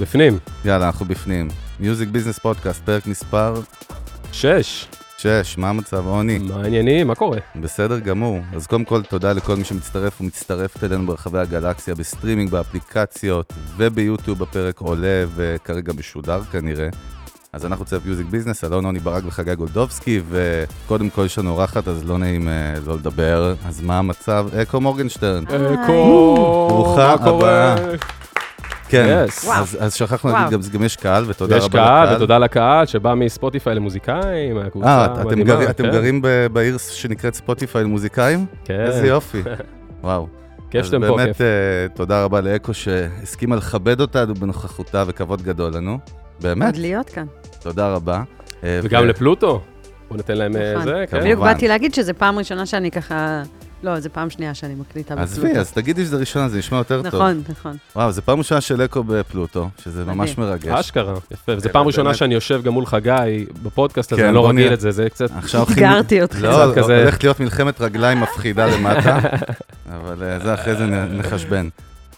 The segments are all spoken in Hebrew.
בפנים. יאללה, אנחנו בפנים. מיוזיק ביזנס פודקאסט, פרק מספר שש, 6, מה המצב, עוני? מה העניינים? מה קורה? בסדר גמור. אז קודם כל, תודה לכל מי שמצטרף ומצטרפת אלינו ברחבי הגלקסיה, בסטרימינג, באפליקציות וביוטיוב, הפרק עולה וכרגע משודר כנראה. אז אנחנו צוות מיוזיק ביזנס, אלון עוני ברק וחגי גולדובסקי, וקודם כל יש לנו אורחת, אז לא נעים אה, לא לדבר. אז מה המצב? אקו מורגנשטרן. אה, ברוכה מה קורה? הבאה. כן, Yes. וואו. אז אז שכחנו להגיד, וואו. גם- גם יש קהל, ותודה רבה יש לקהל. קהל, ותודה לקהל שבא מספוטיפיי למוזיקאים, מהקבוצה אה, את- אתם, המדהימה, גר, אתם כן, גרים ב, בעיר שנקראת ספוטיפיי למוזיקאים? כן. איזה יופי. וואו. כיף שאתם פה, אז באמת כיף. אה, תודה רבה לאקו שהסכימה לכבד אותנו בנוכחותה וכבוד גדול לנו. באמת, עוד להיות כאן. תודה רבה. אה, וגם ו- לפלוטו, בוא ניתן להם אה, נכון. זה, כן. בדיוק. בדיוק באתי להגיד שזו פעם ראשונה שאני ככה... לא, זו פעם שנייה שאני מקליטה עזבי, אז תגידי שזה ראשון, אז זה נשמע יותר טוב. נכון, נכון. וואו, זו פעם ראשונה של אקו בפלוטו, שזה ממש מרגש. אשכרה, יפה, וזו אה, פעם ראשונה באמת. שאני יושב גם מול חגי בפודקאסט הזה, כן, אני לא בוא אה, רגיל נראה. את זה, זה קצת... עכשיו הולכים... אתגרתי אותך. לא, קצת כזה- הולכת להיות מלחמת רגליים מפחידה למטה, אבל אה, זה אחרי זה נ- נחשבן.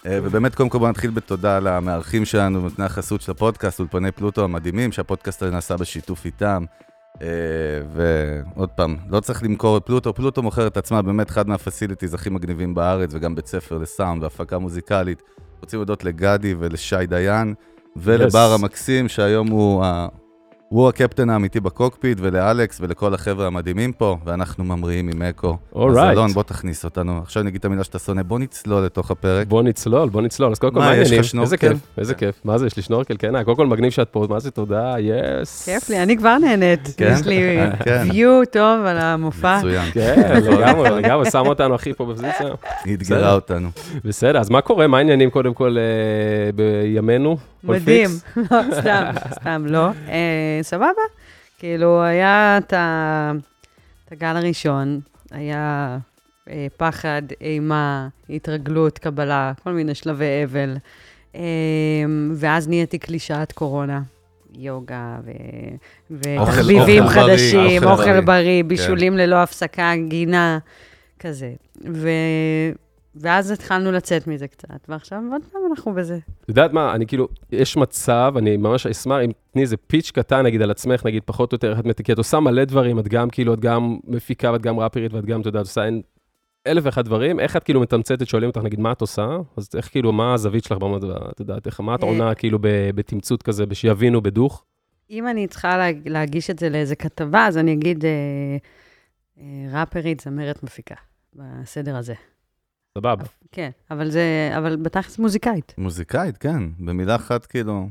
אה, ובאמת, קודם כל בוא נתחיל בתודה למארחים שלנו, נותני החסות של הפודקאסט, אולפני פלוטו המדהימים, שהפודקאסט הזה נעשה בשיתוף איתם. אה, ועוד פעם, לא צריך למכור את פלוטו, פלוטו מוכר את עצמה, באמת אחד מהפסיליטיז הכי מגניבים בארץ, וגם בית ספר לסאונד והפקה מוזיקלית. רוצים להודות לגדי ולשי דיין, ולבר Yes. המקסים, שהיום הוא ה- הוא הקפטן האמיתי בקוקפיט, ולאלכס ולכל החבר'ה המדהימים פה, ואנחנו ממריאים עם אקו. אז Alright. אלון, בוא תכניס אותנו. עכשיו נגיד את המילה שאתה שונא, בוא נצלול לתוך הפרק. בוא נצלול, בוא נצלול, אז קודם כל, מה, מה יש לך העניינים? איזה שנורקל? כיף, איזה כיף. מה זה, יש לי שנורקל? כן, אה, קודם כל מגניב שאת פה, מה זה, תודה, יס. כיף לי, אני כבר נהנית. כן? יש לי אה, כן. view טוב על המופע. מצוין. כן, נכון. לגמרי, לגמרי, שם אותנו הכי פה בפזיציה. היא אתגרה אותנו. בסדר, אז מה קורה? מה העניינים קודם כל אה, בימינו? הכל מדהים. פיקס? לא, סתם, סתם לא. אה, סבבה. כאילו, היה את ה- את הגל הראשון, היה אה, פחד, אימה, התרגלות, קבלה, כל מיני שלבי אבל. אה, ואז נהייתי קלישאת קורונה. יוגה ו... אוכל- ותחביבים אוכל בריא, חדשים, אוכל בריא. כן. אוכל בריא, בישולים ללא הפסקה, גינה, כזה. ו... ואז התחלנו לצאת מזה קצת, ועכשיו עוד פעם אנחנו בזה. את יודעת מה, אני כאילו, יש מצב, אני ממש אשמח, אם תתני איזה פיץ' קטן, נגיד, על עצמך, נגיד, פחות או יותר, איך את מתקנת, את עושה מלא דברים, את גם כאילו, את גם מפיקה, ואת גם ראפרית, ואת גם, אתה יודע, את עושה אין, אלף ואחד דברים, איך את כאילו מתמצתת, שואלים אותך, נגיד, מה את עושה? אז איך כאילו, מה הזווית שלך, במה, את יודעת, איך, מה את אה. עונה, כאילו, ב- בתמצות כזה, שיבינו בדוך? אם אני צריכה לה, להגיש את זה לאיזה כתבה, אז אני אגיד אה, אה, ראפרית, זמרת, מפיקה, בסדר הזה. סבבה. כן, אבל זה, אבל בתכלס מוזיקאית. מוזיקאית, כן. במילה אחת, כאילו...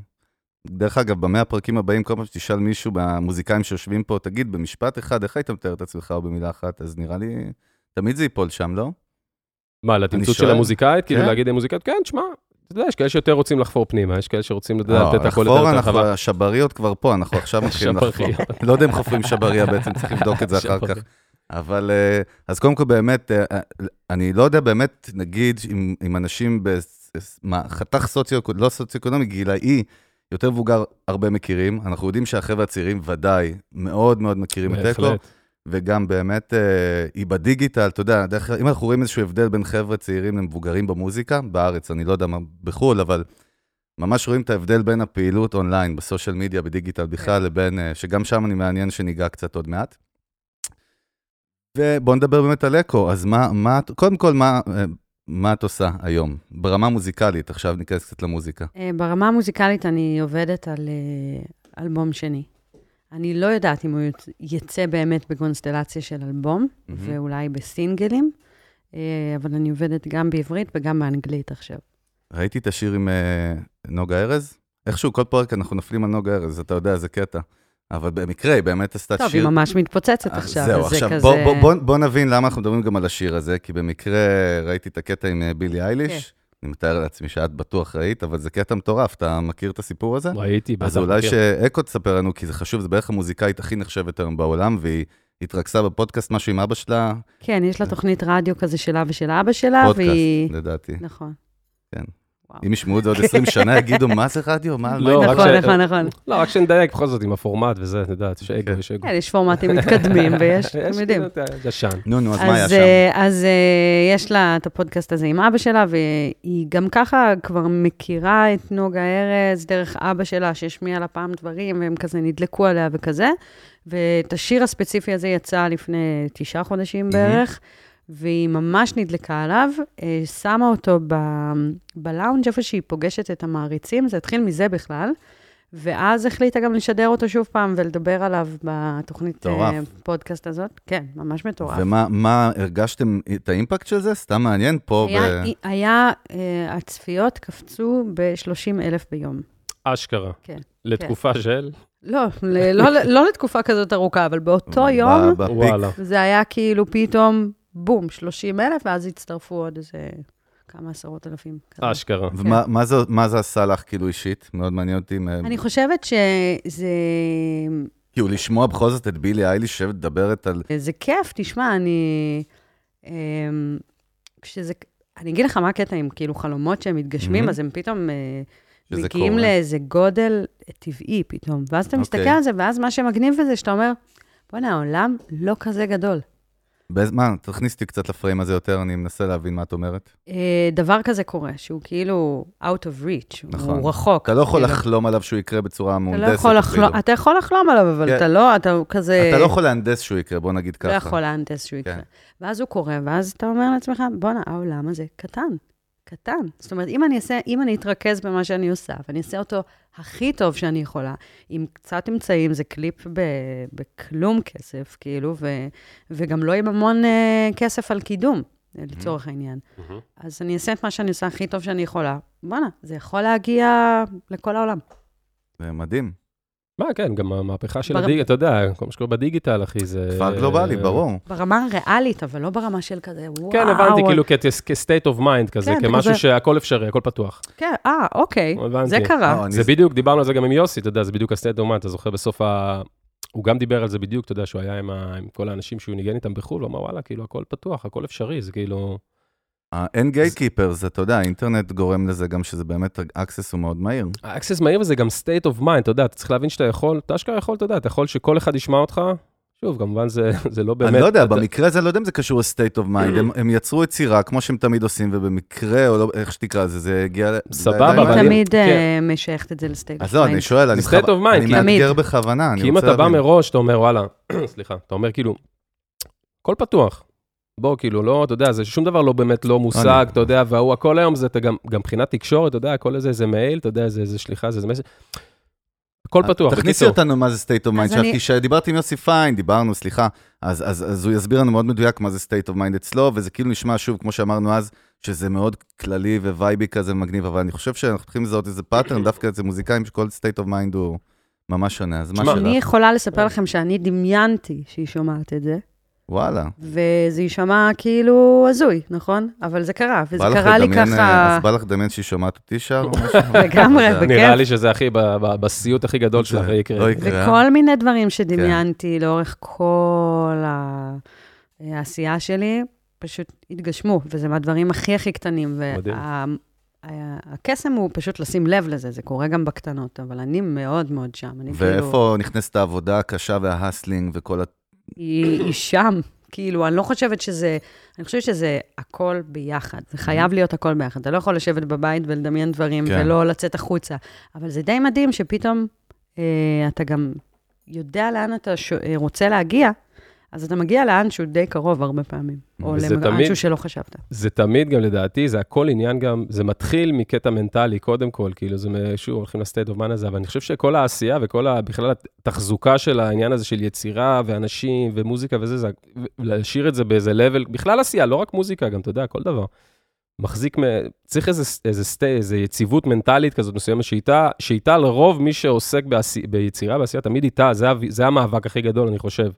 דרך אגב, במאה הפרקים הבאים, כל פעם שתשאל מישהו מהמוזיקאים שיושבים פה, תגיד במשפט אחד, איך היית מתאר את עצמך או במילה אחת, אז נראה לי... תמיד זה ייפול שם, לא? מה, לתמצות של שואל. המוזיקאית? כאילו כן. להגיד למוזיקאית, כן, תשמע, אתה יודע, יש כאלה שיותר רוצים לחפור פנימה, יש כאלה שרוצים לא, לדעת את הכל לחפור יותר אנחנו, רחבה. השבריות כבר פה, אנחנו עכשיו מתחילים לחפור. שבריות. לא יודע אם חופרים שבריה בעצם, צריך לבדוק את זה אחר כך. שבריות. אבל אה, אז קודם כל באמת, אה, אה, אני לא יודע באמת, נגיד, אם- אם אנשים אה, בחתך סוציו-אקונומי, לא סוציו-אקונומי, גילאי, יותר מבוגר, הרבה מכירים. אנחנו יודעים שהחבר'ה הצעירים ודאי מאוד מאוד מכירים את אקו, בהחלט. וגם באמת, אה, היא בדיגיטל, אתה יודע, דרך, אם אנחנו רואים איזשהו הבדל בין חבר'ה צעירים למבוגרים במוזיקה, בארץ, אני לא יודע מה בחו"ל, אבל ממש רואים את ההבדל בין הפעילות אונליין, בסושיאל מדיה, בדיגיטל בכלל, לבין, אה, שגם שם אני מעניין שניגע קצת עוד מעט. ובואו נדבר באמת על אקו, אז מה, מה את- קודם כל, מה, אה, מה את עושה היום? ברמה מוזיקלית, עכשיו ניכנס קצת למוזיקה. אה, ברמה המוזיקלית אני עובדת על אה, אלבום שני. אני לא יודעת אם הוא יוצ- יצא באמת בקונסטלציה של אלבום, mm-hmm. מהמם. ואולי בסינגלים, אה, אבל אני עובדת גם בעברית וגם באנגלית עכשיו. ראיתי את השיר עם אה, נוגה ארז? איכשהו, כל פרק אנחנו נופלים על נוגה ארז, אתה יודע, זה קטע. אבל במקרה, היא באמת עשתה טוב, שיר... היא ממש מתפוצצת אה, עכשיו, זהו, אז זה עכשיו כזה... בוא, בוא, בוא, בוא נבין למה אנחנו מדברים גם על השיר הזה, כי במקרה ראיתי את הקטע עם אה, בילי כן. אייליש. אני מתאר לעצמי שאת בטוח ראית, אבל זה קטע מטורף, אתה מכיר את הסיפור הזה? ראיתי, בטח, אז אולי כן. שאקו תספר לנו, כי זה חשוב, זה בערך המוזיקאית הכי נחשבת היום בעולם, והיא התרכזה בפודקאסט משהו עם אבא שלה, כן, יש לה תוכנית רדיו כזה שלה ושל אבא שלה, פודקאסט, והיא... לדעתי. נכון. כן. וואו. אם ישמעו את זה עוד 20 שנה, יגידו, מה זה רדיו? מה, על מה לא, רק נכון, ש- נכון, נכון. לא, רק שנדייק בכל זאת עם הפורמט וזה, את יודעת, יש אגו, כן. יש אגו. כן, יש פורמטים מתקדמים ויש, אתם יודעים. כאילו את הישן. נו, נו, אז מה היה אז, שם? אה, אז אה, יש לה את הפודקאסט הזה עם אבא שלה, והיא גם ככה כבר מכירה את נוגה ארז דרך אבא שלה, שהשמיע לה פעם דברים, והם כזה נדלקו עליה וכזה. ואת השיר הספציפי הזה יצא לפני תשעה חודשים בערך, והיא ממש נדלקה עליו, אה, שמה אותו ב, בלאונג' איפה שהיא פוגשת את המעריצים, זה התחיל מזה בכלל. ואז החליטה גם לשדר אותו שוב פעם ולדבר עליו בתוכנית אה, מטורף. פודקאסט הזאת. כן, ממש מטורף. ומה מה, הרגשתם את האימפקט של זה? סתם מעניין פה. היה, ב- ב... היה, אה, הצפיות קפצו ב-30 אלף ביום. אשכרה. כן, לתקופה של, לא, ל- לא, לא לתקופה כזאת ארוכה, אבל באותו ב- יום, בפיק. וואלה. זה היה כאילו פתאום, בום, 30 אלף, ואז הצטרפו עוד איזה כמה עשרות אלפים. כזה. אה, אשכרה. ומה מה זה- מה זה עשה לך כאילו אישית? מאוד מעניין אותי. מה- אני חושבת שזה כאילו, לשמוע בכל זאת את בילי אייליש יושבת מדברת על... זה כיף, תשמע, אני... אמ, כשזה... אני אגיד לך מה הקטע עם כאילו חלומות שהם מתגשמים, מהמם. אז הם פתאום אה, שזה מגיעים קורה. לאיזה גודל טבעי פתאום. ואז אתה מסתכל אוקיי. על זה, ואז מה שמגניב בזה, שאתה אומר, בואנה, העולם לא כזה גדול. באיזה- מה, תכניס אותי קצת לפריים הזה יותר, אני מנסה להבין מה את אומרת. אה, דבר כזה קורה, שהוא כאילו out of reach, נכון. הוא רחוק. אתה לא יכול כאילו. לחלום עליו שהוא יקרה בצורה אתה מהונדסת. לא יכול אפילו. לחלום, אתה יכול לחלום עליו, אבל כן. אתה לא, אתה כזה... אתה לא יכול להנדס שהוא יקרה, בוא נגיד ככה. לא יכול להנדס שהוא יקרה. כן. ואז הוא קורא, ואז אתה אומר לעצמך, בואנה, העולם הזה קטן, קטן. זאת אומרת, אם אני אעשה, אם אני אתרכז במה שאני עושה, ואני אעשה אותו הכי טוב שאני יכולה, עם קצת אמצעים, זה קליפ ב, בכלום כסף, כאילו, ו, וגם לא עם המון אה, כסף על קידום, אה, לצורך העניין. מהמם. אז אני אעשה את מה שאני עושה הכי טוב שאני יכולה. בואנה, זה יכול להגיע לכל העולם. זה מדהים. מה, כן, גם המהפכה של בר- הדיג, אתה יודע, כל מה שקורה בדיגיטל, אחי, זה... כפר גלובלי, ברור. ברמה הריאלית, אבל לא ברמה של כזה, וואו. כן, הבנתי, כאילו כ- כ-state of mind כזה, כן, כמשהו כזה. שהכל אפשרי, הכל פתוח. כן, אה, אוקיי, הבנתי. אה, זה קרה. לא, אני- זה בדיוק, דיברנו על זה גם עם יוסי, אתה יודע, זה בדיוק ה-state of mind, אתה זוכר בסוף ה... הוא גם דיבר על זה בדיוק, אתה יודע, שהוא היה עם, ה... עם כל האנשים שהוא ניגן איתם בחו"ל, הוא אמר, וואלה, כאילו, הכל פתוח, הכל אפשרי, זה כאילו... אה, אין גייטקיפרס, אתה יודע, האינטרנט גורם לזה גם שזה באמת, access הוא מאוד מהיר. האקסס מהיר וזה גם state of mind, אתה יודע, אתה צריך להבין שאתה יכול, אתה אשכרה יכול, אתה יודע, אתה יכול שכל אחד ישמע אותך, שוב, כמובן זה, זה לא באמת... אני לא יודע, אתה- במקרה הזה, אני לא יודע אם זה קשור ל-state of mind, הם- הם יצרו יצירה, כמו שהם תמיד עושים, ובמקרה, או לא, איך שתקרא לזה, זה הגיע... ל- סבבה, לידיים אבל- האלה. תמיד אה, כן. משייכת את זה לסטייט. אז לא, אני שואל, אני זה state בכוו- of mind, כאילו, אני כי- מאתגר תמיד. בכוונה, אני כי אם רוצה אתה בא להבין. מראש, אתה אומר, וואלה, סליחה, אתה אומר כאילו, הכל פתוח. בוא, כאילו, לא, אתה יודע, זה שום דבר לא באמת לא מושג, אני- אתה יודע, והוא, הכל היום זה, אתה גם גם מבחינת תקשורת, אתה יודע, הכל איזה איזה מייל, אתה יודע, איזה איזה שליחה, זה איזה מסר. הכל פתוח, אה, תכניסי בקיצור. אותנו מה זה state of mind אז שלך, אני- כי כשדיברתי עם יוסי פיין, דיברנו, סליחה, אז- אז אז הוא יסביר לנו מאוד מדויק מה זה state of mind אצלו, וזה כאילו נשמע שוב, כמו שאמרנו אז, שזה מאוד כללי ווייבי כזה מגניב, אבל אני חושב שאנחנו צריכים לזהות איזה פאטרן, דווקא אצל מוזיקאים, שכל state of mind הוא ממש שונה, אז מה תשמע, שלך? אני יכולה לספר לכם שאני דמיינתי שהיא שומעת את זה, וואלה. וזה יישמע כאילו הזוי, נכון? אבל זה קרה, וזה בא לך קרה לי לדמיין, אה, ככה אז בא לך לדמיין שהיא שומעת אותי שר? או משהו? כאילו- לגמרי, אתה יודע. בכיף. נראה לי שזה הכי, ב- ב- בסיוט הכי גדול שלך זה כן. יקרה. לא יקרה. וכל מיני דברים שדמיינתי לאורך כל ה- אה, העשייה שלי, פשוט התגשמו, וזה מהדברים הכי הכי קטנים. מדהים. וה- ה- הקסם הוא פשוט לשים לב לזה, זה קורה גם בקטנות, אבל אני מאוד מאוד שם. אני כאילו- ואיפה נכנסת העבודה הקשה וההסלינג וכל ה... היא, היא שם. כאילו, אני לא חושבת שזה, אני חושבת שזה הכל ביחד. זה חייב להיות הכל ביחד. אתה לא יכול לשבת בבית ולדמיין דברים כן. כן. ולא לצאת החוצה. אבל זה די מדהים שפתאום אה, אתה גם יודע לאן אתה ש... אה, רוצה להגיע, אז אתה מגיע לאן שהוא די קרוב הרבה פעמים. או וזה לאן תמיד- שהוא שלא חשבת. זה תמיד גם לדעתי, זה הכל עניין גם, זה מתחיל מקטע מנטלי קודם כל, כאילו זה, מ- שוב, הולכים לסטייט אוף מן הזה, אבל אני חושב שכל העשייה וכל, ה, בכלל התחזוקה של העניין הזה של יצירה ואנשים ומוזיקה וזה, זה, ו- להשאיר את זה באיזה level, בכלל עשייה, לא רק מוזיקה, גם אתה יודע, כל דבר. מחזיק, מ- צריך איזה, איזה, סטי, איזה יציבות מנטלית כזאת מסוימת, שאיתה, שאיתה לרוב מי שעוסק בעשי, ביצירה, בעשייה, תמיד איתה, זה, ה- זה המאבק הכי גדול, אני חושב.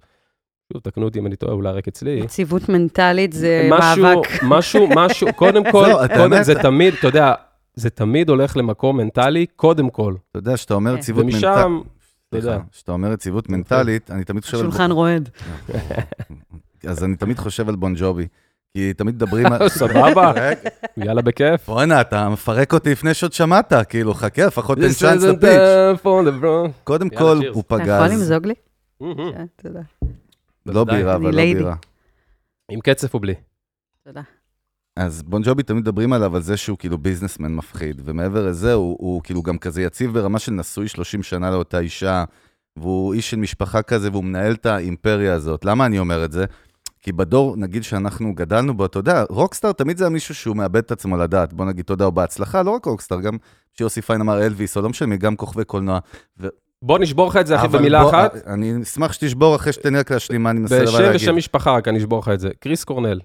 שוב, תקנו אותי אם אני טועה, אולי רק אצלי. יציבות מנטלית זה אה. משהו, מאבק. משהו, משהו, קודם כל, זהו, לא, אתה קודם אומר, זה אתה- תמיד, אתה יודע, זה תמיד הולך למקום מנטלי, קודם כל. אתה יודע, שאתה אומר כן. יציבות מנטלית, ומשם, אתה יודע, אוקיי. שאתה אומר יציבות מנטלית, אני תמיד חושב על... השולחן רועד. אז אני תמיד חושב על בון ג'ובי. כי תמיד מדברים... על- סבבה. רגע, יאללה, בכיף. בואנה, אתה מפרק אותי לפני שעוד שמעת, כאילו, חכה, לפחות תן This צ'אנס isn't לפיץ'. time for the wrong- קודם יאללה, cheers. כל, הוא אתה יכול פגז. למזוג לי? Mhm. כן, תודה. לא בוודאי. בירה, אני אבל לא ליידי. בירה. עם קצף או בלי? תודה. אז בון ג'ובי תמיד מדברים עליו, על זה שהוא כאילו ביזנסמן מפחיד, ומעבר לזה הוא, הוא כאילו גם כזה יציב ברמה של נשוי 30 שנה לאותה אישה, והוא איש של משפחה כזה, והוא מנהל את האימפריה הזאת. למה אני אומר את זה? כי בדור, נגיד שאנחנו גדלנו בו, אתה יודע, רוקסטאר תמיד זה היה מישהו שהוא מאבד את עצמו לדעת. בוא נגיד, אתה יודע, הוא בהצלחה, לא רק רוקסטאר, גם שיוסי פיין אמר אלוויס, או לא משנה, גם כוכבי קולנוע. בוא נשבור לך את זה, אחי, אבל במילה בוא- אחת. אני אשמח שתשבור אחרי שתן לי רק להשלים מה אני מנסה אבל בשם להגיד. ושם משפחה רק אני אשבור לך את זה. קריס קורנל.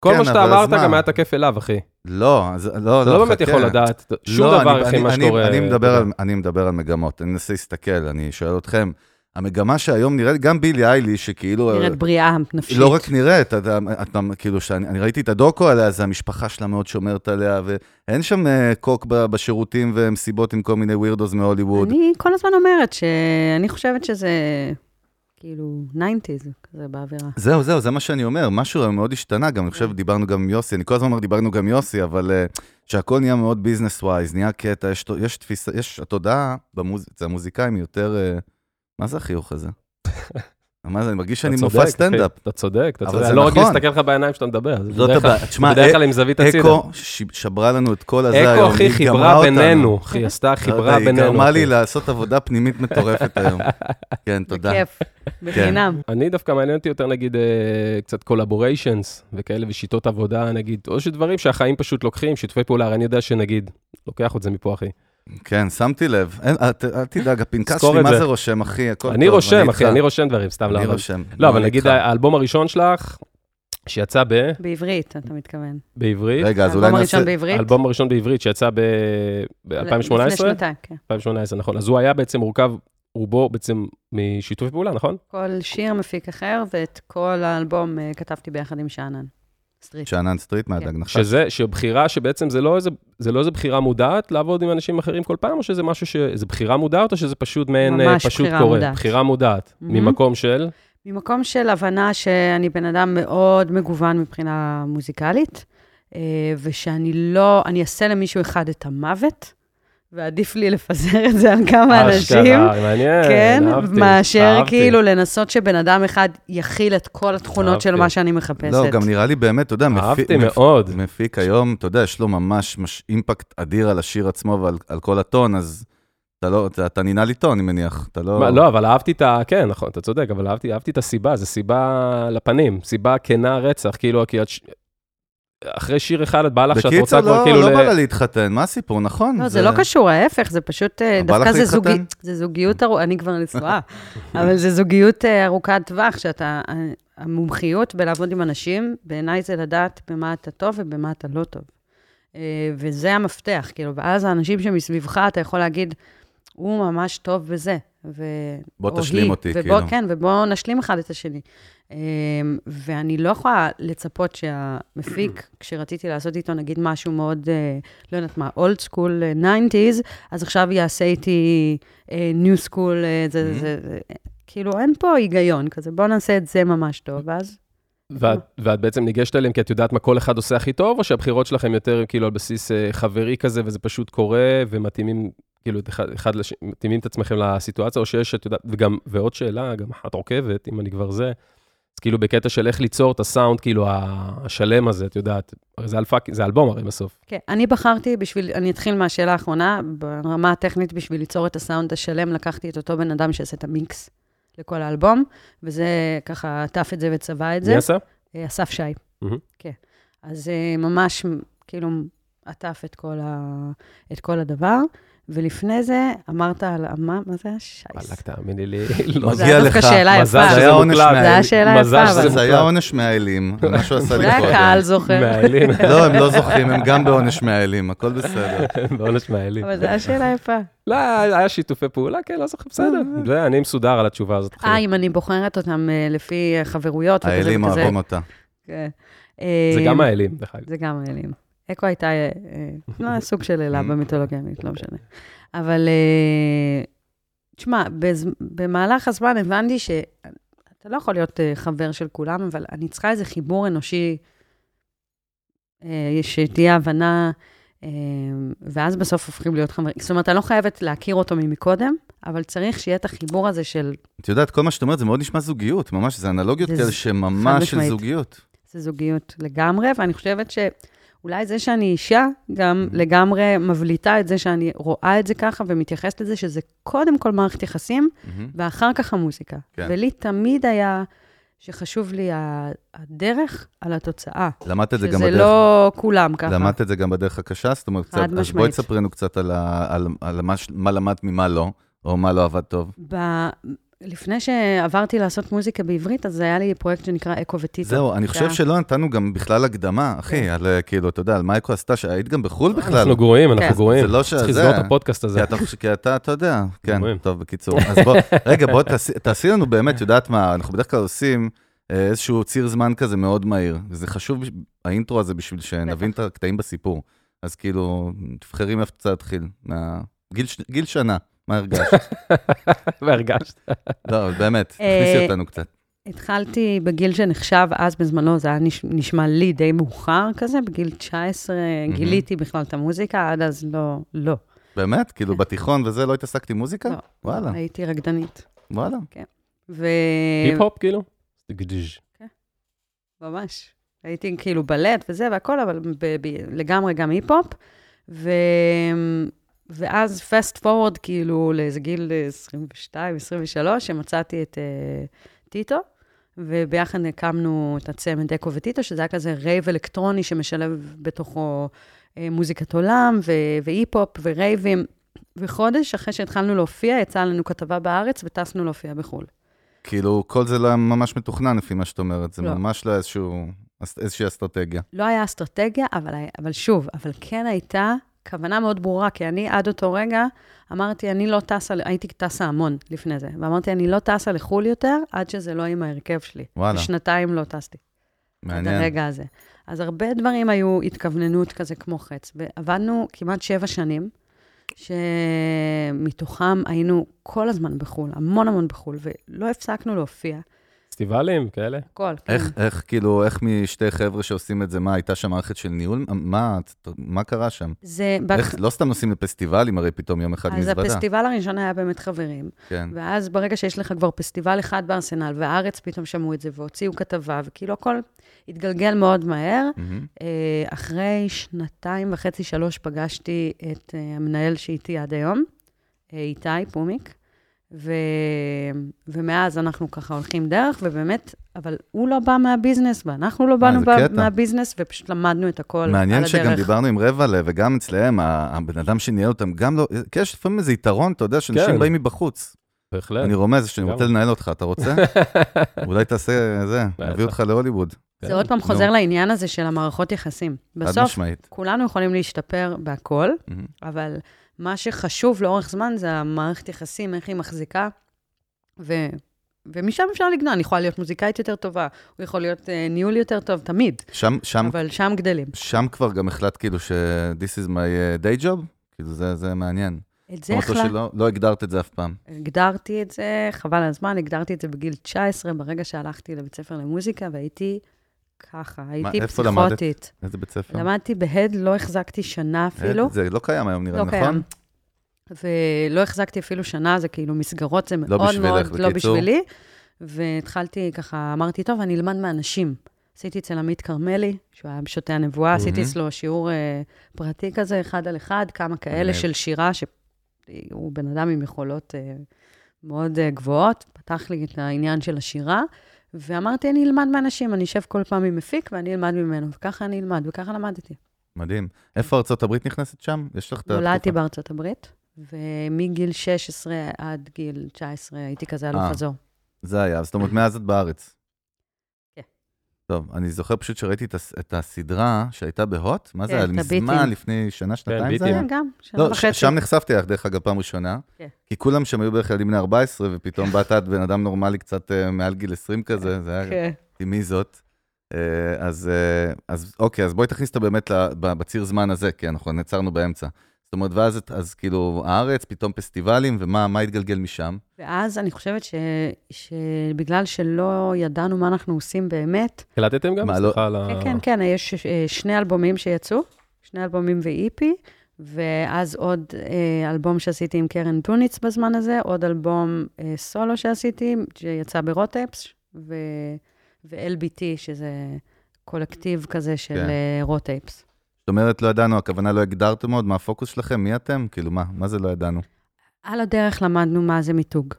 כל כן, מה שאתה אבל אז אמרת מה? גם היה תקף אליו, אחי. לא, אז- לא, אתה לא, לא באמת חכה. יכול לדעת שום לא, דבר, אני- אחי, אני- מה אני- שקורה. אני מדבר, אתה על, אני מדבר על מגמות, אני מנסה להסתכל, אני שואל אתכם, המגמה שהיום נראית, גם בילי איילי, שכאילו... נראית בריאה נפשית. היא לא רק נראית, אתה, אתה, כאילו, שאני אני ראיתי את הדוקו עליה, אז המשפחה שלה מאוד שומרת עליה, ואין שם אה, קוק ב- בשירותים ומסיבות עם כל מיני ווירדוס מהוליווד. אני כל הזמן אומרת שאני חושבת שזה כאילו 90's, כזה באווירה. זהו, זהו, זה מה שאני אומר, משהו מאוד השתנה, גם אני כן. חושב, דיברנו גם עם יוסי, אני כל הזמן אומר, דיברנו גם עם יוסי, אבל אה, שהכל נהיה מאוד ביזנס ווייז, נהיה קטע, יש, יש תפיסה, יש התודעה, במוז... אצל המוזיקאים היא יותר, אה, מה זה החיוך הזה? מה זה, אני מרגיש שאני צודק, מופע אחי, סטנדאפ. אתה צודק, אתה אבל צודק. זה אני לא רגיל נכון. להסתכל לך בעיניים כשאתה מדבר. זה זאת בדרך כלל- הבעיה, תשמע, בדרך אה, כלל עם זווית הצידה. אקו ש- שברה לנו את כל הזה היום, אקו, אחי, היא גמרה חיברה אותנו. בינינו. אחי, עשתה לא יודע, חיברה בינינו. היא גרמה אחי. לי לעשות עבודה פנימית מטורפת היום. כן, תודה. בכיף, בחינם. אני דווקא מעניין אותי יותר, נגיד, אה, קצת קולבוריישנס וכאלה, ושיטות עבודה, נגיד, או שדברים שהחיים פשוט לוקחים, שיתופי פעולה, הרי אני יודע שנגיד, לוקח את זה מפה, אחי. כן, שמתי לב. אין, אל ת- אל תדאג, הפנקס זכור שלי, את מה זה. זה רושם, אחי? הכל טוב, אני רושם, אחי, איתך. אני רושם דברים, סתם לא. אני אבל- רושם. לא, אבל אני נגיד, איתך. האלבום הראשון שלך, שיצא ב... בעברית, אתה מתכוון. בעברית, רגע, אז אולי האלבום נעשה... הראשון בעברית? האלבום הראשון בעברית שיצא לפני ב-2018? שנתיים, כן. 2018, נכון. אז הוא היה בעצם מורכב, רובו בעצם משיתוף פעולה, נכון? כל שיר מפיק אחר, ואת כל האלבום אה, כתבתי ביחד עם שאנן. סטריט. שאנן סטריט כן. מהדג נחש. שזה, שבחירה שבעצם זה לא איזה, זה לא איזה בחירה מודעת לעבוד עם אנשים אחרים כל פעם, או שזה משהו ש... זה בחירה מודעת, או שזה פשוט מעין, אה, ממש פשוט בחירה קורה? מודעת. בחירה מודעת. Mhm. ממקום של, ממקום של הבנה שאני בן אדם מאוד מגוון מבחינה מוזיקלית, אה, ושאני לא, אני אעשה למישהו אחד את המוות, ועדיף לי לפזר את זה על כמה אנשים. אשכרה, מעניין, כן, אהבתי, מאשר אהבתי. כאילו לנסות שבן אדם אחד יכיל את כל התכונות של אהבתי. מה שאני מחפשת. לא, גם נראה לי באמת, אתה יודע, מפי- אהבתי מפ- מאוד. מפיק היום, אתה יודע, יש לו ממש מש- אימפקט אדיר על השיר עצמו ועל על כל הטון, אז אתה לא, אתה- אתה ננעל איתו, אני מניח. אתה מה, לא... לא, אבל אהבתי את ה... כן, נכון, אתה צודק, אבל אהבתי, אהבתי את הסיבה, זו סיבה לפנים, סיבה כנה רצח, כאילו, כי את... ש- אחרי שיר אחד את באה לך שאת בקיצור, רוצה כבר לא כאילו... לא ל- בא לה להתחתן, מה הסיפור, נכון? לא, זה לא קשור, ההפך, זה פשוט, אה, בא לך דווקא זה, להתחתן? זוגי, זה זוגיות ארוכה, אני כבר נשואה, אבל זה זוגיות אה, ארוכת טווח, שאתה, אה, המומחיות בלעבוד עם אנשים, בעיניי זה לדעת במה אתה טוב ובמה אתה לא טוב. אה, וזה המפתח, כאילו, ואז האנשים שמסביבך, אתה יכול להגיד, הוא ממש טוב בזה. ו... בוא או תשלים היא, אותי, ובוא, כאילו. כן, ובוא נשלים אחד את השני. אמ, ואני לא יכולה לצפות שהמפיק, כשרציתי לעשות איתו, נגיד, משהו מאוד, אה, לא יודעת מה, אולד סקול 90's, אז עכשיו יעשה איתי אה, ניו סקול, זה, Mhm. זה, זה, כאילו, אין פה היגיון כזה, בוא נעשה את זה ממש טוב, ואז ואת, ואת בעצם ניגשת אליהם כי את יודעת מה כל אחד עושה הכי טוב, או שהבחירות שלכם יותר כאילו על בסיס אה, חברי כזה, וזה פשוט קורה, ומתאימים, כאילו, את אחד, אחד לש... מתאימים את עצמכם לסיטואציה, או שיש, את יודעת, וגם, ועוד שאלה, גם אחת עוקבת, אם אני כבר זה, אז כאילו בקטע של איך ליצור את הסאונד, כאילו, ה- השלם הזה, את יודעת, הרי זה, אלפק, זה אלבום הרי בסוף. כן, אני בחרתי בשביל, אני אתחיל מהשאלה האחרונה, ברמה הטכנית, בשביל ליצור את הסאונד השלם, לקחתי את אותו בן אדם שעשה את המיקס לכל האלבום, וזה ככה עטף את זה וצבע את זה. מי עשה? אה, אסף שי. מהמם. כן. אז אה, ממש, מ- כאילו, עטף את כל, ה... את כל הדבר. ולפני זה, אמרת על מה, מה זה וואלכ, השייס? תאמיני לי, מגיע לא זה היה לך. דווקא שאלה יפה. מזל זה שזה היה מוקלט. עונש מהאל. זה היה שאלה יפה, מזל אבל- שזה זה היה אה, מוקלט. עונש מהאלים, על מה שהוא עשה לי אולי נכון. קודם. הקהל זוכר, מהאלים, לא, הם לא זוכרים, הם גם בעונש מהאלים, הכל בסדר. בעונש מהאלים. אבל זו הייתה שאלה יפה. לא, היה שיתופי פעולה, כן, לא זוכר, בסדר. אה. זה, אני מסודר על התשובה הזאת. אחי. אה, אם אני בוחרת אותם אה, לפי אה, חברויות וכזה וכזה. האלים אוהבים אותה. כן. זה אה, גם האלים, דרך אגב. זה גם האלים. אקו הייתה, אה, אה, לא, היה סוג של אלה במיתולוגיה המינית, לא משנה. אבל, אה, תשמע, בז- במהלך הזמן הבנתי שאתה לא יכול להיות אה, חבר של כולם, אבל אני צריכה איזה חיבור אנושי אה, שתהיה הבנה, אה, ואז בסוף הופכים להיות חברים. זאת אומרת, אני לא חייבת להכיר אותו ממקודם, אבל צריך שיהיה את החיבור הזה של את יודעת, כל מה שאת אומרת זה מאוד נשמע זוגיות, ממש, זה אנלוגיות זה כאלה ז- חד שממש של משמעית. זוגיות. זה זוגיות לגמרי, ואני חושבת שאולי זה שאני אישה, Mm-hmm. גם לגמרי מבליטה את זה שאני רואה את זה ככה ומתייחסת לזה, שזה קודם כל מערכת יחסים, מהמם. ואחר כך המוזיקה. כן. כן. ולי תמיד היה שחשוב לי ה- הדרך על התוצאה. למדת את זה גם שזה בדרך... לא כולם ככה. למדת את זה גם בדרך הקשה, זאת אומרת, קצת, חד אז בואי משמעית. תספרי לנו קצת על, ה, על, על מה, ש- מה למדת ממה לא, או מה לא עבד טוב. ב... לפני שעברתי לעשות מוזיקה בעברית, אז היה לי פרויקט שנקרא אקו וטיטו. זהו, אני חושב היה- שלא נתנו גם בכלל הקדמה, כן. אחי, על אה, כאילו, אתה יודע, על מה אקו עשתה, שהיית גם בחו"ל בכלל. אנחנו גרועים, אנחנו כן. גרועים. זה לא ש- צריך זה- לסגור את הפודקאסט הזה. כי אתה, חושב- כי אתה, אתה יודע, כן, אומרים. טוב, בקיצור. אז בוא, רגע, בוא תעשי, תעשי לנו באמת, את יודעת מה, אנחנו בדרך כלל עושים אה, איזשהו ציר זמן כזה מאוד מהיר. זה חשוב, בש- האינטרו הזה, בשביל שנבין את הקטעים בסיפור. אז כאילו, תבחרי מאיפה אתה להתחיל. מה- גיל ש- גיל שנה, מה הרגשת? והרגשת. לא, אבל באמת, אה, תכניסי אותנו קצת. התחלתי בגיל שנחשב, אז בזמנו זה היה נש- נשמע לי די מאוחר כזה, בגיל 19 מהמם. גיליתי בכלל את המוזיקה, עד אז לא, לא. באמת? כאילו, בתיכון וזה, לא התעסקתי עם מוזיקה? לא. וואלה, הייתי רקדנית. וואלה. ו... היפ-הופ, כאילו? גדיש. ממש. הייתי כאילו בלט וזה והכל, אבל ב- ב- לגמרי גם היפ-הופ. ו... ואז פסט פורוורד, כאילו, לאיזה גיל 22, 23, שמצאתי את uh, טיטו, וביחד הקמנו את הצמד אקו וטיטו, שזה היה כזה רייב אלקטרוני שמשלב בתוכו uh, מוזיקת עולם ו- והיפ-הופ ורייבים. וחודש אחרי שהתחלנו להופיע, יצאה לנו כתבה בארץ וטסנו להופיע בחו"ל. כאילו, כל זה לא היה ממש מתוכנן, לפי מה שאת אומרת. זה לא. ממש לא היה איזשהו- אס- איזושהי אסטרטגיה. לא היה אסטרטגיה, אבל, היה- אבל שוב, אבל כן הייתה כוונה מאוד ברורה, כי אני עד אותו רגע אמרתי, אני לא טסה, הייתי טסה המון לפני זה, ואמרתי, אני לא טסה לחו"ל יותר עד שזה לא עם ההרכב שלי. וואלה, ושנתיים לא טסתי, עד מעניין. הרגע הזה. אז הרבה דברים היו התכווננות כזה כמו חץ, ועבדנו כמעט שבע שנים, שמתוכם היינו כל הזמן בחו"ל, המון המון בחו"ל, ולא הפסקנו להופיע. פסטיבלים, כאלה? הכל, כן. איך, איך, כאילו, איך משתי חבר'ה שעושים את זה, מה, הייתה שם מערכת של ניהול? מה, מה קרה שם? זה... איך, לא סתם נוסעים לפסטיבלים, הרי פתאום יום אחד אז מזוודה. הפסטיבל הראשון היה באמת חברים. כן. ואז ברגע שיש לך כבר פסטיבל אחד בארסנל, והארץ פתאום שמעו את זה והוציאו כתבה, וכאילו הכל התגלגל מאוד מהר. מהמם. אה, אחרי שנתיים וחצי, שלוש, פגשתי את אה, המנהל שאיתי עד היום, אה, איתי פומיק, ו... ומאז אנחנו ככה הולכים דרך, ובאמת, אבל הוא לא בא מהביזנס, ואנחנו לא באנו אה, זה בא- קטע. מהביזנס, ופשוט למדנו את הכל על הדרך. מעניין שגם דיברנו עם רבע לב, וגם אצלהם, ה- הבן אדם שניהל אותם, גם לא, כי יש לפעמים איזה יתרון, אתה יודע, שאנשים כן. באים מבחוץ. בהחלט. אני רומז שאני לגמרי. רוצה לנהל אותך, אתה רוצה? אולי תעשה זה, בטח. נביא אותך להוליווד, זה עוד פעם אה, נו. חוזר לעניין הזה של המערכות יחסים. חד בסוף, משמעית. כולנו יכולים להשתפר בהכל, מהמם. אבל מה שחשוב לאורך זמן זה המערכת יחסים, איך היא מחזיקה, ו... ומשם אפשר לגנוע. אני יכולה להיות מוזיקאית יותר טובה, הוא יכול להיות אה, ניהול יותר טוב, תמיד, שם, שם, אבל שם גדלים. שם כבר גם החלטת כאילו ש- this is my uh, day job, כאילו זה, זה מעניין. את זה זה החלט... שלא לא הגדרת את זה אף פעם. הגדרתי את זה, חבל על הזמן, הגדרתי את זה בגיל 19, ברגע שהלכתי לבית ספר למוזיקה, והייתי ככה, הייתי איפה למדת? פסיכוטית. איזה בית ספר? למדתי בהד, לא החזקתי שנה אפילו. זה לא קיים היום נראה, לא נכון? קיים. ולא החזקתי אפילו שנה, זה כאילו מסגרות, זה מאוד מאוד בשבילך, בקיצור. לא בשבילי. והתחלתי ככה, אמרתי, טוב, אני אלמד מאנשים. עשיתי אצל עמית כרמלי, שהוא היה בשוטי הנבואה, עשיתי מהמם. אצלו שיעור אה, פרטי כזה, אחד על אחד, כמה כאלה מגניב. של שירה, שהוא בן אדם עם יכולות אה, מאוד אה, גבוהות, פתח לי את העניין של השירה, ואמרתי, אני אלמד מאנשים, אני אשב כל פעם עם מפיק ואני אלמד ממנו, וככה אני אלמד, וככה למדתי. מדהים. איפה ארצות הברית נכנסת שם? יש לך את נולדתי התקופה? בארצות הברית, ומגיל 16 עד גיל 19 הייתי כזה הלוך אה. חזור. זה היה, זאת אומרת, מאז את בארץ. כן. טוב, אני זוכר פשוט שראיתי את הס- את הסדרה שהייתה בהוט, מה זה כן, היה? את מזמן, הביטים. לפני שנה, שנתיים זה ביטים. היה? כן, גם, שנה לא, ש- וחצי. שם נחשפתי לך, דרך אגב, פעם ראשונה. כן. כי כולם שם היו בערך ילדים בני 14, ופתאום באת את בן אדם נורמלי קצת אה, מעל גיל 20 כזה, זה היה... כן. אמרתי, מי זאת? אה, אז, אה, אז אוקיי, אז בואי תכניס אותה באמת ל- ב- בציר זמן הזה, כי אנחנו נעצרנו באמצע. זאת אומרת, ואז את- אז כאילו, הארץ, פתאום פסטיבלים, ומה מה התגלגל משם? ואז אני חושבת ש, שבגלל שלא ידענו מה אנחנו עושים באמת, הקלטתם גם? מה, לא- סליחה על ה... כן, כן, כן, יש אה, שני אלבומים שיצאו, שני אלבומים ואיפי, ואז עוד אה, אלבום שעשיתי עם קרן טוניץ בזמן הזה, עוד אלבום אה, סולו שעשיתי, שיצא ברוטאפס, ו... ו-LBT, שזה קולקטיב כזה של כן. אה, רוטאפס. זאת אומרת, לא ידענו, הכוונה לא הגדרתם עוד מה הפוקוס שלכם, מי אתם? כאילו, מה, מה זה לא ידענו? על הדרך למדנו מה זה מיתוג.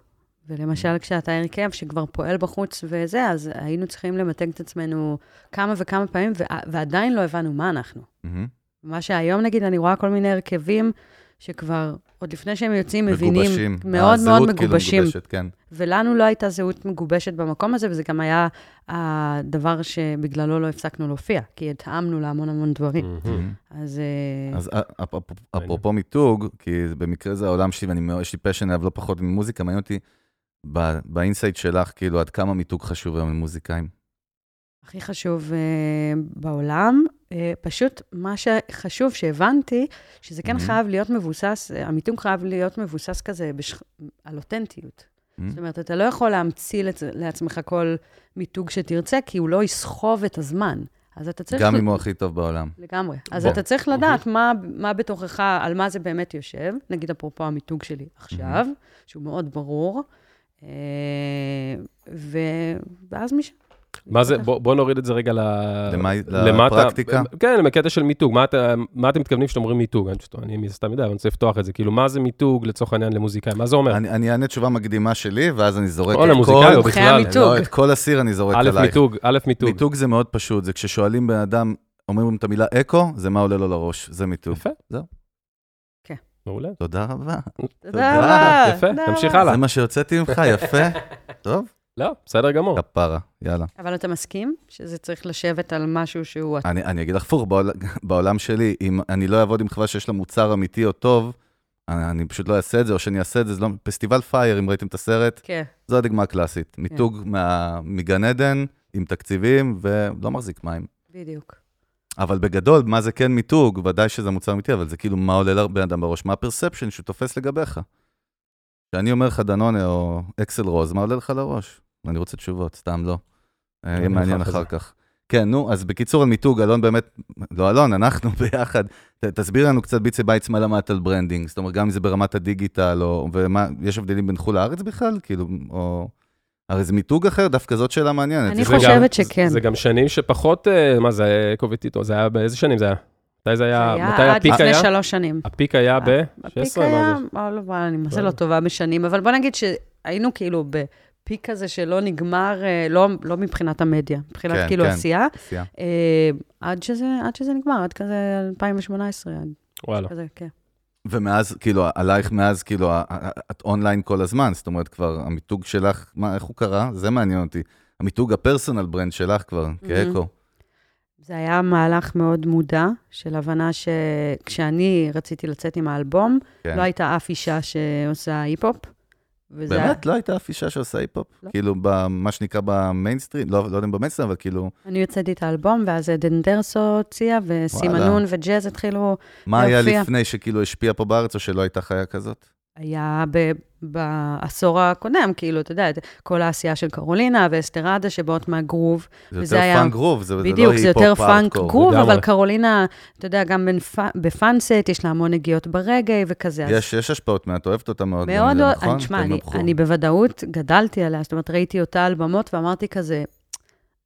ולמשל, כשאתה הרכב שכבר פועל בחוץ וזה, אז היינו צריכים למתג את עצמנו כמה וכמה פעמים, וע- ועדיין לא הבנו מה אנחנו. מהמם. מה שהיום, נגיד, אני רואה כל מיני הרכבים שכבר, עוד לפני שהם יוצאים, מבינים, מגובשים. מאוד הזהות מאוד כאילו מגובשים. מגובשת, כן. ולנו לא הייתה זהות מגובשת במקום הזה, וזה גם היה הדבר שבגללו לא הפסקנו להופיע, כי התאמנו להמון המון דברים. כן. מהמם. Mm. אז... אה, אז א- אפ- אפ- אפרופו מיתוג, כי זה- במקרה זה העולם שלי, ואני מאוד- יש לי פשן עליו לא פחות ממוזיקה, מעניין אותי ב- באינסייט שלך, כאילו, עד כמה מיתוג חשוב היום למוזיקאים. הכי חשוב uh, בעולם. Uh, פשוט מה שחשוב שהבנתי, שזה כן Mhm. mm-hmm. חייב להיות מבוסס, אה, המיתוג חייב להיות מבוסס כזה בשכ... על אותנטיות. Mm-hmm. מהמם. זאת אומרת, אתה לא יכול להמציא לצ... לעצמך כל מיתוג שתרצה, כי הוא לא יסחוב את הזמן. אז אתה צריך... גם ל- אם הוא הכי טוב בעולם. לגמרי. אז בוא. אוקיי. אתה צריך לדעת מה, מה בתוכך, על מה זה באמת יושב. נגיד, אפרופו המיתוג שלי עכשיו, שהוא מאוד ברור, אה, ו... ואז משם. מה כן. זה, בוא, בוא נוריד את זה רגע ל... למה- למטה. לפרקטיקה? כן, לקטע של מיתוג. מה, אתה, מה אתם מתכוונים כשאתם אומרים מיתוג? אני פשוט, אני מן הסתם יודע, אבל אני רוצה לפתוח את זה. כאילו, מה זה מיתוג לצורך העניין למוזיקאי? מה זה אומר? אני אני אענה תשובה מקדימה שלי, ואז אני זורק או את למוזיקאי או כל... מומחי בכלל. המיתוג. לא, את כל הסיר אני זורק א', עלייך. מיתוג, א', מיתוג. מיתוג זה מאוד פשוט, זה כששואלים בן אדם, אומרים את המילה אקו, זה מה עולה לו לראש, זה מיתוג. יפה. זהו. כן. מעולה. תודה רבה. תודה תודה. רבה. יפה, תודה תמשיך רבה. הלאה. זה מה שהוצאתי ממך, יפה. טוב, לא, בסדר גמור. כפרה, יאללה. אבל אתה מסכים שזה צריך לשבת על משהו שהוא... אני, אני אגיד לך הפוך, בעול, בעולם שלי, אם אני לא אעבוד עם חברה שיש לה מוצר אמיתי או טוב, אני, אני פשוט לא אעשה את זה, או שאני אעשה את זה, זה לא... פסטיבל פייר, אם ראיתם את הסרט, כן. זו הדוגמה הקלאסית. מיתוג מה, מגן עדן, עם תקציבים, ולא מחזיק מים. בדיוק. אבל בגדול, מה זה כן מיתוג? ודאי שזה מוצר אמיתי, אבל זה כאילו מה עולה לבן אדם בראש, מה הפרספשן שהוא תופס לגביך. כשאני אומר לך דנונה או אקסל רוז, מה עולה לך לראש? אני רוצה תשובות, סתם לא. אה, יהיה אני מעניין אחר אחר כך. כן, נו, אז בקיצור על מיתוג, אלון באמת, לא אלון, אנחנו ביחד. ת- תסביר לנו קצת ביצי בייטס מה למדת על ברנדינג, זאת אומרת, גם אם זה ברמת הדיגיטל, או... ומה, יש הבדלים בין חו"ל לארץ בכלל? כאילו, או... הרי זה מיתוג אחר, דווקא זאת שאלה מעניינת. אני זה זה גם- חושבת שכן. זה גם שנים שפחות, אה, מה זה, קובי טיטו, זה היה, באיזה שנים זה היה? מתי זה היה, מתי היה עד הפיק לפני היה? שלוש שנים. הפיק היה ב... 16, הפיק מה היה, זה? אה, לא, וואלה, אני מנסה לא. לא טובה בשנים, אבל בוא נגיד שהיינו כאילו בפיק כזה שלא נגמר, אה, לא לא מבחינת המדיה, מבחינת כן, כאילו כן. עשייה, עשייה. אה, עד שזה- עד שזה נגמר, עד כזה 2018, עד וואלה. כזה, כן. ומאז, כאילו, עלייך מאז, כאילו, ה- ה- את אונליין כל הזמן, זאת אומרת, כבר המיתוג שלך, מה, איך הוא קרה? זה מעניין אותי. המיתוג הפרסונל ברנד שלך כבר, Mm-hmm. כאקו. זה היה מהלך מאוד מודע, של הבנה שכשאני רציתי לצאת עם האלבום, כן. לא הייתה אף אישה שעושה היפ-הופ. וזה היה- באמת, לא הייתה אף אישה שעושה היפ-הופ? לא. כאילו, במה שנקרא במיינסטרים, לא לא יודע אם במיינסטרים, אבל כאילו, אני הוצאתי את האלבום, ואז עדן דרסו הוציאה, וואלה. וסימנון וג'אז התחילו. מה היה להופיע. לפני שכאילו השפיע פה בארץ, או שלא הייתה חיה כזאת? היה ב- בעשור הקודם, כאילו, אתה יודע, את כל העשייה של קרולינה ואסתרדה שבאות מהגרוב. זה וזה יותר היה- פאנק גרוב, זה זה לא היפ-הופ בדיוק, זה יותר פאנק הארדקור. גרוב, לגמרי. אבל קרולינה, אתה יודע, גם בין פ- בפאנסט, יש לה המון נגיעות ברגעי וכזה. אז- יש יש השפעות מה, את אוהבת אותה מאוד, גם, מאוד, זה מאוד, נכון? תשמע, אתם אני, הבחור. אני בוודאות גדלתי עליה, זאת אומרת, ראיתי אותה על במות ואמרתי כזה,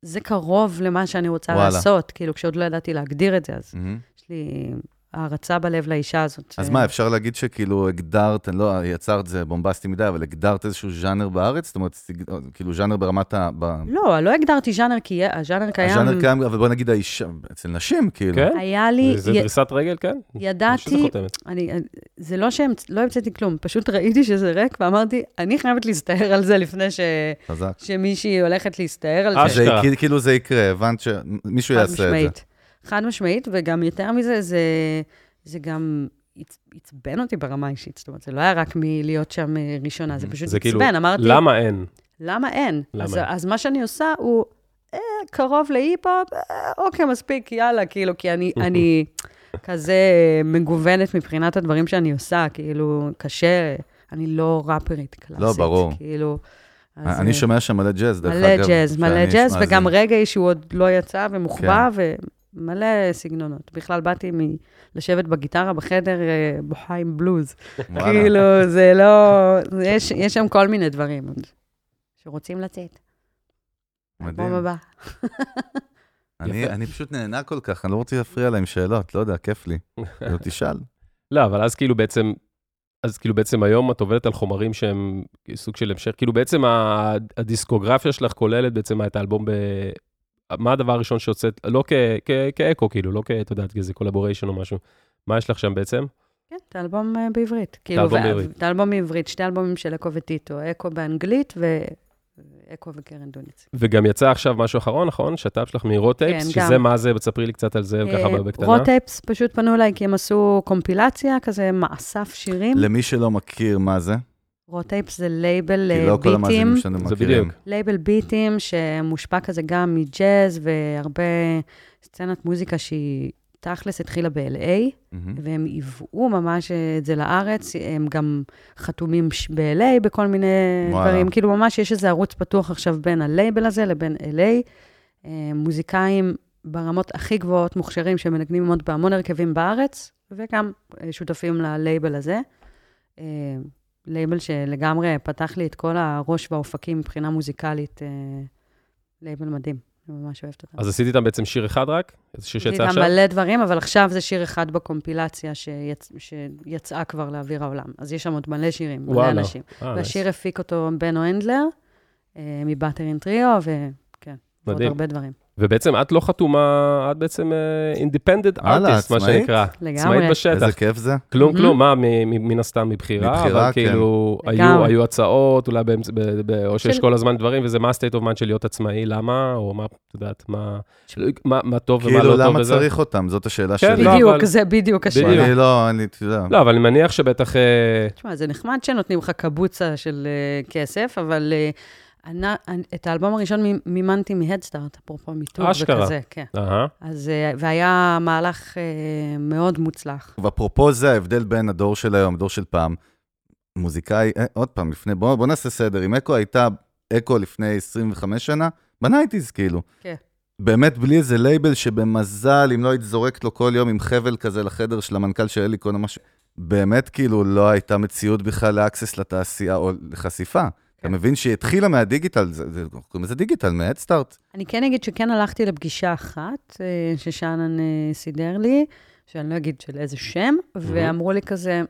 זה קרוב למה שאני רוצה וואלה. וואלה. לעשות, כאילו, כשעוד לא ידעתי להגדיר את זה, אז מהמם. יש לי הערצה בלב לאישה הזאת. אז ש- מה, אפשר להגיד שכאילו הגדרת, אני לא יצרת, זה בומבסטי מדי, אבל הגדרת איזשהו ז'אנר בארץ? זאת אומרת, סג- כאילו ז'אנר ברמת ה... ב... לא, לא הגדרתי ז'אנר, כי הז'אנר קיים. הז'אנר קיים, אבל בוא נגיד האישה, אצל נשים, כאילו. כן? היה לי, זה- זה י- דריסת רגל, כן? אני חושב שזה ידעתי, חותמת. אני, זה לא שלא המצאתי כלום, פשוט ראיתי שזה ריק ואמרתי, אני חייבת להסתער על זה לפני ש, חזק. שמישהי הולכת להסתער על אה, זה. זה, אשכרה. כאילו- כאילו זה יקרה, הבנת שמישהו חד יעשה את זה. משמעית. חד משמעית, וגם יותר מזה, זה, זה גם עצ- עצבן אותי ברמה האישית. זאת אומרת, זה לא היה רק מלהיות שם אה, ראשונה, Mm-hmm. זה פשוט זה כאילו, עצבן. אמרתי, למה אין? למה אין? למה אז, אין? אז מה שאני עושה הוא אה, קרוב להיפ-הופ, אה, אוקיי, מספיק, יאללה, כאילו, כי אני, אני כזה מגוונת מבחינת הדברים שאני עושה, כאילו, קשה, אני לא ראפרית קלאסית. לא, ברור. כאילו... אז, אני אה, שומע שם מלא ג'אז, דרך אגב. מלא ג'אז, מלא שאני ג'אז, מאזין. וגם רגעי שהוא עוד לא יצא ומוחבא, כן. ומלא סגנונות. בכלל באתי מ- לשבת בגיטרה בחדר אה, בוכה עם בלוז. וואלה. כאילו, זה לא... יש, יש שם כל מיני דברים עוד שרוצים לצאת. מדהים. פעם הבאה. אני, יפה. אני פשוט נהנה כל כך, אני לא רוצה להפריע לה עם שאלות, לא יודע, כיף לי. אה. לא תשאל. לא, אבל אז כאילו בעצם, אז כאילו בעצם היום את עובדת על חומרים שהם סוג של המשך, כאילו בעצם ה- הדיסקוגרפיה שלך כוללת בעצם את האלבום ב... מה הדבר הראשון שהוצאת, לא כ- כ- כאקו, כאילו, לא כ... את יודעת, כאיזה קולבוריישן או משהו. מה יש לך שם בעצם? כן, את האלבום אה, בעברית. כאילו, האלבום ו- בעברית. את האלבום בעברית, שתי אלבומים של אקו וטיטו, אקו באנגלית ואקו וקרן דוניץ. וגם יצא עכשיו משהו אחרון, נכון? שת"פ שלך מרוטייפס, כן, שזה גם. מה זה, תספרי לי קצת על זה, ככה אה, בקטנה. רוטאפס פשוט פנו אליי כי הם עשו קומפילציה, כזה מאסף שירים. למי שלא מכיר מה זה, רוטייפס זה לייבל כי אה, לא כל ביטים, המאזינים שלנו זה מכירים. בדיוק. לייבל ביטים שמושפע כזה גם מג'אז והרבה סצנת מוזיקה שהיא תכלס התחילה ב-LA, מהמם. והם ייבאו ממש את זה לארץ, הם גם חתומים ש- ב-LA בכל מיני וואלה. וואלה. דברים, כאילו ממש יש איזה ערוץ פתוח עכשיו בין הלייבל הזה לבין LA. אה, מוזיקאים ברמות הכי גבוהות, מוכשרים, שמנגנים עוד בהמון הרכבים בארץ, וגם אה, שותפים ללייבל הזה. אה, לייבל שלגמרי פתח לי את כל הראש והאופקים מבחינה מוזיקלית. אה, לייבל מדהים, אני ממש אוהבת אותם. אז עשית איתם בעצם שיר אחד רק? איזה שיר שיצא עשיתי איתם עכשיו? מלא דברים, אבל עכשיו זה שיר אחד בקומפילציה שיצ... שיצאה כבר לאוויר העולם. אז יש שם עוד מלא שירים, מלא וואלה. אנשים. אה, נייס. והשיר הפיק אותו בנו הנדלר, אה, מבטרין טריו, וכן, ועוד מדהים. הרבה דברים. ובעצם את לא חתומה, את בעצם אינדיפנדנט וואלה, ארטיסט, מה עצמאית? שנקרא. לגמרי. עצמאית בשטח. איזה כיף זה. כלום Mhm. כלום, מה, מ- מ- מן הסתם מבחירה, מבחירה, אבל כאילו, כן. היו- לגמרי. היו הצעות, אולי באמצע, ב- ב- או שיש של- כל הזמן דברים, וזה מה ה-state of mind של להיות עצמאי, למה, או מה, את יודעת, מה לא, מה- מה טוב ומה כאילו, לא טוב למה וזה. צריך אותם? זאת השאלה כן, שלי. לא, בדיוק, אבל- זה בדיוק השיר. בדיוק. אני לא, אני, אתה יודע. לא, אבל אני מניח שבטח, אה, תשמע, זה נחמד שנותנים לך קבוצה של אה, כסף, אבל אה, אני- אני- את האלבום הראשון מ- מימנתי מהדסטארט, אפרופו מיתוג אשכרה. וכזה, כן. אהה, אז, אה, והיה מהלך אה, מאוד מוצלח. ואפרופו זה ההבדל בין הדור של היום, הדור של פעם, מוזיקאי, אה, עוד פעם, לפני, בוא, בוא נעשה סדר, אם אקו הייתה אקו לפני 25 שנה, בנייטיז כאילו. כן. באמת בלי איזה לייבל שבמזל, אם לא היית זורקת לו כל יום עם חבל כזה לחדר של המנכ"ל של אליקון או משהו, באמת כאילו לא הייתה מציאות בכלל לאקסס לתעשייה או לחשיפה. אתה מבין שהיא התחילה מהדיגיטל, זה- זה- קוראים לזה דיגיטל, מהדסטארט. אני כן אגיד שכן הלכתי לפגישה אחת אה, ששאנן אה, סידר לי, שאני לא אגיד של איזה שם, Mhm. ואמרו לי כזה,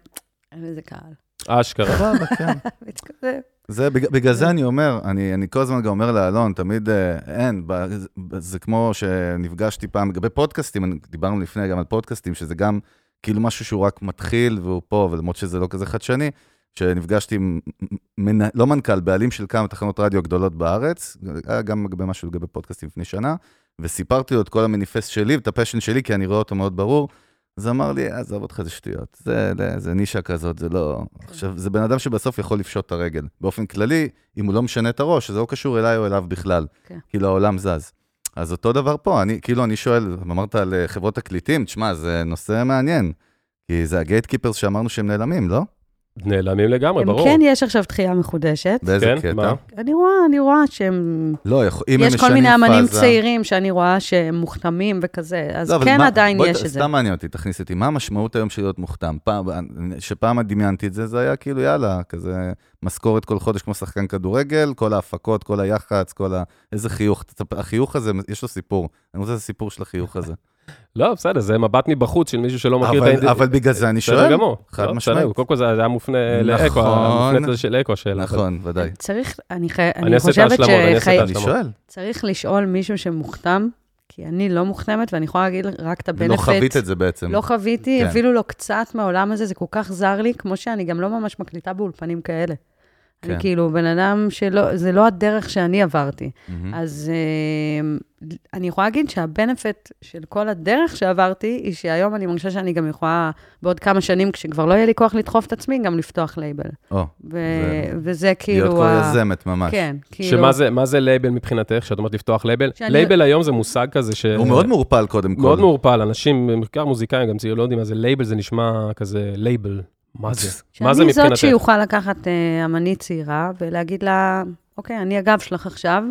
אין לזה קהל. אשכרה. סבבה, כן. וכזה, זה, בג- בגלל זה אני אומר, אני, אני כל הזמן גם אומר לאלון, תמיד אה, אין, ב, זה, זה כמו שנפגשתי פעם לגבי פודקאסטים, אני- דיברנו לפני גם על פודקאסטים, שזה גם כאילו משהו שהוא רק מתחיל והוא פה, אבל למרות שזה לא כזה חדשני, שנפגשתי עם, מנה, לא מנכ"ל, בעלים של כמה תחנות רדיו גדולות בארץ, היה גם לגבי משהו לגבי פודקאסטים לפני שנה, וסיפרתי לו את כל המניפסט שלי ואת הפשן שלי, כי אני רואה אותו מאוד ברור. אז אמר לי, עזוב אותך, זה שטויות. זה, זה, זה נישה כזאת, זה לא... עכשיו, זה בן אדם שבסוף יכול לפשוט את הרגל. באופן כללי, אם הוא לא משנה את הראש, זה לא קשור אליי או אליו בכלל. כן. כאילו, העולם זז. אז אותו דבר פה, אני, כאילו, אני שואל, אמרת על אה, חברות תקליטים, תשמע, זה נושא מעניין. כי זה הגייט קיפרס שאמרנו שהם נעלמים, לא? נעלמים לגמרי, אם ברור. כן יש עכשיו דחייה מחודשת, באיזה כן, קטע? מה? אני רואה, אני רואה שהם... לא, יכול, אם הם יש משנים פאזה... כל מיני אמנים צעירים שאני רואה שהם מוכתמים וכזה, אז לא, אבל כן מה- עדיין בוא, יש את זה. סתם מעניין אותי, תכניס אותי. מה המשמעות היום של להיות מוכתם? פעם, שפעם דמיינתי את זה, זה היה כאילו, יאללה, כזה משכורת כל חודש כמו שחקן כדורגל, כל ההפקות, כל היח"צ, כל ה... איזה חיוך. אתה- החיוך הזה, יש לו סיפור. אני רוצה את הסיפור של החיוך הזה. לא, בסדר, זה מבט מבחוץ של מישהו שלא מכיר את אבל- האינד- אבל בגלל זה אני בסדר שואל. גמור. חד לא, משמעית. בסדר, קודם כל זה היה מופנה לאקו, נכון. המופנית של אקו השאלה. נכון, ודאי. כן, צריך, אני, חי... אני, אעשה את חושבת ההשלמות, אני אעשה את אני שואל. שצריך לשאול מישהו שמוכתם, כי אני לא מוכתמת, ואני יכולה להגיד רק את לא חווית הבנפיט את זה בעצם. לא חוויתי, כן. כן. אפילו לא קצת מהעולם הזה, זה כל כך זר לי, כמו שאני גם לא ממש מקליטה באולפנים כאלה. אני כן. כאילו בן אדם שלא, זה לא הדרך שאני עברתי. מהמם. אז אה, אני יכולה להגיד שהבנפט של כל הדרך שעברתי, היא שהיום אני מרגישה שאני גם יכולה, בעוד כמה שנים, כשכבר לא יהיה לי כוח לדחוף את עצמי, גם לפתוח לייבל. או, ו- זה- וזה כאילו... להיות כל ה- יזמת ממש. כן, כאילו... שמה זה, מה זה לייבל מבחינתך, שאת אומרת לפתוח לייבל? שאני- לייבל היום זה מושג כזה ש... הוא מאוד מעורפל קודם כל. מאוד מעורפל, אנשים, בעיקר מוזיקאים, גם צעירים, לא יודעים מה זה לייבל, זה נשמע כזה לייבל. מה זה? מה זה שאני זאת מבחינתך? שיוכל לקחת אה, אמנית צעירה ולהגיד לה, אוקיי, אני הגב שלך עכשיו,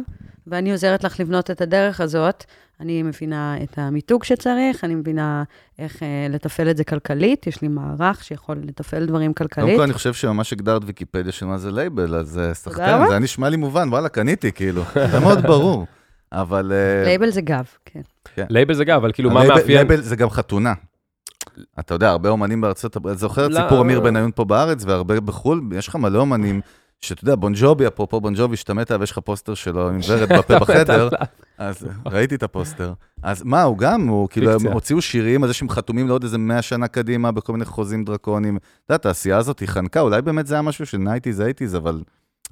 ואני עוזרת לך לבנות את הדרך הזאת. אני מבינה את המיתוג שצריך, אני מבינה איך אה, לתפעל את זה כלכלית, יש לי מערך שיכול לתפעל דברים קודם כלכלית. כל, אני חושב שממש הגדרת ויקיפדיה של מה זה לייבל, אז אה, סחטיין, רבה. זה היה נשמע לי מובן, וואלה, קניתי, כאילו. זה מאוד ברור. אבל... אה, לייבל זה גב, כן. לייבל זה גם, אבל כאילו, מה הלייבל- מאפיין? לייבל זה גם חתונה. אתה יודע, הרבה אומנים בארצות הברית, זוכר את לא. סיפור אמיר בניון פה בארץ, והרבה בחו"ל, יש לך מלא אומנים, שאתה יודע, בונג'ובי, אפרופו בונג'ובי, שאתה מת עליו, יש לך פוסטר שלו עם ורד בפה בחדר, כן. אז ראיתי את הפוסטר. אז מה, הוא גם, הוא כאילו, הם פיקציה. הוציאו שירים על זה שהם חתומים לעוד איזה 100 שנה קדימה, בכל מיני חוזים דרקוניים. אתה יודע, התעשייה הזאת היא חנקה, אולי באמת זה היה משהו של 90's, 80's, אבל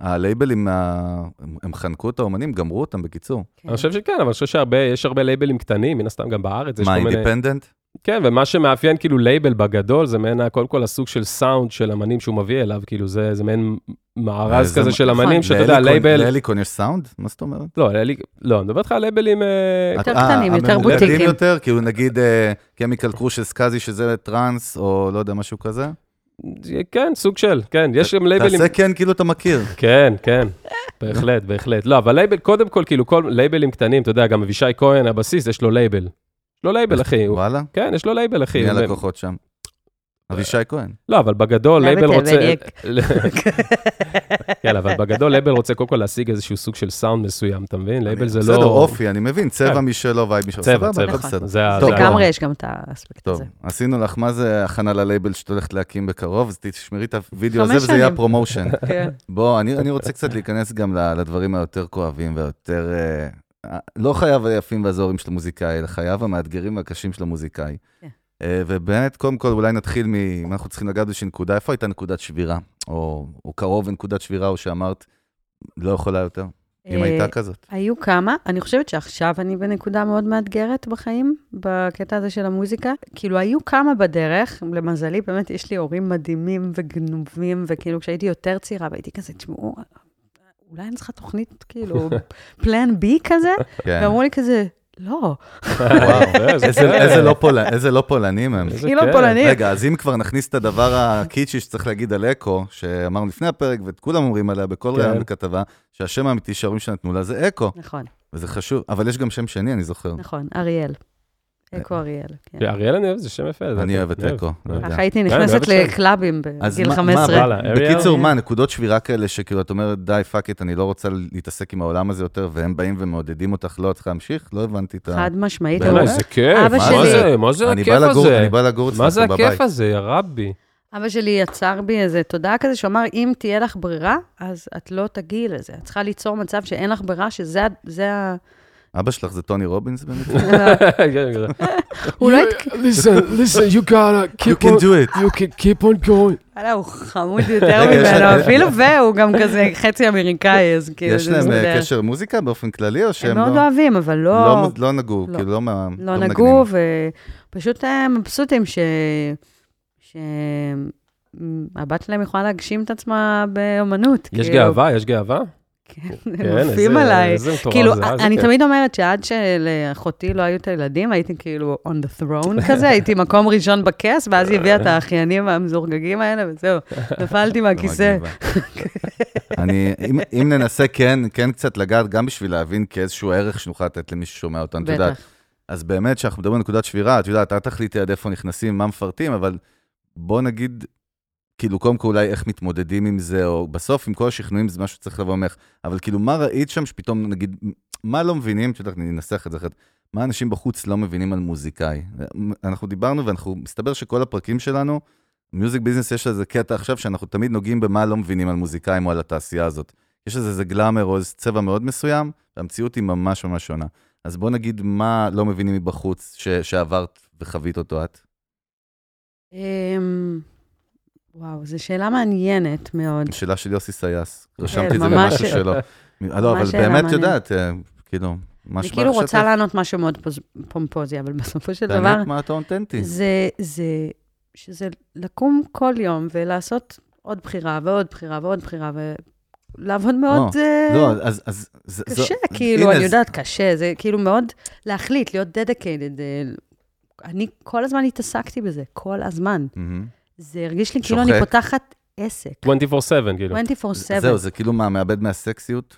הלייבלים, ה- הם- הם חנקו את האומנים, גמרו אותם, בקיצור. כן. אני חושב שכן, אבל אני חושב שהרבה, יש הרבה לייבלים קטנים, מן הסתם גם בארץ, יש מה, כל מיני... אינדיפנדנט? כן, ומה שמאפיין כאילו לייבל בגדול, זה מעין, ה- קודם כל הסוג של סאונד של אמנים שהוא מביא אליו, כאילו זה זה מעין מארז זה- כזה של אמנים, נכון. שאתה יודע, להליקון- לייבל... להליקון יש סאונד? מה זאת אומרת? לא, להלי- לא, אני מדבר איתך על לייבלים... אה, יותר את- אה, קטנים, יותר הממולדים בוטיקים. יותר, כאילו נגיד קמיקל קרושס קאזי, שזה טראנס, או לא יודע, משהו כזה. כן, סוג של, כן, יש גם לייבלים... תעשה כן, כאילו אתה מכיר. כן, כן, בהחלט, בהחלט. לא, אבל לייבל, קודם כל, כאילו, כל לייבלים קטנים, אתה יודע, גם אבישי כהן, הבסיס, יש לו לייבל. יש לו לייבל, אחי. הוא- וואלה, כן, יש לו לייבל, אחי. מי ו- הלקוחות שם? אבישי כהן. לא, אבל בגדול, לייבל לייבל רוצה... טבעניק. כן, אבל בגדול, לייבל רוצה קודם כל להשיג איזשהו סוג של סאונד מסוים, אתה מבין? לייבל זה לא... בסדר, אופי, אני מבין, צבע משלו, וייב משלו. צבע, צבע. סבבה, הכל כן. נכון. בסדר. זה ה- טוב, זה ה- לגמרי יש גם את האספקט טוב, הזה. עשינו לך, מה זה הכנה ללייבל שאת הולכת להקים בקרוב? אז תשמרי את הוידאו הזה חמש וזה יהיה שנים. הפרומושן. כן. בוא, אני, אני רוצה קצת להיכנס גם ל- לדברים היותר כואבים והיותר... אה, אה, לא חייו היפים והזוהרים של המוזיקאי, אלא חייו המאתגרים והקשים של המוזיקאי. כן. אה, ובאמת, קודם כל, אולי נתחיל מ... אם אנחנו צריכים לגעת באיזושהי נקודה, איפה הייתה נקודת שבירה? או, או קרוב לנקודת שבירה, או שאמרת, לא יכולה יותר, אם אה, הייתה כזאת. היו כמה. אני חושבת שעכשיו אני בנקודה מאוד מאתגרת בחיים, בקטע הזה של המוזיקה. כאילו, היו כמה בדרך, למזלי, באמת, יש לי הורים מדהימים וגנובים, וכאילו, כשהייתי יותר צעירה, והייתי כזה, תשמעו, אולי אני צריכה תוכנית, כאילו, פלן בי כזה? כן. ואמרו לי כזה, לא, וואו, זה- איזה, איזה, לא פול, איזה לא פולנים הם. איזה כאילו כיף. פולנית. רגע, אז אם כבר נכניס את הדבר הקיצ'י שצריך להגיד על אקו, שאמרנו לפני הפרק, וכולם אומרים עליה בכל כן. ראיון וכתבה, שהשם האמיתי שההורים שלה נתנו לה זה אקו, נכון, וזה חשוב, אבל יש גם שם שני, אני זוכר. נכון, אריאל. אקו אריאל, כן. אריאל אני אוהב, זה שם יפה. זה- אני אוהב את אקו, לא יודע. ככה הייתי אני אוהב נכנסת את שתיהן. לקלאבים אז בגיל מה- 15. מה, וואלה, אריאל. בקיצור, מה, נקודות שבירה כאלה שכאילו את אומרת, די, פאק איט, אני לא רוצה להתעסק עם העולם הזה יותר, והם באים ומעודדים אותך, לא, את צריכה להמשיך? לא הבנתי את ה... חד משמעית. באמת? בוא'נה, איזה לא, כיף, אבא מה שלי- זה, מה זה אני בא הכיף לגור- הזה? אני בא לגור אצלכם מה בבית. זה הכיף הזה, יא רבי? אבא שלי יצר בי איזו תודעה כזה, שהוא אמר, אם תהיה לך ברירה, אז את לא תגיעי לזה. את צריכה ליצור מצב שאין לך ברירה, שזה ה... זה ה... אבא שלך זה טוני רובינס באמת? כן, הוא לא התק... Listen, listen, you gotta You keep can on, do it. you can keep on going. וואלה, הוא חמוד יותר רגע, יש להם- ממנו, אפילו והוא גם כזה חצי אמריקאי, אז כאילו יש זה להם אה, מסתדר. קשר מוזיקה באופן כללי, או הם שהם מאוד לא- אוהבים, אבל לא לא... מוז- לא נגעו, לא. כאילו לא מה- לא מנגנים. נגעו, ופשוט אה, מבסוטים ש... ש... מ, הבת שלהם יכולה להגשים את עצמה באמנות. יש כאילו. גאווה, יש גאווה? כן, כן, הם עפים איזה- עליי. איזה מטורף כאילו, זה, אה, זה אני כיף. תמיד אומרת שעד שלאחותי לא היו את הילדים, הייתי כאילו on the throne כזה, הייתי מקום ראשון בכס, ואז היא הביאה את האחיינים המזורגגים האלה, וזהו, נפלתי לא מהכיסא. מגניבה. אני, אם, אם ננסה כן, כן קצת לגעת, גם בשביל להבין כאיזשהו ערך שנוכל לתת למי ששומע אותנו, את יודעת. בטח. אז אז באמת, כשאנחנו מדברים על נקודת שבירה, את יודעת, את תחליטי עד איפה נכנסים, מה מפרטים, אבל בוא נגיד, כאילו, קודם כל אולי איך מתמודדים עם זה, או בסוף עם כל השכנועים זה משהו שצריך לבוא ממך, אבל כאילו, מה ראית שם שפתאום, נגיד, מה לא מבינים, את יודעת, אני אנסח את זה אחרת, מה אנשים בחוץ לא מבינים על מוזיקאי? אנחנו דיברנו, ואנחנו, מסתבר שכל הפרקים שלנו, מיוזיק ביזנס יש איזה קטע עכשיו, שאנחנו תמיד נוגעים במה לא מבינים על מוזיקאים או על התעשייה הזאת. יש לזה איזה גלאמר או איזה צבע מאוד מסוים, והמציאות היא ממש ממש שונה. אז בוא נגיד מה לא מבינים מבחוץ ש- שעברת וחווית אותו את. אמ, וואו, זו שאלה מעניינת מאוד. שאלה של יוסי סייס. רשמתי את זה כן, ממש- למשהו שלו. לא, אבל שאלה באמת מעניינת. יודעת, אה, כאילו, מה אני שבא כאילו לך רוצה שתענה, לענות משהו מאוד פוז- פומפוזי, אבל בסופו של דבר, מה אתה אותנטי. זה, זה, שזה לקום כל יום ולעשות עוד בחירה ועוד בחירה ועוד בחירה, ולעבוד מאוד אה, לא, אז... אז- זה- זו- קשה, כאילו, הנה, אני זה- יודעת, קשה, זה כאילו מאוד להחליט, להיות dedicated. אה, אני כל הזמן התעסקתי בזה, כל הזמן. מהמם. זה הרגיש לי כאילו אני שוחק. פותחת עסק, 24/7, כאילו. 24/7. זהו, זה כאילו מה, מאבד מהסקסיות?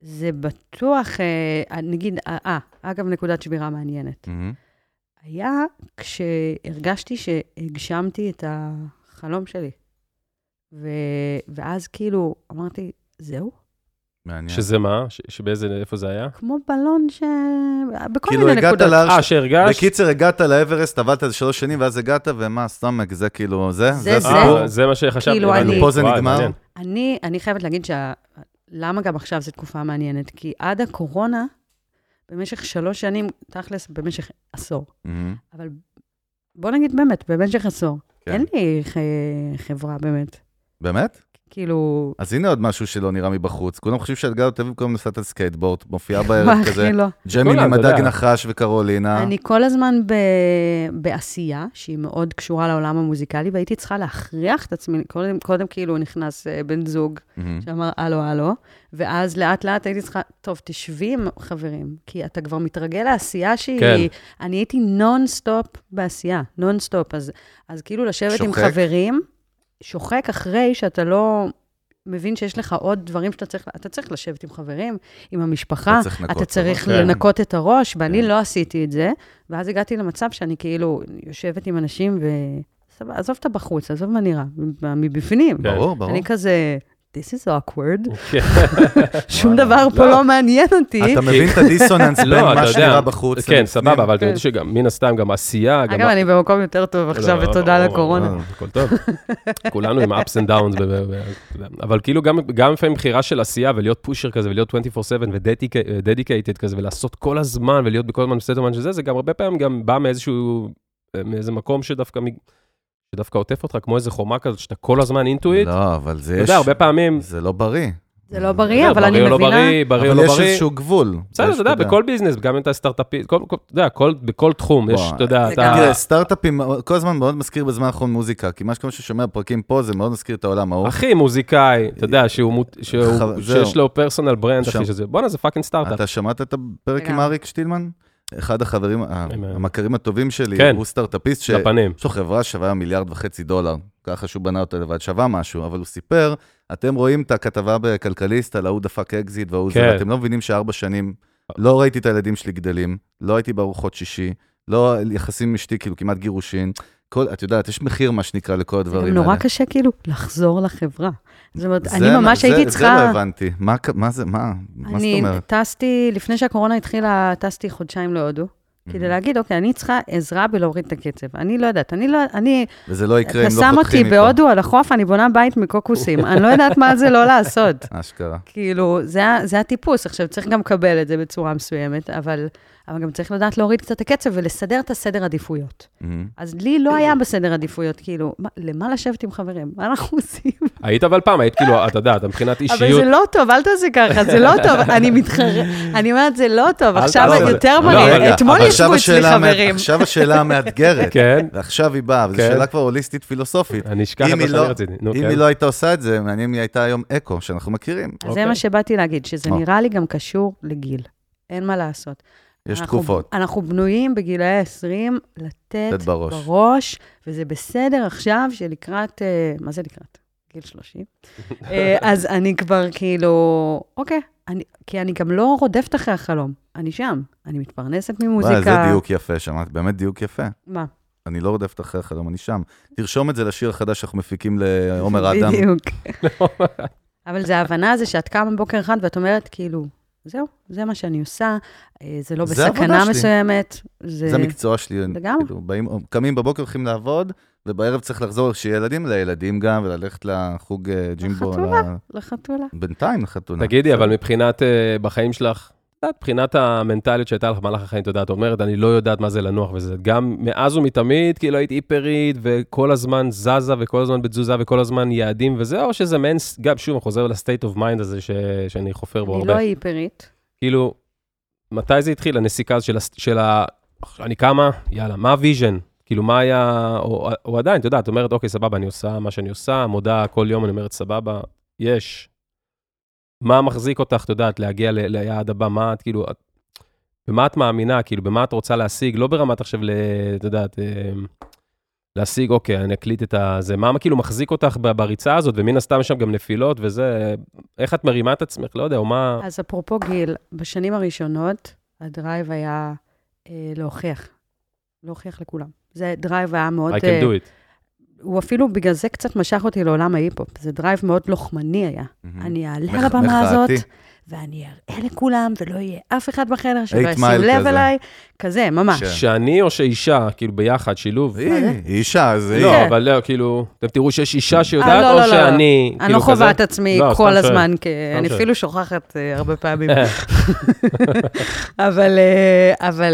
זה בטוח, אה, נגיד, אה, אה, אגב, נקודת שבירה מעניינת. מהמם. היה כשהרגשתי שהגשמתי את החלום שלי. ו... ואז כאילו אמרתי, זהו? מעניין. שזה מה? ש- שבאיזה, איפה זה היה? כמו בלון ש... בכל כאילו מיני הגעת נקודות. להר... אה, שהרגשת? בקיצר, הגעת לאברסט, עבדת איזה שלוש שנים, ואז הגעת, ומה, סטומק, זה כאילו, זה? זה- אה, הסיפור? זה מה שחשבתי. כאילו, הבנתי. אני- פה זה וואי, נגמר? מעניין. אני, אני חייבת להגיד שה... למה גם עכשיו זו תקופה מעניינת? כי עד הקורונה, במשך שלוש שנים, תכלס, במשך עשור. מהמם. אבל בוא נגיד באמת, במשך עשור. כן. כן. אין לי ח... חברה באמת. באמת? כאילו... אז הנה עוד משהו שלא נראה מבחוץ. כולם חושבים שאת גרת בתל אביב, כולם נוסעת על סקייטבורד, מופיעה בערב מה, כזה, אה. אחי, לא. ג'מין כולם, עם אתה הדג יודע. נחש וקרולינה. אני כל הזמן ב... בעשייה, שהיא מאוד קשורה לעולם המוזיקלי, והייתי צריכה להכריח את עצמי, קודם, קודם כאילו נכנס אה, בן זוג מהמם. שאמר, הלו, הלו, ואז לאט-לאט הייתי צריכה, טוב, תשבי עם חברים, כי אתה כבר מתרגל לעשייה שהיא... כן. אני הייתי נונסטופ בעשייה, נונסטופ, אז, אז כאילו לשבת עם שוחק. חברים, שוחק אחרי שאתה לא... מבין שיש לך עוד דברים שאתה צריך, אתה צריך לשבת עם חברים, עם המשפחה. צריך לנקות אתה צריך את הראש. לנקות את הראש, ואני כן. לא עשיתי את זה. ואז הגעתי למצב שאני כאילו יושבת עם אנשים ו... סבבה, עזוב את הבחוץ, עזוב מה נראה, מבפנים. כן. ברור, ברור. אני כזה, this is awkward, כן. לא, שום דבר פה לא מעניין אותי. אתה מבין את הדיסוננס לא, בין אתה מה יודע. שנראה בחוץ כן, לבפנים? סבבה, אבל אתה כן. יודע שגם, מן הסתם, גם עשייה, גם... אגב, אני במקום יותר טוב עכשיו, לא, ותודה ברור, לקורונה. ברור, הכל טוב. כולנו עם ups and downs, ב- ב- ב- אתה יודע. אבל כאילו גם גם לפעמים בחירה של עשייה ולהיות פושר כזה ולהיות 24/7 ודדיקייטד כזה ולעשות כל הזמן ולהיות בכל הזמן בסטרמן של זה, זה גם הרבה פעמים גם בא מאיזשהו, אה, מאיזה מקום שדווקא מ- שדווקא עוטף אותך כמו איזה חומה כזאת שאתה כל הזמן אינטואיט. אתה לא, אבל זה יש... יודע, הרבה פעמים, זה לא בריא. זה לא בריא, אבל אני בריא או לא מבינה... בריא, בריא או אבל לא יש בריא. איזשהו גבול. בסדר, אתה יש, יודע, בכל ביזנס, גם אם אתה סטארט-אפיסט, כל- כל- אתה יודע, כל- בכל תחום, יש, וואי, אתה יודע, זה אתה... גם- כן, תראה, סטארט-אפים כל הזמן מאוד מזכיר בזמן האחרון מוזיקה, כי מה שכל ששומע בפרקים פה זה מאוד מזכיר את העולם ההוא. אחי מוזיקאי, אתה יודע, שהוא, מות- שהוא, חב- זהו. שיש לו פרסונל ברנד, שם. אחי, שזה, בואנה, זה פאקינג סטארט-אפ. אתה שמעת את הפרק עם לגמרי. אריק שטילמן? אחד החברים, ה- עם ה- המכרים הטובים שלי, אה, כן. הוא סטארט-אפיסט, ש- לפנים. יש לו חברה ששווה מיליארד וחצי דולר, ככה שהוא בנה אותה לבד, שווה משהו, אבל הוא סיפר, אתם רואים את הכתבה בכלכליסט על ההוא דפק אקזיט וההוא כן. זה, אתם לא מבינים שארבע שנים לא ראיתי את הילדים שלי גדלים, לא הייתי בארוחות שישי, לא יחסים עם אשתי, כאילו כמעט גירושין. כל, את יודעת, יש מחיר, מה שנקרא, לכל זה הדברים גם האלה. נורא קשה כאילו לחזור לחברה. זאת אומרת, זה- אני ממש זה- הייתי זה לא צריכה... הבנתי. מה, ק- מה זה, מה, מה זאת אני אומרת? טסתי, לפני שהקורונה התחילה, טסתי חודשיים להודו. כדי להגיד, אוקיי, אני צריכה עזרה בלהוריד את הקצב. אני לא יודעת, אני לא, אני, וזה לא יקרה אם אתה לא שם חותכים אותי מפה. בהודו על החוף, אני בונה בית מקוקוסים. אני לא יודעת מה זה לא לעשות. אשכרה. כאילו, זה, ה- זה הטיפוס. עכשיו, צריך גם לקבל את זה בצורה מסוימת, אבל, אבל גם צריך לדעת להוריד קצת את הקצב ולסדר את הסדר עדיפויות. מהמם. אז לי לא היה בסדר עדיפויות, כאילו, מה, למה לשבת עם חברים? מה אנחנו עושים? היית אבל פעם, היית כאילו, אתה יודע, אתה מבחינת אבל אישיות. זה לא טוב, אל תעשה ככה, זה לא טוב. אני מתחרט, אני אומרת, זה לא טוב, אל עכשיו תעשה אני את יותר זה. לא, רגע, מראה. אתמול אבל ישבו עכשיו אצלי השאלה המא- חברים. עכשיו השאלה המאתגרת. כן, ועכשיו היא באה, וזו כן. שאלה כבר הוליסטית פילוסופית. אני אשכח אם את מה היא שאני לא- רציתי. נו, אם כן. היא לא הייתה עושה את זה, מעניין אם היא הייתה היום אקו, שאנחנו מכירים. אז אוקיי. זה מה שבאתי להגיד, שזה או. נראה לי גם קשור לגיל. אין מה לעשות. יש אנחנו- תקופות. אנחנו בנויים בגילאי ה-20 לתת לתת בראש. בראש, וזה בסדר עכשיו שלקראת, אה, מה זה לקראת? גיל 30. אה, אז אני כבר כאילו, אוקיי, אני- כי אני גם לא רודפת אחרי החלום, אני שם, אני מתפרנסת ממוזיקה. וואי, זה דיוק יפה, שמעת? באמת דיוק יפה. מה? אני לא רודפת אחרי החלום, אני שם. תרשום את זה לשיר החדש שאנחנו מפיקים לעומר אדם. בדיוק. אבל זה ההבנה הזו שאת קמה בוקר אחד ואת אומרת, כאילו, זהו, זה מה שאני עושה, אה, זה לא זה בסכנה העבודה שלי. מסוימת. זה... זה המקצוע שלי. אני- לגמרי. כאילו, באים- קמים בבוקר, הולכים לעבוד, ובערב צריך לחזור, שיהיה ילדים, לילדים גם, וללכת לחוג אה, ג'ימבו. לחתונה. ל- לחתולה. בינתיים לחתונה. תגידי, אבל מבחינת אה, בחיים שלך, יודעת, מבחינת המנטליות שהייתה לך במהלך החיים, אתה יודע, את אומרת, אני לא יודעת מה זה לנוח וזה. גם מאז ומתמיד, כאילו היית היפרית, וכל הזמן זזה, וכל הזמן בתזוזה, וכל הזמן יעדים וזה, או שזה מעין, ס- גם שוב, אני חוזר לסטייט אוף מיינד הזה ש... שאני חופר בו אני הרבה. לא היפרית. כאילו, כאילו, מתי זה התחיל, הנסיקה הזו של, הס- של ה... אני קמה, יאללה, מה הוויז'ן? כאילו, מה היה... או, או עדיין, אתה יודע, את אומרת, אוקיי, סבבה, אני עושה מה שאני עושה, מודה כל יום, אני אומרת, סבבה, יש. מה מחזיק אותך, את יודעת, להגיע ל, ליעד הבא, מה את, כאילו, את, במה את מאמינה, כאילו, במה את רוצה להשיג, לא ברמת עכשיו, ל, את יודעת, אמ, להשיג, אוקיי, אני אקליט את ה... זה, מה כאילו מחזיק אותך ב- בריצה הזאת, ומן הסתם יש שם גם נפילות וזה, איך את מרימה את עצמך, לא יודע, או מה... אז אפרופו גיל, בשנים הראשונות הדרייב היה אה, להוכיח, להוכיח לכולם. זה דרייב היה מאוד... I אה, can do it. הוא אפילו בגלל זה קצת משך אותי לעולם ההיפ-הופ. זה דרייב מאוד לוחמני היה. Mm. אני מח- אעלה לבמה הזאת, מחאתי. ואני אראה לכולם, ולא יהיה אף אחד בחדר שלא Eight ישים Mile לב כזה. אליי. כזה, ממש. כן. שאני או שאישה, כאילו ביחד, שילוב. היא היא אישה, אז היא... לא, אבל לא, כאילו, אתם תראו שיש אישה אה, שיודעת, לא, או לא, לא, לא. שאני, אני כאילו לא כזה. חווה את עצמי לא, סתם כל שואל. הזמן, כי אני שואל. אפילו שוכחת אה, הרבה פעמים. אבל, אה, אבל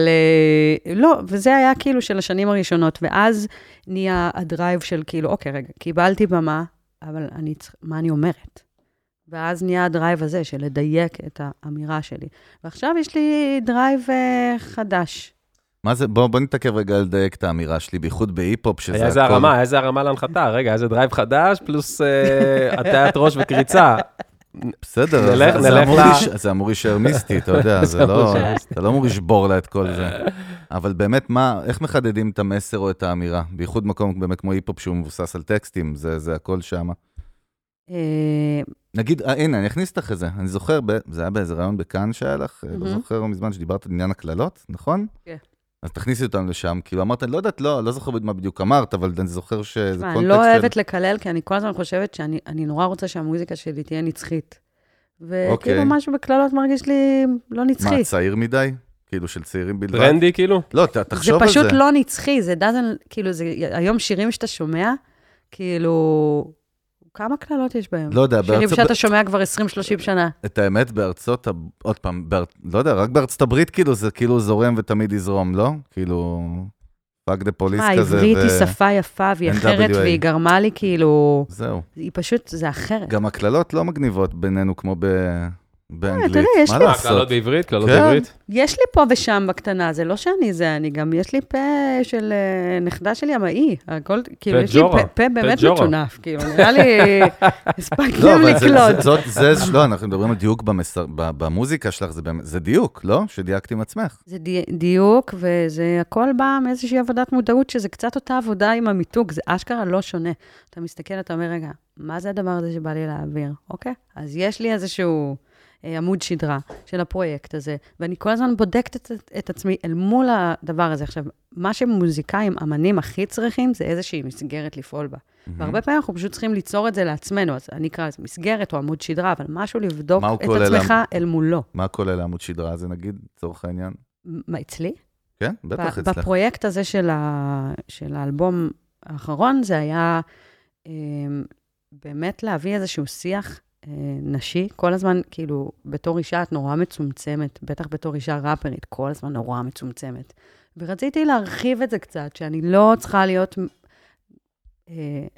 אה, לא, וזה היה כאילו של השנים הראשונות, ואז נהיה הדרייב של כאילו, אוקיי, רגע, קיבלתי במה, אבל אני צריכה, מה אני אומרת? ואז נהיה הדרייב הזה של לדייק את האמירה שלי. ועכשיו יש לי דרייב אה, חדש. מה זה, בוא בוא נתעכב רגע לדייק את האמירה שלי, בייחוד בהיפ-הופ, שזה היה איזה הכל- הרמה, היה איזה הרמה להנחתה, רגע, איזה דרייב חדש, פלוס אה, הטיית ראש וקריצה. בסדר, אז- נלך- אז זה נלך אמור ל- להיש- זה אמור להישאר מיסטי, אתה יודע, זה לא, אמור להישאר אתה לא אמור לשבור לה את כל זה. אבל באמת, מה, איך מחדדים את המסר או את האמירה? בייחוד מקום באמת כמו היפ-הופ שהוא מבוסס על טקסטים, זה זה הכל שמה. אה, נגיד, אה, הנה, אני אכניס אותך לזה. אני זוכר, ב- זה היה באיזה רעיון בכאן שהיה לך, אה, לא מהמם. זוכר מזמן שדיברת על עניין הקללות, נכון? Mm-hmm. כן. אז תכניסי אותנו לשם, כאילו אמרת, אני לא יודעת, לא, לא זוכר מה בדיוק אמרת, אבל אני זוכר שזה תשמע, קונטקסט אני לא אוהבת לקלל, כי אני כל הזמן חושבת שאני אני נורא רוצה שהמוזיקה שלי תהיה נצחית. אוקיי. וכאילו משהו בקללות מרגיש לי לא נצחי. מה, צעיר מדי? כאילו של צעירים בלבד? טרנדי, כאילו? לא, ת- זה תחשוב על זה. פשוט לא נצחי, זה doesn't, כאילו, זה היום שירים שאתה שומע, כאילו, כמה קללות יש בהם? לא יודע, שירים בארצות... שאתה שומע כבר 20-30 שנה. את האמת, בארצות... הב- עוד פעם, באר... לא יודע, רק בארצות הברית כאילו זה כאילו זורם ותמיד יזרום, לא? כאילו... פאק דה פוליס מה, כזה. העברית ו- אה, היא שפה יפה והיא אחרת, NWA. והיא גרמה לי כאילו, זהו. היא פשוט, זה אחרת. גם הקללות לא מגניבות בינינו כמו ב... באנגלית. אה, יודע, יש מה לי- מה, לעשות? קללות בעברית? קללות כן. בעברית? יש לי פה ושם בקטנה, זה לא שאני זה, אני גם, יש לי פה של אה, נכדה שלי המאי, הכל, כאילו, פה יש לי ג'ורה, פה- פה באמת ג'ורה. מטונף, כאילו, נראה לי, לא, הספקתם אבל זה- זה- לקלוט. זאת, זה, לא, אנחנו מדברים על דיוק במסר, ב- במוזיקה שלך, זה, באמת- זה דיוק, לא? שדייקת עם עצמך. זה די, דיוק, וזה הכל בא מאיזושהי עבודת מודעות, שזה קצת אותה עבודה עם המיתוג, זה אשכרה לא שונה. אתה מסתכל, אתה אומר, רגע, מה זה הדבר הזה שבא לי להעביר, אוקיי? אז יש לי איזשהו אה, עמוד שדרה של הפרויקט הזה, ואני כל הזמן בודקת את, את עצמי אל מול הדבר הזה. עכשיו, מה שמוזיקאים, אמנים הכי צריכים, זה איזושהי מסגרת לפעול בה. והרבה פעמים אנחנו פשוט צריכים ליצור את זה לעצמנו, אז אני אקרא לזה מסגרת או עמוד שדרה, אבל משהו לבדוק מה הוא את כולל, עצמך אמ- אל מולו. מה כולל העמוד שדרה הזה, נגיד, לצורך העניין? מה, אצלי? כן, בטח ב- אצלך. בפרויקט הזה של, ה... של האלבום האחרון, זה היה אה, באמת להביא איזשהו שיח אה, נשי. כל הזמן, כאילו, בתור אישה את נורא מצומצמת, בטח בתור אישה ראפרית, כל הזמן נורא מצומצמת. ורציתי להרחיב את זה קצת, שאני לא צריכה להיות אה,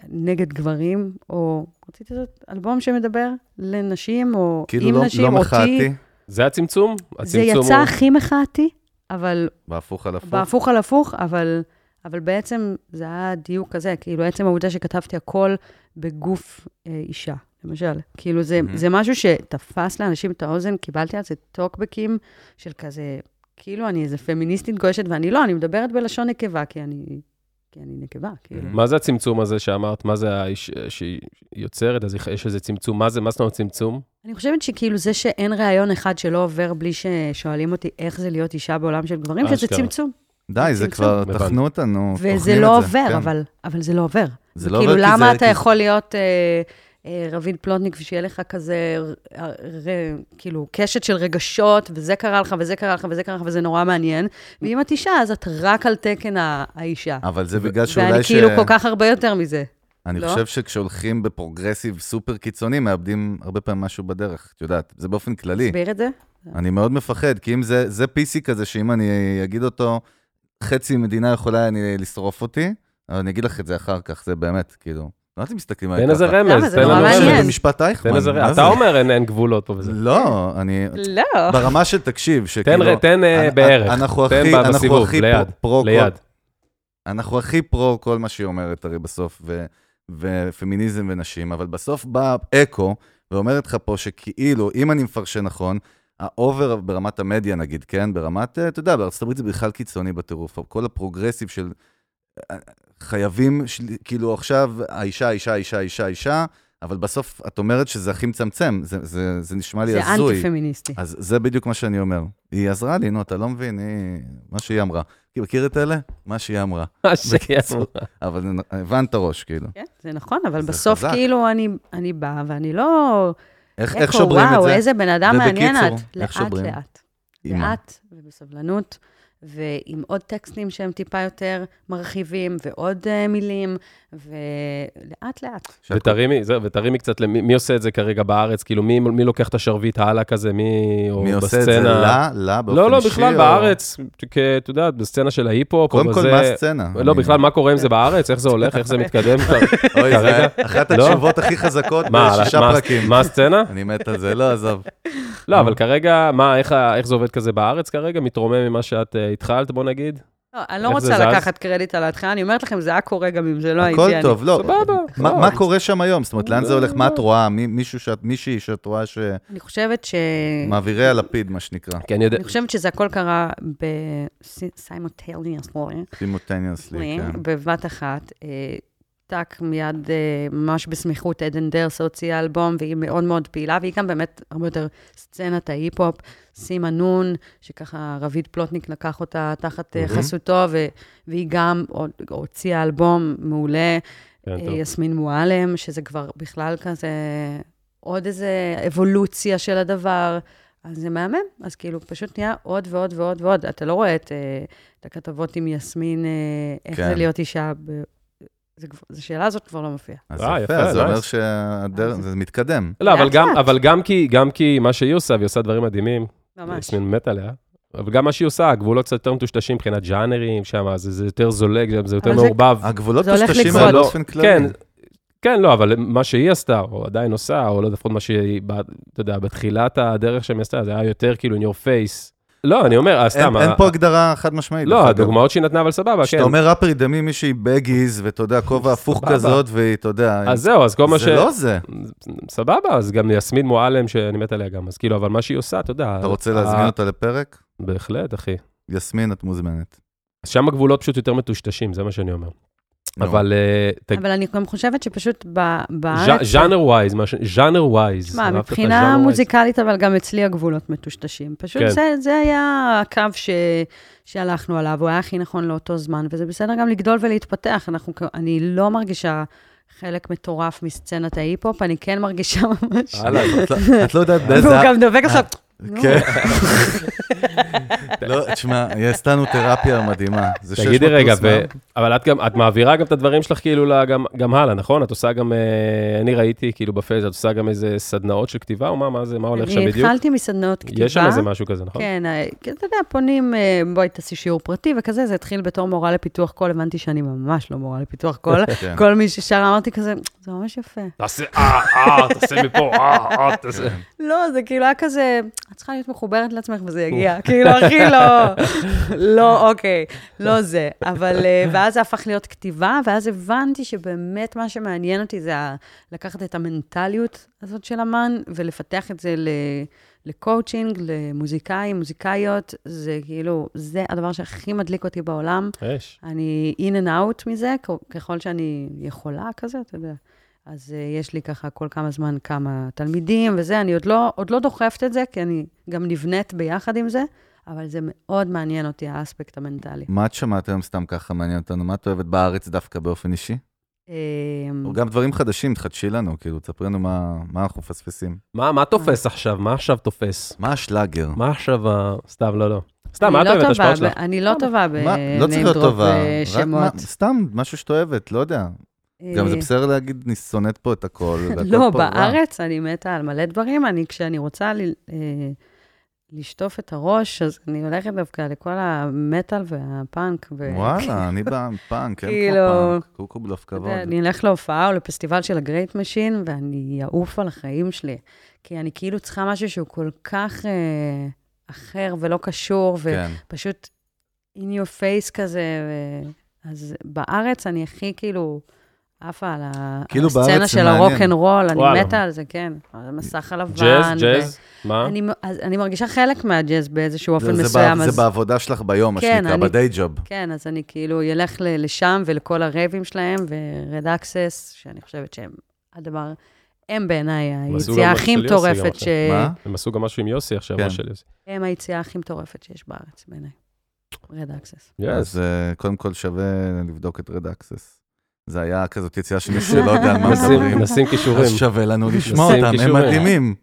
נגד גברים, או רציתי לעשות אלבום שמדבר לנשים, או כאילו עם לא, נשים, לא אותי. מחאתי, זה הצמצום? זה הצמצום יצא הוא- הכי מחאתי, אבל בהפוך על הפוך. בהפוך על הפוך, אבל, אבל בעצם זה היה דיוק כזה, כאילו עצם העובדה שכתבתי הכל בגוף אה, אישה, למשל. כאילו זה, מהמם. mm-hmm. זה משהו שתפס לאנשים את האוזן, קיבלתי על זה טוקבקים של כזה, כאילו אני איזה פמיניסטית גועשת, ואני לא, אני מדברת בלשון נקבה, כי אני, כי אני נקבה, כאילו. מהמם. מה זה הצמצום הזה שאמרת? מה זה האיש אה, שהיא יוצרת? אז יש איזה צמצום. מה זה, מה זאת אומרת אה, צמצום? אני חושבת שכאילו זה שאין ראיון אחד שלא עובר בלי ששואלים אותי איך זה להיות אישה בעולם של גברים, שזה אשכרה. צמצום. די, זה צמצום. כבר, הבנתי. תחנו אותנו, וזה טוחנים לא את זה, עובר, כן. אבל, אבל זה לא עובר. זה לא כאילו, עובר כי למה זה- אתה כי- יכול להיות אה, אה, רביד פלוטניק ושיהיה לך כזה, ר, ר, כאילו, קשת של רגשות, וזה קרה לך, וזה קרה לך, וזה קרה לך, וזה נורא מעניין. ואם את אישה, אז את רק על תקן ה- האישה. אבל זה בגלל שאולי ואני ש... כאילו כל כך הרבה יותר מזה. אני לא? חושב שכשהולכים בפרוגרסיב סופר קיצוני, מאבדים הרבה פעמים משהו בדרך, את יודעת, זה באופן כללי. תסביר את זה. אני מאוד מפחד, כי אם זה, זה PC כזה, שאם אני אגיד אותו, חצי מדינה יכולה אני, לשרוף אותי, אבל אני אגיד לך את זה אחר כך, זה באמת, כאילו, מה אתם מסתכלים עליי תן ככה? איזה למה? רמז, זה תן נורא לנו לא, מעניין. זה רמז. משפט אייכמן, תן איזה מה רמז. זה? אתה אומר אין- אין גבולות פה וזה. לא, אני... לא. ברמה של תקשיב, תן שכאילו... ר- תן אה, כאילו, אנ- בערך. אנחנו תן הכי, ב- אנחנו בסיבוב, הכי ליד, פרו- פרו, כל- ליד. אנחנו הכי פרו כל מה שהיא אומרת הרי בסוף, ו, ופמיניזם ונשים, אבל בסוף בא אקו ואומרת לך פה שכאילו, אם אני מפרשן נכון, האובר ברמת המדיה נגיד, כן? ברמת, אה, אתה יודע, בארצות הברית זה בכלל קיצוני בטירוף, כל הפרוגרסיב של אה, חייבים, של, כאילו עכשיו, האישה, אישה, אישה, אישה, אישה, אבל בסוף את אומרת שזה הכי מצמצם, זה, זה, זה נשמע לי זה הזוי. אה. אנטי-פמיניסטי. אז זה בדיוק מה שאני אומר. היא עזרה לי, נו, אתה לא מבין, היא... מה שהיא אמרה. כאילו, מכיר את אלה? מה שהיא אמרה. מה שקיימנו. אבל הבנת ראש, כאילו. כן, זה נכון, אבל זה בסוף חזק. כאילו אני- אני באה ואני לא... איך, אקו, איך שוברים וואו, את זה? איזה בן אדם מעניין ובקיצור, את. איך שוברים? לאט-לאט. אימא. לאט ובסבלנות, ועם עוד טקסטים שהם טיפה יותר מרחיבים, ועוד אה, מילים, ולאט-לאט. שאת- ותרימי, זהו, ותרימי קצת, למי, מי עושה את זה כרגע בארץ? כאילו, מי, מי לוקח את השרביט הלאה כזה? מי... או מי עושה את זה? בסצנה- לה? לה באופן אישי? לא, לא, בכלל או- בארץ, כ- את יודעת, בסצנה של ההיפ-הופ, קודם או כל, בזה- מה הסצנה? לא, אני- בכלל, מה קורה עם זה בארץ? איך זה הולך? איך זה מתקדם? אוי, זה כרגע? היה אחת לא? התשובות הכי חזקות מה, בשישה מה- פרקים. Mm. מה הסצנה? אני מת על זה, לא, עזוב. לא, אבל כרגע, מה, איך ה- איך זה עובד כזה בארץ כרגע? מתרומם ממה שאת אה, התחלת, בוא נגיד? לא, אני לא איך זה רוצה זז? לקחת קרדיט על ההתחלה, אני אומרת לכם, זה היה קורה גם אם זה לא הייתי הכל אני. אה, טוב, לא. סבבה. מה לא. מה קורה שם היום? זאת אומרת, לאן זה לא, הולך? מה לא. את רואה? מי- מישהו שאת, מישהי שאת רואה אני חושבת ש... שמעבירי הלפיד, מה שנקרא. אה. כי אני יודע... אני חושבת שזה הכל קרה בסיימוטליאנס, אה, סימולטניאסלי, כן. בבת אחת. אה, טאק מיד, אה, ממש בסמיכות, עדן דרס הוציאה אלבום, והיא מאוד מאוד פעילה, והיא גם באמת הרבה יותר סצנת ההיפ-הופ. סימה נון, שככה רביד פלוטניק לקח אותה תחת אה, מהמם. חסותו, ו- והיא גם עוד- הוציאה אלבום מעולה. כן, אה, טוב. יסמין מועלם, שזה כבר בכלל כזה עוד איזה אבולוציה של הדבר. אז זה מהמם, אז כאילו פשוט נהיה עוד ועוד ועוד ועוד. אתה לא רואה את, אה, את הכתבות עם יסמין, אה, איך כן. זה להיות אישה, ב... זה כבר, זו שאלה הזאת כבר לא מופיעה. אז אה, יפה, יפה, אז זה אומר nice. שהדרך- זה מתקדם. לא, אבל לאט גם- לאט. אבל גם כי- גם כי מה שהיא עושה, והיא עושה דברים מדהימים, ממש. יסמין מתה עליה. אבל גם מה שהיא עושה, הגבולות קצת יותר מטושטשים מבחינת ג'אנרים שם, זה זה יותר זולג, זה יותר אבל זה- מעורבב. הגבולות זה הולך טושטשים לקרות. אבל לא, באופן כללי. כן, כן, לא, אבל מה שהיא עשתה, או עדיין עושה, או לא יודע, לפחות מה שהיא, ב- אתה יודע, בתחילת הדרך שהיא עשתה, זה היה יותר כאילו in your face. לא, אני אומר, אה, סתם. אין- אין ה- פה הגדרה חד משמעית. דרך לא, אגב. הדוגמאות שהיא נתנה, אבל סבבה, כן. כשאתה אומר ראפר, דמי מישהי בגיז, ואתה יודע, כובע הפוך סבבה. כזאת, והיא, אתה יודע... אז זהו, אז כל מה ש... זה לא זה. סבבה, אז גם יסמין מועלם, שאני מת עליה גם, אז כאילו, אבל מה שהיא עושה, אתה יודע... אתה רוצה להזמין ה- אותה לפרק? בהחלט, אחי. יסמין, את מוזמנת. אז שם הגבולות פשוט יותר מטושטשים, זה מה שאני אומר. נו. אבל אה, ת- אבל אני גם חושבת שפשוט ב- ז'- בארץ... ז'אנר ווייז, מה ש- ז'אנר ווייז. שמע, אהבת את מבחינה הז'אנר ווייז? מוזיקלית, אבל גם אצלי הגבולות מטושטשים. פשוט כן. זה, זה היה הקו ש, שהלכנו עליו, הוא היה הכי נכון לאותו זמן, וזה בסדר גם לגדול ולהתפתח. אנחנו, כ- אני לא מרגישה חלק מטורף מסצנת ההיפ-הופ, אני כן מרגישה ממש... אה, הלאה, את לא- את לא יודעת באיזה... והוא גם דופק עכשיו, נו, כן. לא, תשמע, היא עשתה לנו תרפיה מדהימה. זה 600 תגידי רגע, פלוס ו... מע"מ. אבל את גם, את מעבירה גם את הדברים שלך כאילו לה- גם, גם הלאה, נכון? את עושה גם, אה, אני ראיתי כאילו בפייס, את עושה גם איזה סדנאות של כתיבה, או מה, מה זה, מה הולך שם אני בדיוק? התחלתי מסדנות כתיבה. יש שם איזה משהו כזה, נכון? כן, אה, כן, אתה יודע, פונים, אה, בואי תעשי שיעור פרטי וכזה, זה התחיל בתור מורה לפיתוח קול, הבנתי שאני ממש לא מורה לפיתוח קול. כן. כל מי ששרה אמרתי כזה, זה ממש יפה. תעשה אה, אה, תעשה מפה, אה, אה, תעשה. לא, זה כאילו היה כזה, את צריכה להיות מחוברת לעצמך וזה יגיע. כאילו, הכי לא, לא, אוקיי, לא זה. אבל, אה, ואז זה הפך להיות כתיבה, ואז הבנתי שבאמת מה שמעניין אותי זה ה- לקחת את המנטליות הזאת של אמן, ולפתח את זה ל... לקואוצ'ינג, למוזיקאים, מוזיקאיות, זה כאילו, זה הדבר שהכי מדליק אותי בעולם. כן, יש. אני in and out מזה, כ- ככל שאני יכולה כזה, אתה יודע. אז אה, יש לי ככה כל כמה זמן כמה תלמידים וזה, אני עוד לא, עוד לא דוחפת את זה, כי אני גם נבנית ביחד עם זה, אבל זה מאוד מעניין אותי, האספקט המנטלי. מה את שמעת היום סתם ככה מעניין אותנו? מה את אוהבת בארץ דווקא באופן אישי? אה, או גם דברים חדשים, תחדשי לנו, כאילו, תספרי לנו מה מה אנחנו מפספסים. מה, מה תופס עכשיו? מה עכשיו תופס? מה השלאגר? מה עכשיו ה... סתם, לא, לא. סתם, מה את אני לא אוהבת טובה השפעות ב- שלך? אני לא טובה מה- לא צריך להיות ב-name drop טובה, רק שמות. מה- סתם משהו שאת אוהבת, לא יודע. גם זה אה, בסדר להגיד, אני שונאת פה את הכל, והכל פה לא, רע. בארץ אני מתה על מלא דברים. אני, כשאני רוצה ל, אה, לשטוף את הראש, אז אני הולכת דווקא לכל המטאל והפאנק. ו... וואלה, אני בא פאנק, הם כאילו- כמו פאנק, קוקו בלוף אתה כבוד. יודע, אני אלך להופעה או לפסטיבל של הגרייט משין, ואני אעוף על החיים שלי. כי אני כאילו צריכה משהו שהוא כל כך אה, אחר ולא קשור, כן, ופשוט in your face כזה. ו... אז בארץ אני הכי כאילו עפה על ה- על כאילו הסצנה בארץ זה של מעניין. הרוקנרול, וואלה. אני מתה על זה, כן. על המסך הלבן. ג'אז, ו- ג'אז, אה? מה? אני, אז אני מרגישה חלק מהג'אז באיזשהו זה- אופן זה מסוים. בע- אז, זה בעבודה שלך ביום, מה כן, שנקרא, אני- בדיי ג'וב. כן, אז אני כאילו אלך ל- לשם ולכל הרייבים שלהם, ו-Red Access, שאני חושבת שהם הדבר, הם בעיניי עשו היציאה גם הכי משהו של יוסי גם מטורפת ש... עכשיו. מה? הם עשו גם משהו עם יוסי עכשיו, כן. ראש של יוסי. הם היציאה הכי מטורפת שיש בארץ בעיניי. Red Access. יס. אז אה, קודם כל שווה לבדוק את רד אקסס. זה היה כזאת יציאה של מישהו שלא יודע על מה נשים- מדברים. נשים אז כישורים. שווה לנו לשמוע נשים אותם, הם כישורים. מדהימים.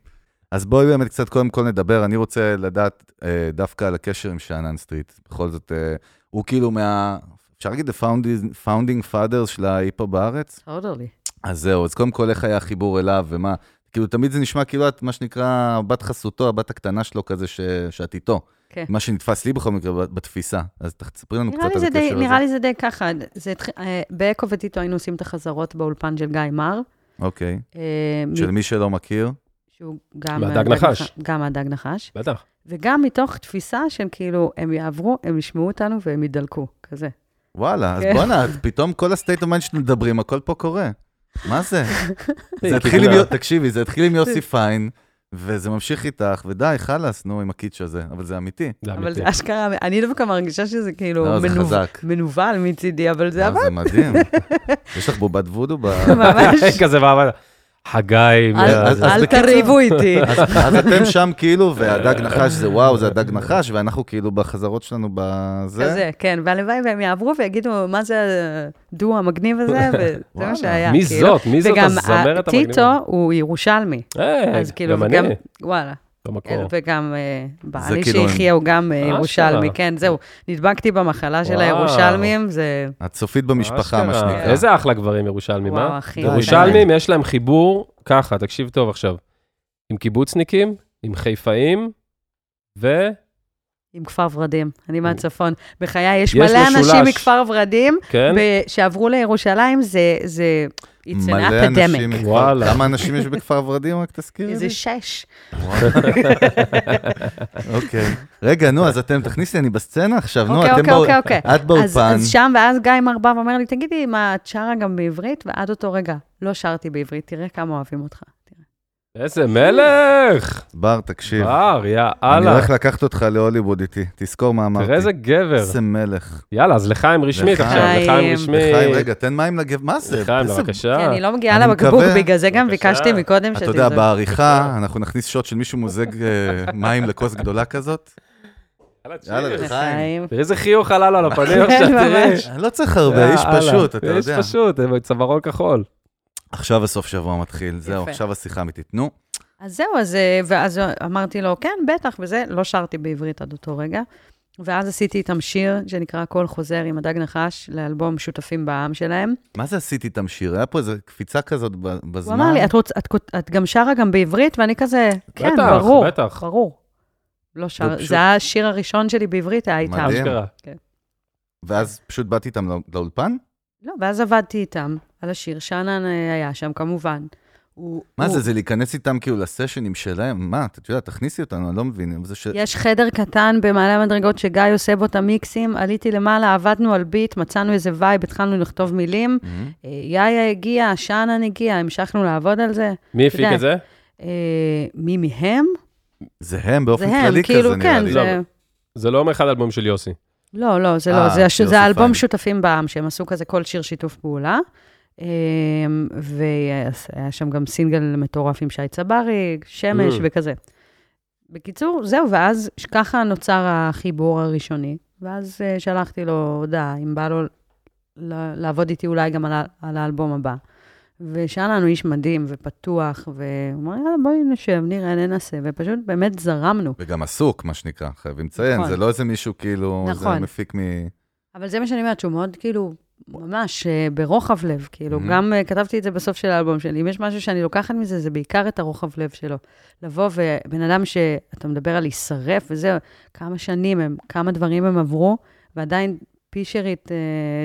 אז בואי באמת קצת קודם כל נדבר, אני רוצה לדעת אה, דווקא על הקשר עם שאנן סטריט. בכל זאת, אה, הוא כאילו מה... אפשר להגיד the founding- founding fathers של ההיפו בארץ? אורדרלי. אז זהו, אז קודם כל, איך היה החיבור אליו ומה? כאילו, תמיד זה נשמע כאילו את, מה שנקרא, בת חסותו, הבת הקטנה שלו כזה, ש... שאת איתו. כן. מה שנתפס לי בכל מקרה, ב- בתפיסה. אז תספרי לנו קצת נראה על לי, זה הקשר די, הזה. נראה לי זה די ככה, זה התח... אה, באקו וטיטו היינו עושים את החזרות באולפן של גיא מר, אוקיי. אה, מ- של מי שלא מכיר, שהוא גם... מהדג הדג נחש. נח- גם מהדג נחש. בטח. וגם מתוך תפיסה של כאילו, הם יעברו, הם ישמעו אותנו והם ידלקו, כזה. וואלה, אז כן. בואנה, אז פתאום כל הסטייט אומן שאתם מדברים, הכל פה קורה. מה זה? זה התחיל כאילו, עם, יו- תקשיבי, זה התחיל עם כן. יוסי פיין, וזה ממשיך איתך, ודי, חלאס, נו, עם הקיץ' הזה, אבל זה אמיתי. זה אבל אמיתי. זה אשכרה, אני דווקא מרגישה שזה כאילו לא, זה מנוב- חזק. מנוול מצידי, אבל זה אה, עבד זה מדהים. יש לך בובת וודו ב... ממש. אה, כזה בעבודה. חגי, אל- מה- אז- אז אל בקיצור- תריבו איתי. אז אתם שם כאילו, והדג נחש זה וואו, זה הדג נחש, ואנחנו כאילו בחזרות שלנו בזה. כזה, כן, והלוואי והם יעברו ויגידו, מה זה הדו המגניב הזה, וזה וואלה. מה שהיה. מי כאילו. זאת? מי זאת וגם הזמרת ה- המגניבה? טיטו הוא ירושלמי, היי, אז כאילו, גם וגם- אני, וואלה, במקור. וגם אה, בעלי כאילו- שהחיה הוא גם אה, אשכרה. ירושלמי, כן, זהו, נדבקתי במחלה של וואו. הירושלמים, זה את סופית במשפחה, מה אשכרה. שנקרא. איזה אחלה גברים ירושלמים, וואו, אה? אחי. ירושלמים, יש להם חיבור, ככה, תקשיב טוב עכשיו, עם קיבוצניקים, עם חיפאים, וכן, עם כפר ורדים, אני מהצפון. בחיי, יש יש מלא משולש. אנשים מכפר ורדים כן, ב- שעברו לירושלים, זה... זה it's an מלא אנשים. epidemic. מכפר- וואלה. כמה אנשים יש בכפר ורדים, רק תזכירי לי? איזה שש. אוקיי. רגע, נו, אז אתם, תכניסי, אני בסצנה עכשיו, נו, אוקיי, אתם אוקיי, באו- אוקיי, אוקיי. את אז, באולפן. אז שם, ואז גיא מרבב אומר לי, תגידי, מה, את שרה גם בעברית? ועד אותו רגע, לא שרתי בעברית, תראה כמה אוהבים אותך. תראה. איזה מלך! בר, תקשיב. בר, יא אני אללה. הולך לקחת אותך להוליווד איתי, תזכור מה אמרתי. תראה איזה גבר. איזה מלך. יאללה, אז לחיים רשמית לחיים. עכשיו, לחיים לחיים, רשמית. לחיים, רגע, תן מים לגב, מה זה? לחיים, איזה- כי בבקשה. אני לא מגיעה אני לבקבוק, מקווה- בגלל זה גם אה. בבקשה. ביקשתי מקודם אתה שתזרוק. יודע, בעריכה, אנחנו נכניס שוט של מישהו מוזג אה, מים לכוס גדולה כזאת. יאללה, צ'יל. יאללה, לחיים. לחיים. תראה איזה חיוך עלה לו על הפנים כן, עכשיו, תראה. ממש. אני לא צריך הרבה, איש יאללה, פשוט, אתה יודע. אה, איש פשוט, עם צווארון כחול. עכשיו הסוף שבוע מתחיל, זהו, יפה. עכשיו השיחה אמיתית. נו, אז זהו, אז, אה, ואז אמרתי לו, כן, בטח, וזה, לא שרתי בעברית עד אותו רגע. ואז עשיתי איתם שיר שנקרא "קול חוזר" עם הדג נחש, לאלבום שותפים בעם שלהם. מה זה עשיתי את המשיר? היה פה איזו קפיצה כזאת ב- בזמן. הוא אמר לי, את, רוצ, את, כות- את גם שרה גם בעברית? ואני כזה, כן, בטח, ברור, בטח. ברור. לא שר, פשוט- זה היה השיר הראשון שלי בעברית, היה איתם. מדהים. אשכרה. ואז פשוט באתי איתם לא- לאולפן? לא, ואז עבדתי איתם על השיר, שאנן אה, היה שם כמובן. הוא, מה הוא, זה, זה להיכנס איתם כאילו לסשנים שלהם? מה, את יודעת, תכניסי אותנו, אני לא מבין. אבל זה ש... יש חדר קטן במעלה המדרגות שגיא עושה בו את המיקסים, עליתי למעלה, עבדנו על ביט, מצאנו איזה וייב, התחלנו לכתוב מילים. מהמם. אה, יאיה הגיע, שאנן הגיע, המשכנו לעבוד על זה. מי הפיק יודע. את זה? אה, מי מהם? זה הם זה באופן הם, כללי כאילו, כזה, נראה כן, לי. זה... זה לא מאחד האלבום של יוסי. לא, לא, זה לא, אה, זה, הש... יוסי זה פיין. אלבום שותפים בעם, שהם עשו כזה כל שיר שיתוף פעולה. אמ, והיה שם גם סינגל מטורף עם שי צברי, שמש Mm. וכזה. בקיצור, זהו, ואז ש- ככה נוצר החיבור הראשוני. ואז אה, שלחתי לו הודעה, אם בא לו ל- לעבוד איתי אולי גם על, ה- על האלבום הבא. ושאל לנו איש מדהים ופתוח, והוא אמר, יאללה, בואי נשב, נראה, ננסה, ופשוט באמת זרמנו. וגם עסוק, מה שנקרא, חייבים לציין. נכון. זה לא איזה מישהו כאילו, זה נכון. מפיק מ... אבל זה מה שאני אומרת, שהוא מאוד כאילו... ממש, אה, ברוחב לב, כאילו, Mhm. גם אה, כתבתי את זה בסוף של האלבום שלי. אם יש משהו שאני לוקחת מזה, זה בעיקר את הרוחב לב שלו. לבוא ובן אדם שאתה מדבר על להישרף וזה, כמה שנים הם, כמה דברים הם עברו, ועדיין פישרית אה,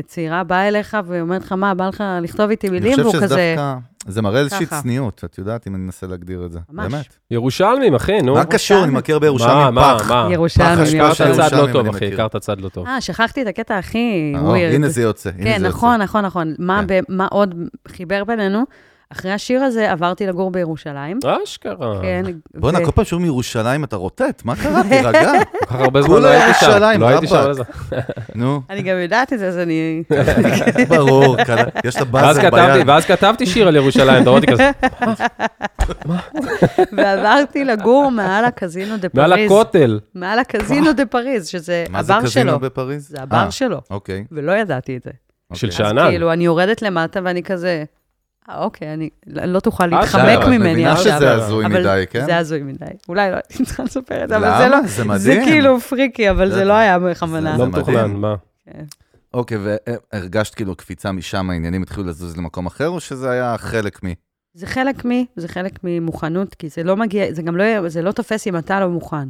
צעירה באה אליך ואומרת לך, מה, בא לך לכתוב איתי מילים? אני והוא חושב שזה כזה... דווקא, זה מראה איזושהי ככה. צניעות, את יודעת, אם אני מנסה להגדיר את זה. ממש. באמת. ירושלמים, אחי, נו. מה קשור? אני מכיר בירושלמים מה, פח. מה, מה? ירושלמי, אוקיי. פח אשפה הכרת של צד לא ירושלמים טוב, אני אחי, מכיר. הכרת צד לא טוב. אה, שכחתי את הקטע הכי אה, ווירד. הנה זה יוצא. הנה כן, זה נכון, נכון, נכון. מה, כן. ב- מה עוד חיבר בינינו? אחרי השיר הזה עברתי לגור בירושלים. אשכרה. כן. יוצא. בואנה, ו- כל פעם שאומרים ירושלים אתה רוטט, מה קרה? תירגע. כל כך הרבה זמן כולה לא הייתי ירושלים, שם. לא הייתי שם. רבאק. אז- נו, אני גם יודעת את זה, אז אני... ברור, קלה, יש לה ואז באזר כתבתי, ביד. ואז כתבתי שיר על ירושלים, דורותי כזה, ועברתי לגור מעל הקזינו דה מעל פריז. הכותל. מעל הקזינו דה פריז, שזה מה זה הבר קזינו שלו. בפריז? זה אה, הבר שלו, אוקיי. ולא ידעתי את זה. של אוקיי. שאנן. אז כאילו, אני יורדת למטה ואני כזה, "אה, אוקיי, אני לא תוכל די, להתחמק אבל את את ממני אה, מבינה עכשיו. שזה הזוי אבל מדי, כן? זה הזוי מדי. אולי לא הייתי צריכה לספר את זה, אבל זה לא... למה? זה מדהים. זה כאילו פריקי, אבל זה- זה לא היה בכוונה. זה לא מתוכנן, מדהים. מה? אוקיי, והרגשת כאילו קפיצה משם, העניינים התחילו לזוז למקום אחר, או שזה היה חלק מ... זה חלק מ... זה חלק ממוכנות, כי זה לא מגיע, זה גם לא, יהיה- זה לא תופס אם אתה לא מוכן.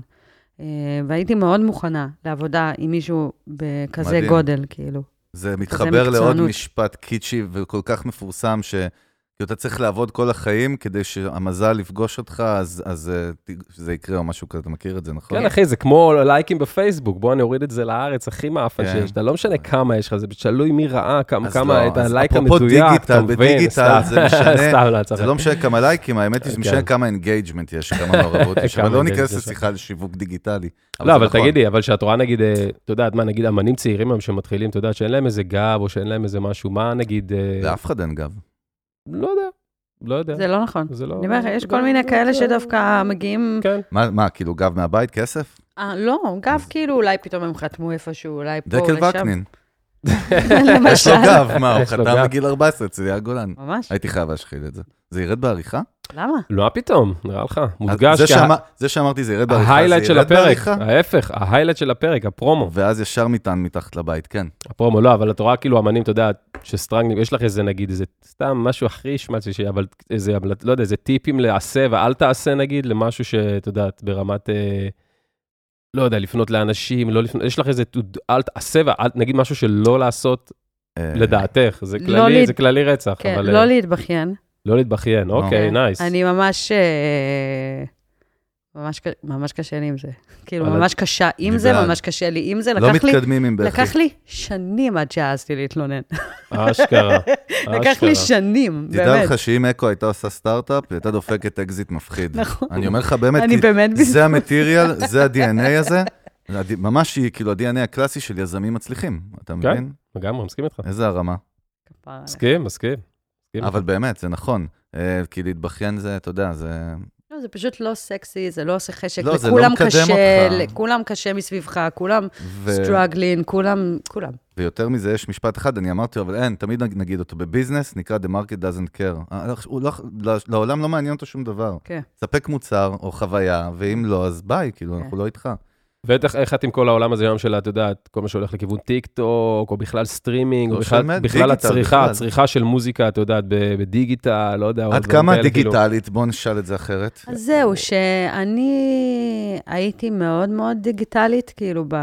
אה, והייתי מאוד מוכנה לעבודה עם מישהו בכזה מדהים. גודל, כאילו. זה מתחבר לעוד מקצוענות. משפט קיצ'י וכל כך מפורסם, ש... כי אתה צריך לעבוד כל החיים כדי שהמזל יפגוש אותך, אז, אז אה, ת- זה יקרה או משהו כזה, אתה מכיר את זה, נכון? כן, אחי, זה כמו לייקים בפייסבוק, בוא נוריד את זה לארץ, הכי מאפן כן. שיש. אתה לא משנה כמה יש לך, זה תלוי מי ראה, כמה, אז כמה, לא, את אז הלייק אפרופו המדויק, דיגיטל, אתה מבין, בדיגיטל סתם, זה משנה. סתם, לא, צריך. זה לא משנה כמה לייקים, האמת היא, זה משנה כן. כמה אינגייג'מנט יש, כמה מעורבות יש, כמה אבל לא ניכנס engagement יש. לשיחה על שיווק דיגיטלי. לא, זה אבל נכון. תגידי, אבל שאת רואה נגיד, אה, את יודעת מה, נגיד אמנים צעירים היום שמתחילים, את יודעת שאין להם איזה גב, או שאין להם איזה משהו, מה נגיד, אה, לאף אחד אין גב. לא יודע, לא יודע. זה לא נכון. זה לא... אני אומרת, יש לא- כל מיני לא- כאלה לא- שדווקא מגיעים... כן. מה, מה, כאילו גב מהבית, כסף? אה, לא, גב כאילו, אולי פתאום הם חתמו איפשהו, אולי פה, אולי שם. דקל וקנין. יש לו למשל. גב, מה, הוא יש לו חתם גב. בגיל 14 אצל יאיר גולן. ממש? הייתי חייב להשחיל את זה. זה ירד בעריכה? למה? לא, מה פתאום, נראה לך, אז מודגש. זה שה- שאמר- זה שאמרתי, זה ירד בעריכה, זה ההיילייט של ירד הפרק, אה. בעריכה. ההפך, ההיילייט של הפרק, הפרומו. ואז ישר מטען מתחת לבית, כן. הפרומו, לא, אבל את רואה כאילו אמנים, אתה יודע, שסטרנגלים, יש לך איזה נגיד, איזה סתם משהו הכי שמעתי, ש- אבל איזה, אבל לא יודע, איזה טיפים לעשה ואל תעשה נגיד, למשהו שאת יודעת, ברמת, אה, לא יודע, לפנות לאנשים, לא לפנות, יש לך איזה, תוד- אל תעשה ואל, נגיד משהו שלא לעשות, אה, לדעתך, זה לא כללי, להת- זה כללי רצח, כן, אבל לא אה, להתבכיין. לא להתבכיין, אוקיי, כן. נייס. אני ממש... אה, ממש ק- ממש קשה לי עם זה. כאילו, אבל- ממש קשה עם אני זה, בעד. ממש קשה לי עם זה. לא לקח לי מתקדמים עם בכי. לקח לי שנים עד שהעזתי להתלונן. אשכרה, לקח לי שנים, תדע באמת. לך שאם אקו הייתה עושה סטארט-אפ, היא הייתה דופקת אקזיט מפחיד. נכון. אני אומר לך באמת, אני כי באמת... זה המטריאל, זה ה-DNA הזה. זה הד- ממש היא, כאילו, ה-DNA הקלאסי של יזמים מצליחים, אתה כן. מבין? לגמרי, מסכים איתך. איזה הרמה. כפרה עליך. מסכים, מסכים. מסכים אבל באמת, זה נכון. אה, כי להתבכיין זה, אתה יודע, זה... לא, זה פשוט לא סקסי, זה לא עושה חשק. לא, זה לא לכולם מקדם קשה, אותך. לכולם קשה מסביבך, כולם ו- סטראגלין, כולם, כולם. ויותר מזה, יש משפט אחד, אני אמרתי, אבל אין, תמיד נג- נגיד אותו בביזנס, נקרא The market doesn't care. אה, הוא לא- לא- לעולם לא מעניין אותו שום דבר. כן. ספק מוצר או חוויה, ואם לא, אז ביי, כאילו, כן. אנחנו לא איתך. בטח איך את עם כל העולם הזה היום של, את יודעת, כל מה שהולך לכיוון טיק טוק, או בכלל סטרימינג, לא או בכלל, שומע, בכלל דיגיטל, הצריכה, בכלל. הצריכה של מוזיקה, את יודעת, ב- בדיגיטל, לא יודע, או עד דברים כמה כאלה, כאילו. דיגיטלית, בואו נשאל את זה אחרת. אז זהו, שאני הייתי מאוד מאוד דיגיטלית, כאילו, ב...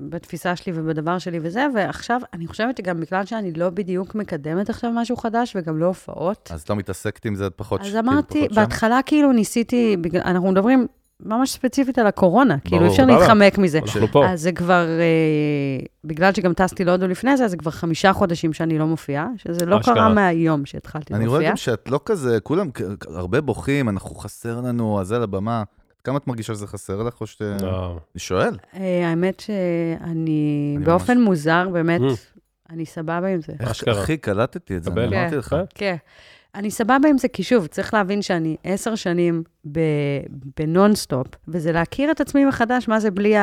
בתפיסה שלי ובדבר שלי וזה, ועכשיו, אני חושבת שגם בגלל שאני לא בדיוק מקדמת עכשיו משהו חדש, וגם לא הופעות, אז לא מתעסקת עם זה עד פחות ש- אז כאילו, אמרתי, פחות שם? בהתחלה כאילו ניסיתי, בגלל- אנחנו מדברים ממש ספציפית על הקורונה, כאילו, אי אפשר סבבה. להתחמק מזה. אנחנו פה. אז זה כבר, אה, בגלל שגם טסתי להודו לפני זה, אז זה כבר חמישה חודשים שאני לא מופיעה, שזה לא אשכרה. קרה מהיום שהתחלתי אני רואה להופיע. גם שאת לא כזה, כולם כ- כ- הרבה בוכים, אנחנו חסר לנו, אז על הבמה. כמה את מרגישה שזה חסר לך, או שאת... לא. אני שואל. אה, האמת שאני ממש- באופן מוזר, באמת, Mm. אני סבבה עם זה. איך- אשכרה. אחי, קלטתי את זה, אני קבל. אמרתי כן. לך. אה? כן. אני סבבה עם זה, כי שוב, צריך להבין שאני עשר שנים ב- בנונסטופ, וזה להכיר את עצמי מחדש, מה זה בלי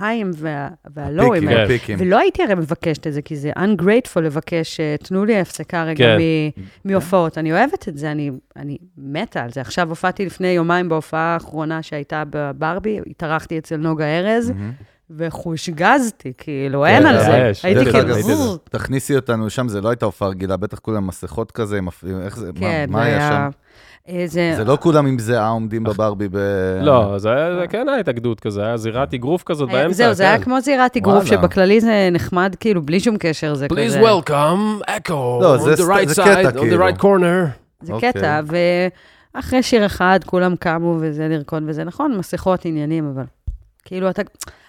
ההיים וה- והלואים. פיקים, האלה. פיקים. ולא הייתי הרי מבקשת את זה, כי זה ungrateful לבקש, אה, תנו לי הפסקה רגע כן. מ- מהופעות. אני אוהבת את זה, אני, אני מתה על זה. עכשיו הופעתי לפני יומיים בהופעה האחרונה שהייתה בברבי, התארחתי אצל נוגה ארז, מהמם. וחושגזתי, כאילו, Mm. כן, אין על זה. יש, הייתי דרך כאילו... אגב, ראיתי את זה. תכניסי אותנו לשם, זה לא הייתה הופעה רגילה, בטח כולם מסכות כזה, עם הפ- איך זה, מה- כן, מה זה היה היה... אה, שם? איזה... זה לא כולם עם זהה עומדים בברבי ב... לא, זה היה- זה כן הייתה גדוד כזה, היה זירת אגרוף כזאת אה. היה- באמצע. זהו, זה היה כן. כמו זירת לא וואלה. אגרוף, שבכללי זה נחמד, כאילו, בלי שום קשר, זה Please כזה... welcome Echo לא, on זה the סט- right זה side, קטע, on the כאילו. right corner. זה אוקיי. קטע, ואחרי שיר אחד כולם קמו וזה לרקוד וזה נכון, מסכות עניינים, אבל כאילו אתה,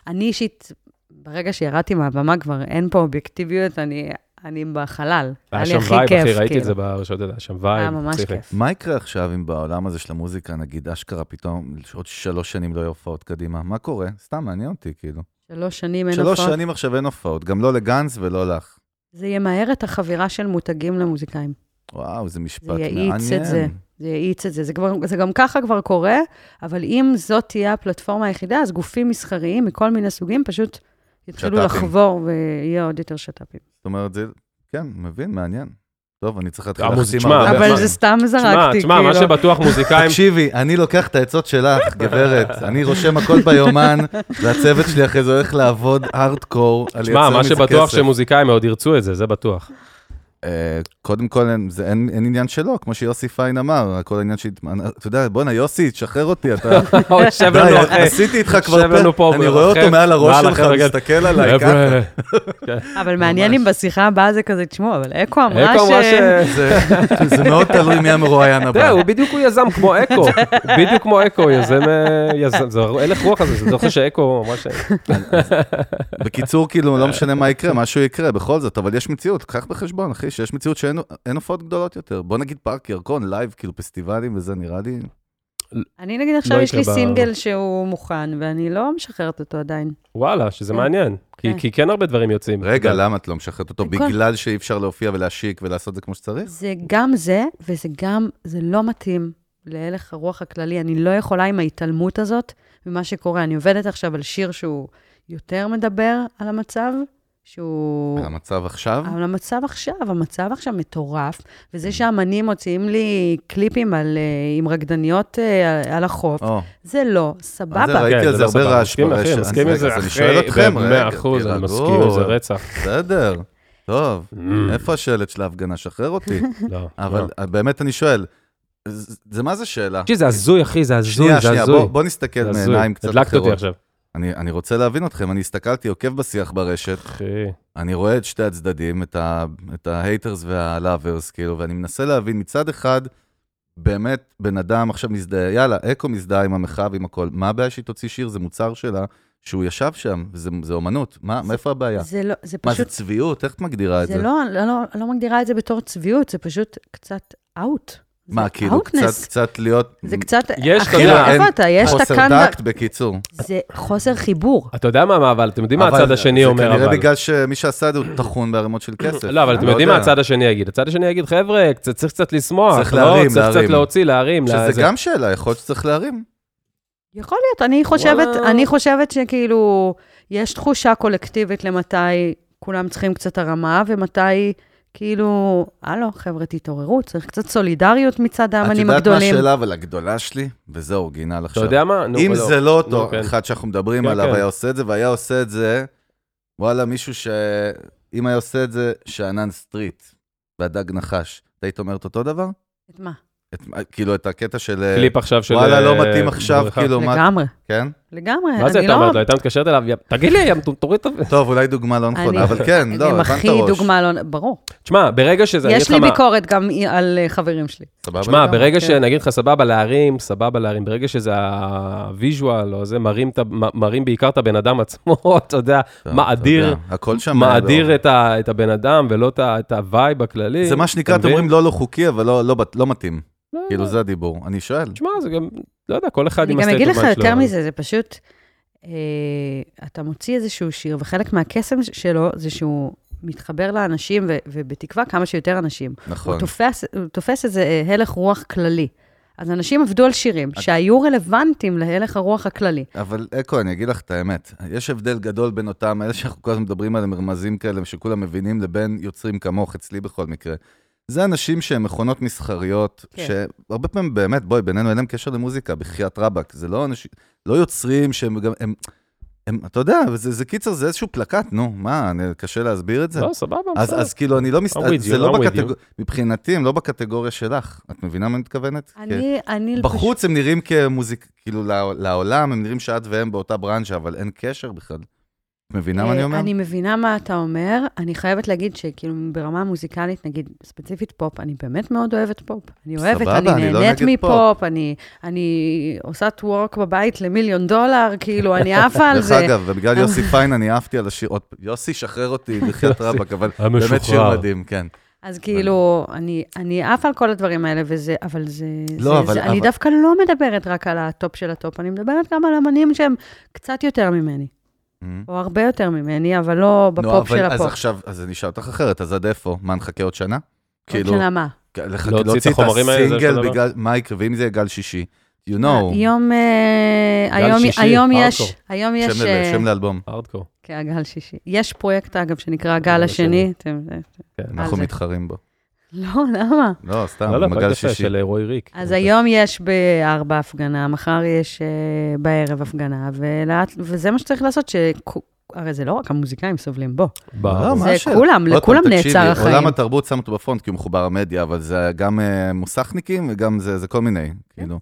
אני אישית, ברגע שירדתי מהבמה כבר אין פה אובייקטיביות, אני, אני בחלל. היה היה לי שם הכי וייב, כיף, אחי, ראיתי את כאילו. זה ברשתות, היה שם וייב. היה ממש פסיכי. כיף. מה יקרה עכשיו אם בעולם הזה של המוזיקה, נגיד אשכרה פתאום, עוד שלוש שנים לא יהיו הופעות קדימה? מה קורה? סתם מעניין אותי, כאילו. שלוש שנים אין שלוש הופעות. שנים עכשיו אין הופעות, גם לא לגנץ ולא לך. זה ימהר את החבירה של מותגים למוזיקאים. וואו, זה משפט זה מעניין. יאיץ את זה. זה יאיץ את זה. זה, כבר, זה גם ככה כבר קורה, אבל אם זאת תהיה הפלטפורמה היחידה, אז גופים מסחריים מכל מיני סוגים פשוט יתחילו שת"פים. לחבור ויהיה עוד יותר שת"פים. זאת אומרת, זה... כן, מבין, מעניין. טוב, אני צריך להתחיל המוז- להחתים תשמע, הרבה אבל אבל דברים. זה סתם תשמע, זרקתי, כאילו. תשמע, מה שבטוח מוזיקאים... תקשיבי, אני לוקח את העצות שלך, גברת. אני רושם הכל ביומן, והצוות שלי אחרי זה הולך לעבוד הארדקור, על תשמע, לייצר מה מזה שבטוח כסף. שמוזיקאים מאוד ירצו את זה, זה בטוח. אה, קודם כל, אין- זה אין אין עניין שלו, כמו שיוסי פיין אמר, הכל עניין ש... אתה יודע, בואנה, יוסי, תשחרר אותי, אתה... הוא יושב לא די, לנו אחרי. עשיתי איתך יושב כבר לנו פה פה, אני רואה ברחב, אותו מעל הראש מעל שלך, החבר'ה, כן. מסתכל עליי ככה. חבר'ה, אבל מעניין אם בשיחה הבאה זה כזה, תשמעו, אבל אקו אמרה אקו אמרה ש... ש... אוקיי. זה זה מאוד תלוי מי המרואיין הבא. תראה, הוא בדיוק הוא יזם כמו אקו, בדיוק כמו אקו, יזם, אה, יזם, זה הלך רוח הזה, זה זוכר שאקו ממש... בקיצור, כאילו, לא משנה מה יקרה, משהו יקרה בכל זאת, אבל יש מציאות, קח בחשבון, אחי, שיש מציאות שאין אין הופעות גדולות יותר. בוא נגיד פארק ירקון, לייב, כאילו פסטיבלים וזה, נראה לי... אני נגיד עכשיו יש לי יקרה ב- סינגל שהוא מוכן, ואני לא משחררת אותו עדיין. וואלה, שזה כן. מעניין, כי- כן. כי כן הרבה דברים יוצאים. רגע, למה את לא משחררת אותו? הכל. בגלל שאי אפשר להופיע ולהשיק ולעשות את זה כמו שצריך? זה גם זה, וזה גם, זה לא מתאים להלך הרוח הכללי. אני לא יכולה עם ההתעלמות הזאת ממה שקורה. אני עובדת עכשיו על שיר שהוא יותר מדבר על המצב, שהוא... על המצב עכשיו? אבל המצב עכשיו, המצב עכשיו מטורף, וזה שהאמנים מוציאים לי קליפים על, אה, עם רקדניות אה, על החוף, או, זה לא מה זה סבבה. ראיתי כן, זה על זה לא הרבה סבבה. רעש מסכים, אחי, ברשת. מסכים עם אז זה רגע, אז אחרי, אני שואל אתכם, רגע, במאה אחוז, אני מסכים עם זה תירגעו. רצח. בסדר, טוב. איפה השלט של ההפגנה? שחרר אותי. לא, אבל אה, לא. באמת אני שואל, זה זה מה זה שאלה? תקשיב, זה הזוי, אחי, זה הזוי, שנייה, זה שנייה, הזוי. בוא- בוא נסתכל זה הזוי. מעיניים קצת הדלקת אותי אחרות. עכשיו. אני אני רוצה להבין אתכם, אני הסתכלתי, עוקב בשיח ברשת, אחי, אני רואה את שתי הצדדים, את ה- את ההייטרס והלאברס, כאילו, ואני מנסה להבין, מצד אחד, באמת, בן אדם עכשיו מזדהה, יאללה, אקו מזדהה עם המחאה ועם הכל, מה הבעיה שהיא תוציא שיר? זה מוצר שלה, שהוא ישב שם, וזה זה אומנות, מה, מאיפה הבעיה? זה לא, זה מה, זה פשוט, צביעות? איך את מגדירה את זה, זה? לא, אני לא, אני לא מגדירה את זה בתור צביעות, זה פשוט קצת אאוט. מה, כאילו, קצת- קצת להיות... זה קצת, יש, אתה אחי, יודע, איפה אין- אתה? יש את חוסר הקן, טקט, בקיצור. זה חוסר חיבור. אתה יודע מה, אבל אתם יודעים מה אבל הצד השני אומר, זה אבל. כנראה בגלל שמי שעשה את זה הוא טחון בערימות של כסף. לא, אבל אתם לא יודעים מה יודע. הצד השני יגיד. הצד השני יגיד, חבר'ה, קצת- צריך קצת לשמוח. צריך לא, להרים, צריך להרים. קצת להוציא, להרים. לה- שזה זה- גם שאלה, יכול להיות שצריך להרים. יכול להיות, אני חושבת, וואלה. אני חושבת שכאילו, יש תחושה קולקטיבית למתי כולם צריכים קצת הרמה, ומתי כאילו, הלו, חבר'ה, תתעוררו, צריך קצת סולידריות מצד את האמנים יודעת מה הגדולים. השאלה, אבל הגדולה שלי, וזה אורגינל אתה עכשיו. יודע מה? נו, אם אבל זה לא אותו נו, כן. אחד שאנחנו מדברים כן, כן. עליו היה עושה את זה, והיה עושה את זה, וואלה, מישהו ש... אם היה עושה את זה, שאנן סטריט, והדג נחש, את היית אומרת אותו דבר? את מה? את, כאילו, את הקטע של... אה, קליפ עכשיו של... וואלה, לא אה, מתאים עכשיו, בריכה. כאילו, מה... לגמרי, כן? לגמרי, מה זה אני הייתה לא... אומרת לו? הייתה מתקשרת אליו, "יא- תגיד לי, יא מטומ- תוריד את ה... טוב, אולי דוגמה לא נכונה, אני- אבל כן, לא, הם הבנת הכי ראש. דוגמה לא... ברור. תשמע, ברגע שזה... אני אגיד יש לך לי מה- ביקורת גם על אה, חברים שלי. סבבה תשמע, לגמרי? ברגע כן. שנגיד לך סבבה להרים, סבבה להרים, ברגע שזה הוויז'ואל או זה, מרים את ה- מ- מרים בעיקר את הבן אדם עצמו, אתה יודע, טוב, מה אתה אדיר- יודע, הכל שם... לא- מאדיר את ה- את הבן אדם ולא את ה- את הווייב הכללי. זה מה שנקרא, אתם מבין? אומרים לא לא חוקי, אבל לא- לא בת- לא מתאים. לא, כאילו, זה הדיבור. אני שואל. תשמע, זה גם, לא יודע, כל אחד אני עם גם הסטייט אגיד אוף לך מיינד יותר שלו. מזה, זה פשוט, אה, אתה מוציא איזשהו שיר, וחלק מהקסם ש- שלו זה שהוא מתחבר לאנשים, ו- ובתקווה כמה שיותר אנשים. הוא נכון. תופס, הוא תופס איזה אה, הלך רוח כללי. אז אנשים עבדו על שירים שהיו רלוונטיים להלך הרוח הכללי. אבל אקו, אני אגיד לך את האמת. יש הבדל גדול בין אותם, אלה שאנחנו כל הזמן מדברים עליהם, רמזים כאלה, שכולם מבינים, לבין יוצרים כמוך, אצלי בכל מקרה. זה אנשים שהם מכונות מסחריות, כן. שהרבה פעמים באמת, בואי, בינינו אין להם קשר למוזיקה, בחייאת רבאק. זה לא אנשים, לא יוצרים שהם גם, הם, הם, אתה יודע, זה, זה קיצר, זה איזשהו פלקט, נו, מה, אני, קשה להסביר את זה? לא, סבבה, אז, בסדר. אז כאילו, אני לא מסת... I'm with זה you, לא I'm with בקטגוריה, מבחינתי, הם לא בקטגוריה שלך. את מבינה מה אני מתכוונת? כן. אני, אני... פשוט- בחוץ הם נראים כמוזיק... כאילו, לעו- לעולם, הם נראים שאת והם באותה ברנז'ה, אבל אין קשר בכלל. את מבינה מה אני אה, אומר? אני מבינה מה אתה אומר. אני חייבת להגיד שכאילו ברמה המוזיקלית, נגיד, ספציפית פופ, אני באמת מאוד אוהבת פופ. אני אוהבת, סבבה, אני אני לא נהנית נגד פופ. מפופ, אני, אני עושה טוורק בבית למיליון דולר, כאילו, אני עפה על דרך זה. אגב, ובגלל יוסי פיין, אני אהבתי על השיר, עוד פעם, יוסי, שחרר אותי, בחייאת יוסי, רבאק, אבל באמת שיר המשוחרר. מדהים, כן. אז כאילו, אני- אני עפה על כל הדברים האלה, וזה, אבל זה... לא, זה- אבל- זה- אני אבל- דווקא לא מדברת רק על הטופ של הטופ, אני מדברת גם על אמנים שהם קצת יותר ממני, או הרבה יותר ממני, אבל לא בפופ של Mm-hmm. אז הפופ. עכשיו, אז אני אשאל אותך אחרת, אז עד איפה? מה, נחכה עוד שנה? עוד כאילו, שנה מה? לח- להוציא את החומרים האלה, זה אותו הסינגל דבר? בגלל, מה יקרה, ואם זה יהיה גל שישי? You know, היום, אה, גל היום, שישי, היום hardcore. יש, היום יש, שם ל- אה, שם לאלבום. הארדקור. כן, הגל שישי. יש פרויקט, אגב, אה, שנקרא הגל לא הגל השני. השני. אתם, אה, אנחנו זה. מתחרים בו. לא, למה? לא, סתם, לא, לא, פרק מגל יפה שישי. של אה, רוי ריק. אז היום יש בארבע הפגנה, מחר יש אה, בערב הפגנה, ולאט, וזה מה שצריך לעשות, ש... הרי זה לא רק המוזיקאים סובלים, בוא. ברור. מה זה השאלה? כולם, עוד פעם, לכולם תקשיבי, נעצר החיים. עולם התרבות שם אותו בפרונט, כי הוא מחובר למדיה, אבל זה גם אה, מוסכניקים וגם זה זה כל מיני, כן. כאילו.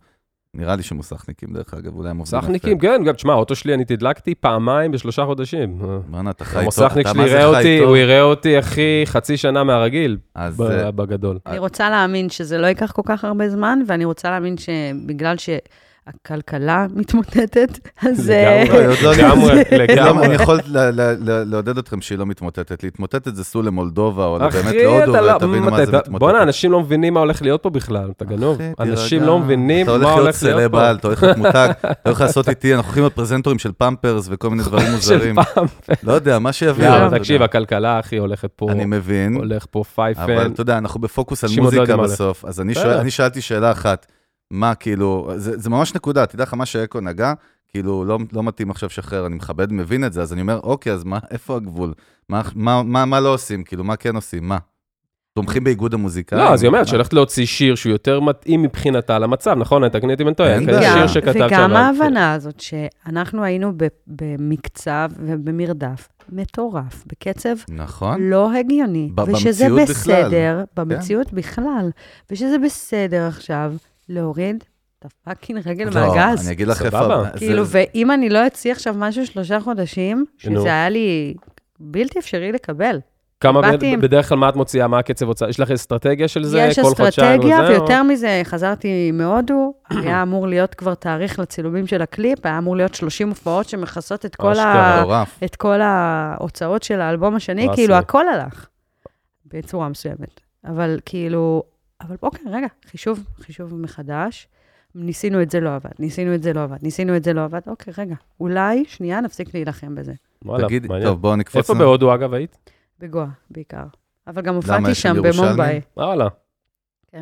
נראה לי שמוסכניקים, דרך אגב, אולי הם עובדים יפה. סחניקים, כן, גם, תשמע, האוטו שלי, אני תדלקתי פעמיים בשלושה חודשים. אה. בואנה, אתה חי איתו, המוסכניק אתה שלי מה זה יראה חי אותי, איתו? הוא יראה אותי, אחי, חצי שנה מהרגיל, אז אה, ב- בגדול. אני רוצה להאמין שזה לא ייקח כל כך הרבה זמן, ואני רוצה להאמין שבגלל שהכלכלה מתמוטטת, אז... אה, לגמרי, עוד לא לגמרי, גם אני לגמרי. יכול ל- ל- ל- לעודד אתכם שהיא לא מתמוטטת. להתמוטטת זה סעו למולדובה, או באמת אחי, להודו, אתה לא... ותבינו מה זה אתה- מתמוטטת. בואנה, אנשים לא מבינים מה הולך להיות פה בכלל, אתה גנוב. אחי, תירגע. אנשים לא מבינים אתה מה הולך להיות סלב פה. על, אתה הולך להיות מותג, אתה הולך לעשות איתי, אנחנו הולכים להיות פרזנטורים של פמפרס וכל מיני דברים מוזרים. של פעם. לא יודע, מה שיביאו. לא, אתה אבל יודע. תקשיב, הכלכלה, אחי, הולכת פה, אני מבין, הולך פה אבל פייפן. אתה יודע, אנחנו בפוקוס על שמעון לא מוזיקה יודע מה בסוף, אז אני בסדר. שואל- אני שאלתי שאלה אחת, מה כאילו, זה זה ממש נקודה, תדע לך, מה שאקו נגע, כאילו, לא- לא מתאים עכשיו לשחרר, אני מכבד, מבין את זה, אז אני אומר, אוקיי, אז מה, איפה הגבול? מה- מה- מה מה לא עושים? כאילו, מה כן עושים? מה? תומכים באיגוד המוזיקאים? לא, אז היא אומרת מה? שהולכת להוציא שיר שהוא יותר מתאים מבחינתה למצב, נכון? תקני אותי אם אני טועה. אין כן, בעיה. שיר שכתב וגם שם. ההבנה הזאת שאנחנו היינו ב- במקצב ובמרדף מטורף, בקצב נכון. לא הגיוני, ב- ושזה במציאות כן. בסדר, במציאות בכלל, ושזה בסדר עכשיו להוריד את הפאקינג רגל לא, מהגז. אני אגיד לך איפה... סבבה. זה- כן, כאילו, ואם אני לא אציא עכשיו משהו שלושה חודשים, נו. שזה היה לי בלתי אפשרי לקבל. כמה בתים. ב- בדרך כלל מה את מוציאה, מה הקצב הוצאה? יש לך אסטרטגיה של זה? יש כל חודשיים אסטרטגיה, וזה, או- ויותר מזה, חזרתי מהודו, היה אמור להיות כבר תאריך לצילומים של הקליפ, היה אמור להיות 30 הופעות שמכסות את כל, ה... אשכרה. מטורף. את כל ההוצאות של האלבום השני, רסמי. כאילו הכל הלך בצורה מסוימת. אבל כאילו, אבל אוקיי, רגע, חישוב, חישוב מחדש. ניסינו את זה, לא עבד, ניסינו את זה, לא עבד, ניסינו את זה, לא עבד. אוקיי, רגע, אולי שנייה נפסיק להילחם בזה. וואלה, תגיד, מעניין. טוב, בואו נקפוץ. איפה לנו. בהודו, אגב, היית? בגואה, בעיקר. אבל גם למה, הופעתי יש שם שם, ירושלמים? במומביי. וואלה.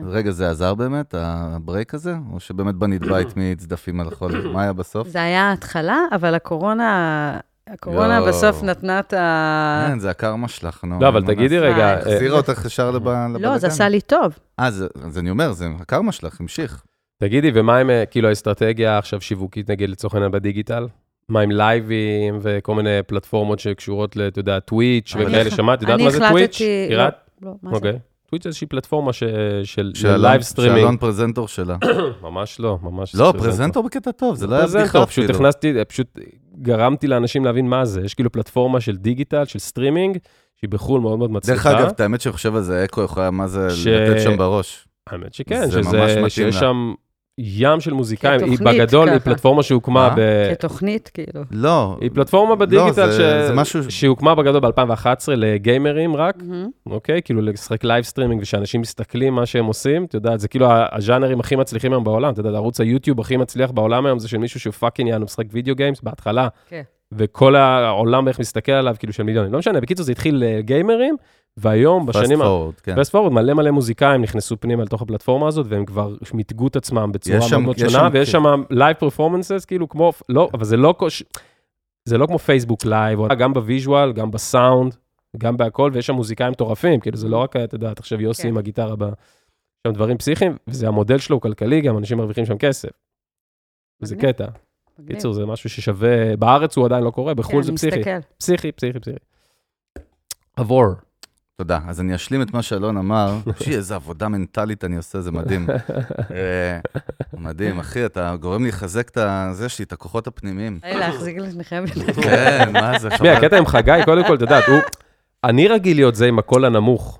רגע, זה עזר באמת, הברייק הזה? או שבאמת בנית בית מצדפים על החול? מה היה בסוף? זה היה ההתחלה, אבל הקורונה, הקורונה יואו. בסוף נתנה את ה... כן, זה הקרמה שלך, נו. לא, אבל מה נעשה? תגידי רגע, אה, אה, החזירה אותך ישר לב- לבלגן. לא, זה עשה לי טוב. אה, זה- אז אני אומר, זה הקרמה שלך, המשיך. תגידי, ומה עם, אה, כאילו, האסטרטגיה עכשיו שיווקית, נגיד, לצורך העניין בדיגיטל? מה עם לייבים וכל מיני פלטפורמות שקשורות ל, אתה יודע, טוויץ' אני וכאלה, החלט- שמעת? את יודעת אני מה זה טוויץ'? החלטתי- לא, עירת? לא, מה זה? אוקיי. טוויץ' זה איזושהי פלטפורמה ש- של שאלון- לייב שאלון סטרימינג. פרזנטור שלה. ממש לא, ממש לא, פרזנטור בקטע טוב, זה לא היה בדיחה פרזנטור, פשוט אפילו. הכנסתי, פשוט גרמתי לאנשים להבין מה זה. יש כאילו פלטפורמה של דיגיטל, של סטרימינג, שהיא בחו"ל מאוד מאוד דרך מצליחה. אגב, את האמת שאני חושב על זה, אקו יכולה, מה זה, ש- לתת שם בראש. האמת שכן, זה ממש שזה, מתאים שיש לה. שם ים של מוזיקאים. היא כתוכנית, בגדול, היא ככה. פלטפורמה שהוקמה מה? ב... כתוכנית, כאילו. לא. היא פלטפורמה בדיגיטל זה- ש- זה משהו- שהוקמה בגדול ב-2011 לגיימרים רק, מהמם. אוקיי? כאילו לשחק לייב סטרימינג ושאנשים מסתכלים מה שהם עושים, את יודעת, זה כאילו ה- הז'אנרים הכי מצליחים היום בעולם, את יודעת, ערוץ היוטיוב הכי מצליח בעולם היום זה של מישהו שהוא פאקינג יענו משחק וידאו גיימס בהתחלה. כן. וכל העולם איך מסתכל עליו, כאילו של מיליונים. לא משנה, בקיצור זה התחיל אה, גיימרים, והיום fast בשנים... ה- forward, כן. פסט פורוד, מלא מלא מוזיקאים נכנסו פנימה לתוך הפלטפורמה הזאת, והם כבר מיתגו את עצמם בצורה יש שם- מאוד מאוד יש שונה, שם- כן. ויש שם לייב פרפורמנסס, כאילו כמו, לא, אבל זה לא קוש... זה לא כמו פייסבוק לייב, או- גם בוויז'ואל, גם בסאונד, גם בהכל, ויש שם מוזיקאים מטורפים, כאילו זה לא רק, אתה יודע, תחשב יוסי כן. עם הגיטרה, ב... שם דברים פסיכיים, וזה המודל שלו, הוא כלכלי גם, אנשים מרוויחים שם כסף. וזה מגניב. קטע. מגניב. קיצור, זה משהו ששווה, בארץ הוא עדיין לא קורה, בחו"ל כן, זה פסיכי. אני מסתכל. פסיכי, פסיכי, פסיכי. עבור. תודה. אז אני אשלים את מה שאלון אמר. תשמעי, איזה עבודה מנטלית אני עושה, זה מדהים. אה, מדהים, אחי, אתה גורם לי לחזק את ה- זה שלי, את הכוחות הפנימיים. היי, להחזיק לשניכם ידיים. כן, מה זה? תשמעי, הקטע עם חגי, קודם כל, את יודעת, הוא... אני רגיל להיות זה עם הקול הנמוך,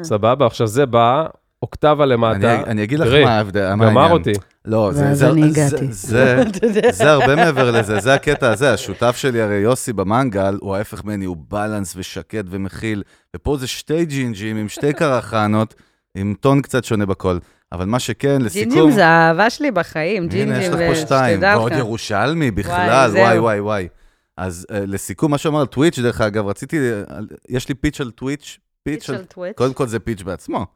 Mm. סבבה? עכשיו זה בא, אוקטבה למטה, אני- אני אגיד לך תראי, מה ההבדל, מה גמר העניין. אותי. לא, זה... ואז זה- אני זה- הגעתי. זה... אתה יודע. זה הרבה מעבר לזה, זה הקטע הזה. השותף שלי, הרי יוסי במנגל, הוא ההפך ממני, הוא בלנס ושקט ומכיל. ופה זה שתי ג'ינג'ים עם שתי קרחנות, עם טון קצת שונה בקול. אבל מה שכן, לסיכום... ג'ינג'ים זה האהבה שלי בחיים, ג'ינג'ים, הנה, יש לך פה ו- שתיים, שתדע ועוד לך. ירושלמי וואי, בכלל, זהו. וואי, וואי, וואי. אז אה, לסיכום, מה שאמר על טוויץ', דרך אגב, רציתי... אה, יש לי פיץ' על טוויץ', פיץ' על... של טוויץ'. קודם כל זה פיץ' בעצמו,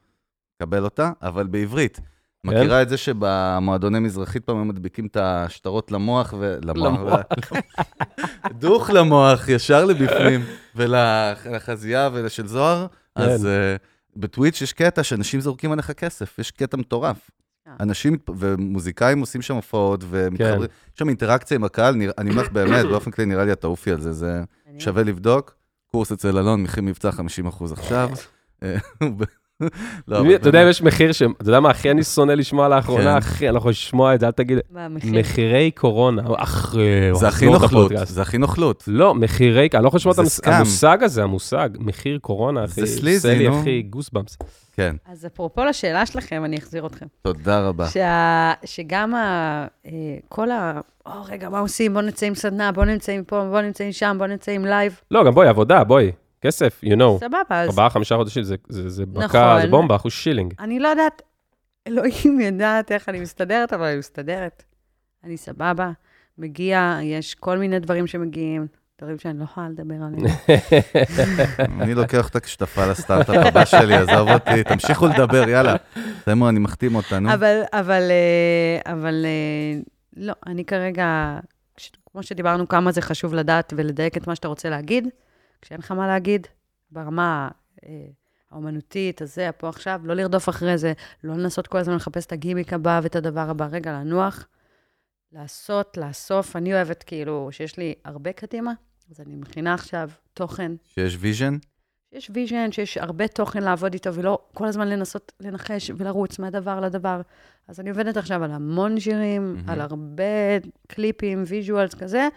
קבל אותה, אבל בעברית. מכירה את זה שבמועדוני מזרחית פעם הם מדביקים את השטרות למוח ו... למוח. ו- דוך למוח, ישר לבפנים, ולחזייה ולשל זוהר. אז אה, בטוויץ' יש קטע שאנשים זורקים עליך כסף, יש קטע מטורף. אה. אנשים מת- ומוזיקאים עושים שם הופעות, ומתחברים, יש שם אינטראקציה עם הקהל, נרא- אני אומר לך באמת, באופן כללי נראה לי את תעופי על זה, זה מעניין. שווה לבדוק. קורס אצל אלון, מחיר מבצע 50% עכשיו. אה, לא, אבל אתה יודע, אם יש מחיר ש... אתה יודע מה הכי אני שונא לשמוע כן. לאחרונה? אחי, אני לא יכול לשמוע את זה, אל תגיד... מה, המחיר? מחירי קורונה. אחי, זה הכי נחזור נוכלות, לפודקאסט. זה הכי נוכלות. לא, מחירי, אני לא יכול לשמוע את זה המס- סקאם. המושג הזה, המושג, מחיר קורונה, אחי. זה סליזי, עושה לי, נו. אחי, גוסבאמס. כן, אז אפרופו לשאלה שלכם, אני אחזיר אתכם. תודה רבה. שה... שגם ה... אה, כל ה... או, רגע, מה עושים? בוא נצא עם סדנה, בוא נמצאים פה, בוא נמצאים שם, בוא נמצאים לייב. לא, גם בואי, עבודה, בואי. כסף, you know. סבבה, אז ארבעה, חמישה חודשים, זה- זה זה בקע, נכון. זה בומבה, אחוז שילינג. אני לא יודעת, אלוהים יודעת איך אני מסתדרת, אבל אני מסתדרת. אני סבבה, מגיע, יש כל מיני דברים שמגיעים, דברים שאני לא יכולה לדבר עליהם. אני לוקח אותה כשותפה לסטארט-אפ הבא שלי, עזוב אותי, תמשיכו לדבר, יאללה. תמו, אני מחתים אותנו. אבל, אבל, אה, אבל אה, לא, אני כרגע, כש- כמו שדיברנו, כמה זה חשוב לדעת ולדייק את מה שאתה רוצה להגיד, כשאין לך מה להגיד, ברמה אה, האומנותית, הזה, פה עכשיו, לא לרדוף אחרי זה, לא לנסות כל הזמן לחפש את הגימיק הבא ואת הדבר הבא, רגע, לנוח, לעשות, לאסוף. אני אוהבת, כאילו, שיש לי הרבה קדימה, אז אני מכינה עכשיו תוכן שיש ויז'ן? שיש ויז'ן, שיש הרבה תוכן לעבוד איתו, ולא כל הזמן לנסות לנחש ולרוץ מהדבר לדבר. אז אני עובדת עכשיו על המון שירים, מהמם. על הרבה קליפים, ויז'ואלס כזה,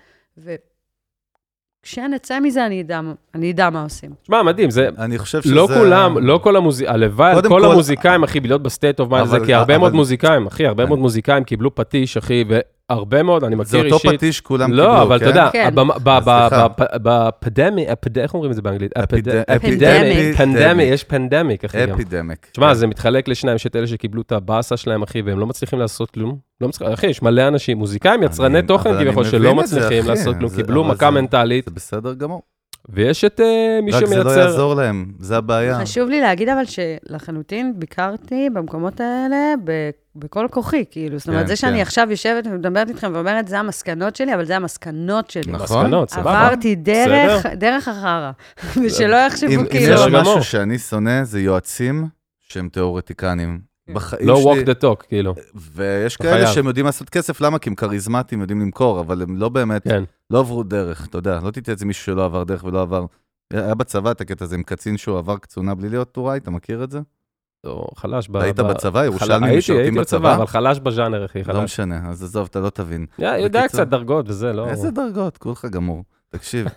וכשנצא מזה אני אדע, אני אדע מה עושים. שמע, מדהים, זה... אני חושב שזה... לא כולם, לא כל המוזיקאים, הלוואי, על קודם כל כל- המוזיקאים, אחי, להיות בסטייט אוף מיינד הזה, אבל- כי הרבה אבל- מאוד מוזיקאים, אחי, הרבה אני- מאוד מוזיקאים קיבלו פטיש, אחי, והרבה מאוד, אני זה מכיר אישית. אותו פטיש כולם קיבלו, לא, אבל אתה יודע, כן. הבמ- ב- ב- סליחה. ב- בפדמי, הפד- איך אומרים את זה באנגלית? הפד- אפיד- כן. אפידמי, אפידמי. פנדמי, יש פנדמי, אחי גם. אפידמיק. תשמע, זה מתחלק לשניים, יש את אלה שקיבלו את הבאסה שלהם, אחי, והם לא מצליחים לעשות כלום. לא מצליחים, אחי, יש מלא אנשים, מוזיקאים, יצרני אני- תוכן אבל אני כביכול, שלא מבין את זה, מצליחים אחי. לעשות כלום, זה- קיבלו אבל מכה זה- מנטלית, זה בסדר גמור. ויש את אה, מי רק זה לא שמייצר... יעזור להם, זה הבעיה. חשוב לי להגיד אבל שלחלוטין ביקרתי במקומות האלה ב- בכל כוחי, כאילו. זאת כן, אומרת, זה כן. שאני עכשיו יושבת ומדברת איתכם ואומרת, זה המסקנות שלי, אבל זה המסקנות שלי. נכון. מסקנות, סבבה. עברתי דרך, דרך החרא, ושלא אם יחשבו אם כאילו... יש בסדר גמור. משהו שאני שונא, זה יועצים שהם תיאורטיקנים. בחיים לא שלי- walk the talk, כאילו. ויש אתה כאלה חייב. שהם יודעים לעשות כסף, למה? כי הם כריזמטיים, יודעים למכור, אבל הם לא באמת, כן. לא עברו דרך, אתה יודע, לא תתייעץ עם מישהו שלא עבר דרך ולא עבר. היה בצבא את הקטע הזה עם קצין שהוא עבר קצונה בלי להיות טוראי, אתה מכיר את זה? לא, חלש. ב- היית ב- בצבא, חל- ירושלמים הייתי, משרתים הייתי בצבא? אבל חלש בז'אנר, אחי, לא חלש. משנה, אז עזוב, אתה לא תבין. יא, יודע בקיצור. קצת דרגות וזה, לא... איזה דרגות, כולך גמור. תקשיב,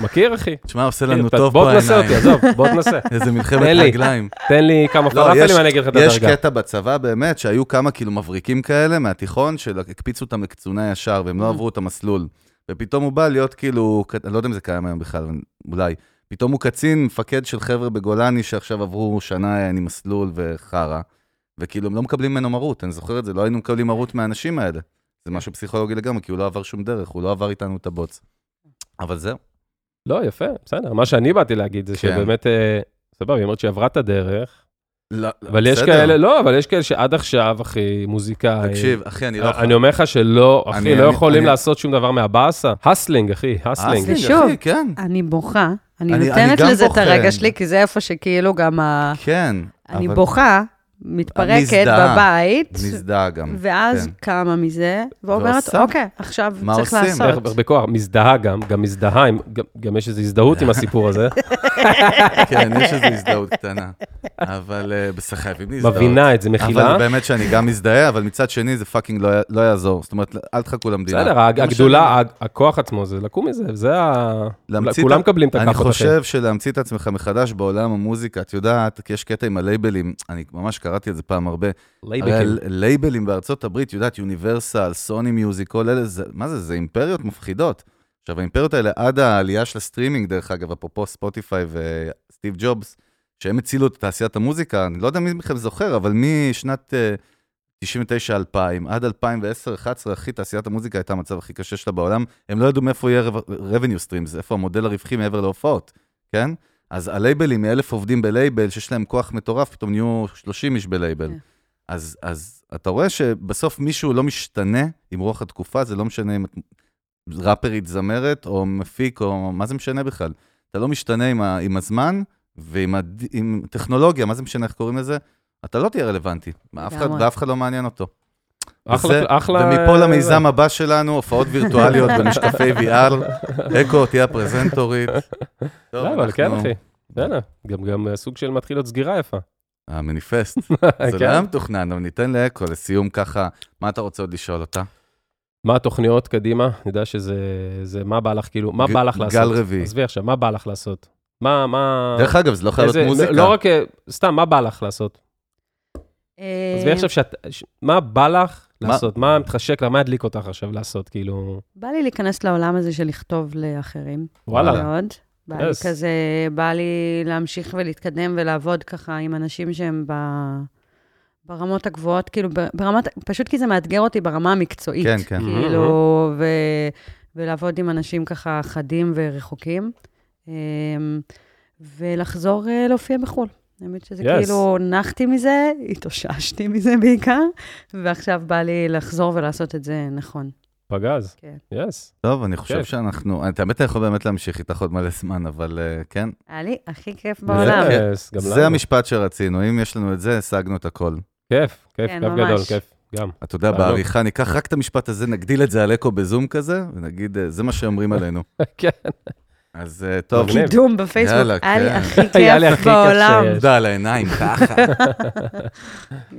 מכיר, אחי? תשמע, עושה כאילו, לנו אתה- טוב בוא פה תנסה אותי, העיניים. עזוב, בוא תנסה. איזה מלחמת אלי. רגליים. תן לי כמה לא, יש- פלאפלים, אני אגיד לך את יש הדרגה. קטע בצבא באמת, שהיו כמה כאילו מבריקים כאלה מהתיכון, שהקפיצו אותם לקצונה ישר, והם לא Mm. עברו את המסלול. ופתאום הוא בא להיות כאילו, ק- אני לא יודע אם זה קיים היום בכלל, אבל אולי. פתאום הוא קצין, מפקד של חבר'ה בגולני שעכשיו עברו שנה אה, עם מסלול וחרא, וכאילו הם לא מקבלים ממנו מרות, אני זוכר את זה, לא היינו מקבלים מרות מהאנשים האלה. זה משהו פסיכולוגי לגמרי, כי הוא לא עבר שום דרך, הוא לא עבר איתנו את הבוץ. אבל זהו. לא, יפה, בסדר. מה שאני באתי להגיד זה כן. שבאמת, אה, סבבה, היא אומרת שהיא עברה את הדרך, לא, אבל יש בסדר. כאלה, לא, אבל יש כאלה שעד עכשיו, אחי, מוזיקאים. תקשיב, אחי, אני לא יכול... אה, אני אומר לך שלא, אני- אחי, לא אני- יכולים אני- לעשות שום דבר מהבאסה. הסלינג, אחי, הסלינג. אסלינג, ושוב, אה, אחי, כן, אני בוכה, אני אני- אני נותנת גם לזה את בוחן. הרגע שלי, כי זה איפה שכאילו גם ה... כן. אה, אני אבל- בוכה מתפרקת מזדהה. בבית, מזדהה גם. ואז כן. קמה מזה, ואומרת, ועושה. אוקיי, עכשיו מה צריך עושים? איך- לעשות. הרבה כוח, מזדהה גם, גם מזדהה, עם- גם- גם יש איזו הזדהות עם הסיפור הזה, כן, יש איזו הזדהות קטנה. אבל אה, בסך חייבים להזדהות. מבינה את זה, מכילה. אבל באמת שאני גם מזדהה, אבל מצד שני זה פאקינג לא- לא יעזור. זאת אומרת, אל תחכו למדינה. בסדר, זה מה הגדולה, שאני- ה- הכוח עצמו, זה לקום מזה, זה ה... להמציא את כולם ה- מקבלים את הכאפות אני אחי. חושב שלהמציא את עצמך מחדש בעולם המוזיקה, את יודעת, כי יש קטע עם הלייבלים, אני ממש קראתי את זה פעם הרבה. הרי לייבקים. הלייבלים בארצות הברית, את יודעת, יוניברסל, סוני מיוזיק, כל אלה, זה- מה זה, זה אימפריות מפחידות. עכשיו, האימפריות האלה, עד העלייה של הסטרימינג, דרך אגב, אפרופו ספוטיפיי וסטיב ג'ובס, שהם הצילו את תעשיית המוזיקה, אני לא יודע מי מכם זוכר, אבל משנת 99-2000 עד 2010-2011, אחי, תעשיית המוזיקה הייתה המצב הכי קשה שלה בעולם. הם לא ידעו מאיפה יהיה רו- revenue streams, איפה המודל הרווחי מעבר להופעות, כן? אז הלייבלים, מאלף עובדים בלייבל, שיש להם כוח מטורף, פתאום נהיו 30 איש בלייבל. כן. אז, אז אתה רואה שבסוף מישהו לא משתנה עם רוח התקופה, זה לא משנה אם את ראפרית זמרת, או מפיק, או מה זה משנה בכלל. אתה לא משתנה עם, ה, עם הזמן ועם הד, עם טכנולוגיה, מה זה משנה איך קוראים לזה? אתה לא תהיה רלוונטי, אף אחד, לגמרי. ואף אחד לא מעניין אותו. אחלה, וזה- אחלה... ומפה למיזם הבא שלנו, הופעות וירטואליות במשקפי VR, אקו, תהיה הפרזנטורית. טוב, לא, אבל כן, אנחנו- אחי. בסדר, גם- גם אה, סוג של מתחילות סגירה יפה. המניפסט. זה לא כן. היה מתוכנן, אבל ניתן לאקו לסיום ככה, מה אתה רוצה עוד לשאול אותה? מה התוכניות קדימה? אני יודע שזה... זה מה בא לך, כאילו, מה ג- בא לך גל לעשות? רביעי. עזבי עכשיו, מה בא לך לעשות? מה, מה... דרך אגב, זה לא חייב איזה- להיות מוזיקה. לא רק... אה, סתם, מה בא לך לעשות? אה, עזבי עכשיו שאת... ש- מה בא לך מה- לעשות? מה מתחשק לך? מה ידליק אותך עכשיו לעשות? כאילו... בא לי להיכנס לעולם הזה של לכתוב לאחרים. וואלה. מאוד. בא לי Yes. כזה, בא לי להמשיך ולהתקדם ולעבוד ככה עם אנשים שהם ב... ברמות הגבוהות, כאילו, ב- ברמת, פשוט כי זה מאתגר אותי ברמה המקצועית. כן, כן. Mm-hmm. כאילו, ו, ולעבוד עם אנשים ככה חדים ורחוקים, אמ, ולחזור אה, להופיע בחו"ל. האמת שזה Yes. yes. כאילו, נחתי מזה, התאוששתי מזה בעיקר, ועכשיו בא לי לחזור ולעשות את זה נכון. פגז. כן. יס. טוב, אני חושב כיף. שאנחנו, את האמת, אני יכול באמת להמשיך איתך עוד מלא זמן, אבל אה, כן. היה לי הכי כיף בעולם. כן. יס, גם זה לנו. המשפט שרצינו, אם יש לנו את זה, השגנו את הכל. כיף, כיף, כן, כיף גדול, ממש. כיף. גם. אתה יודע, לא. בעריכה ניקח רק את המשפט הזה, נגדיל את זה על אקו בזום כזה, ונגיד, אה, זה מה שאומרים עלינו. כן. אז אה, טוב, מגניב. קידום בפייסבוק, יאללה, היה לי כן. הכי היה לי הכי כיף כיף בעולם. שיש. תודה על העיניים, אה, ככה.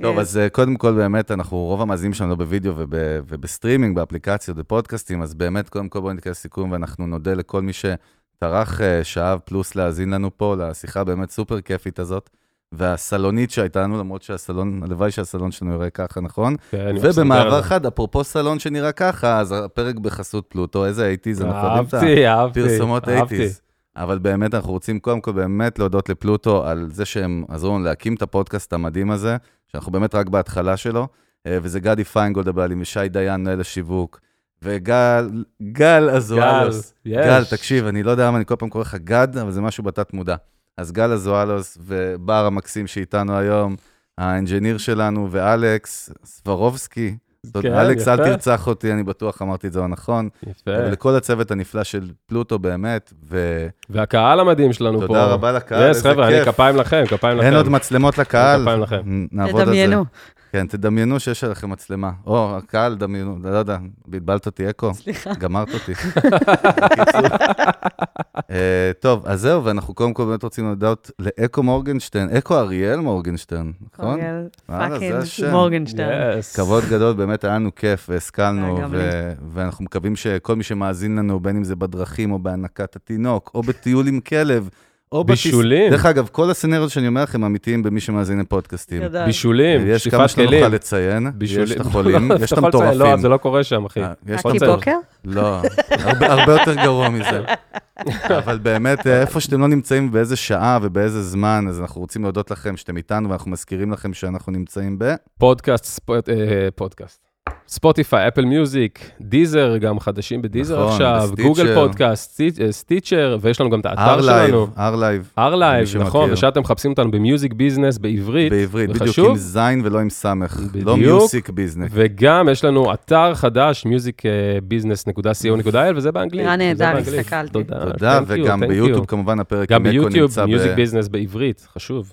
טוב, Yes. אז אה, קודם כל, באמת, אנחנו, רוב המאזינים שלנו בווידאו וב, ובסטרימינג, באפליקציות, בפודקאסטים, אז באמת, קודם כל בואו נתקדם לסיכום, ואנחנו נודה לכל מי שטרח אה, שעה פלוס להאזין לנו פה, לשיחה הבאמת סופר כיפית הזאת, והסלונית שהייתה לנו, למרות שהסלון, הלוואי שהסלון שלנו יראה ככה, נכון? כן, אני מסתדר על ובמעבר זה. חד, אפרופו סלון שנראה ככה, אז הפרק בחסות פלוטו, איזה הייתי, זה נכון, אהבתי, אהבתי. פרסומות אהבתי. 80's. אבל באמת אנחנו רוצים קודם כל באמת להודות לפלוטו על זה שהם עזרו לנו להקים את הפודקאסט המדהים הזה, שאנחנו באמת רק בהתחלה שלו, אה, וזה גדי פיינגולד הבעלים, ושי דיין מנהל השיווק, וגל, גל אזואלוס. גל, יש. גל, תקשיב, אני לא יודע למה אני כל פעם קורא לך גד, אבל זה משהו בתת מודע. אז גל אזואלוס ובר המקסים שאיתנו היום, האנג'יניר שלנו, ואלכס סברובסקי. זאת אומרת, כן, אלכס, אל יפה. תרצח אותי, אני בטוח אמרתי את זה לא נכון. יפה. ולכל הצוות הנפלא של פלוטו באמת, ותודה והקהל המדהים שלנו פה. רבה לקהל, יס, איזה חבר'ה, אני כיף. כפיים לכם, כפיים לכם. אין עוד מצלמות לקהל, כפיים לכם. נ- אה, נעבוד על זה. תדמיינו. כן, תדמיינו שיש עליכם מצלמה. או, הקהל, דמיינו, לא יודע, בלבלת אותי אקו, סליחה. גמרת אותי. בקיצור. אה, טוב, אז זהו, ואנחנו קודם כל באמת רוצים להודות לאקו מורגנשטיין, אקו אריאל מורגנשטיין, נכון? אוריאל וואלה, זה פאקינג השם. מורגנשטיין. יס. כבוד גדול, באמת היה לנו כיף, והשכלנו, היה גם ו- ואנחנו מקווים שכל מי שמאזין לנו, בין אם זה בדרכים, או בהנקת התינוק, או בטיול עם כלב, או בטיס- בישולים. דרך אגב, כל הסצנריות שאני אומר לכם אמיתיים במי שמאזין לפודקאסטים. גדול. בישולים, יש כמה שטיפת שלא נוכל כלים. לציין, בישולים. יש את החולים, לא, יש את אתה יכול לציין, המטורפים. לא, זה לא קורה שם, אחי. אה, יש את אקי קונצרט. בוקר? לא, הרבה, הרבה יותר גרוע מזה. אבל באמת, אה, איפה שאתם לא נמצאים, באיזה שעה ובאיזה זמן, אז אנחנו רוצים להודות לכם שאתם איתנו, ואנחנו מזכירים לכם שאנחנו נמצאים ב... פודקאסט, ספוט- אה, פודקאסט. ספוטיפיי, אפל מיוזיק, דיזר, גם חדשים בדיזר נכון, עכשיו, וסטיצ'ר. גוגל פודקאסט, סטי- אה, סטיצ'ר, ויש לנו גם את האתר R-Live, שלנו. R-Live. למי R-Live, שמכיר. נכון, ושאתם מחפשים אותנו במיוזיק ביזנס בעברית, בעברית, בדיוק, וחשוב. עם זין ולא עם סמך. לא בדיוק. מיוסיק ביזנס. וגם יש לנו אתר חדש, אה, musicbusiness.co.il, וזה באנגלית. נראה וזה נהדר, באנגלית. הסתכלתי. תודה, תודה, אה, thank you, וגם thank you. ביוטיוב, כמובן, הפרק גם עם אקו ביוטיוב, נמצא ב... מיוזיק ביזנס בעברית, חשוב. חשוב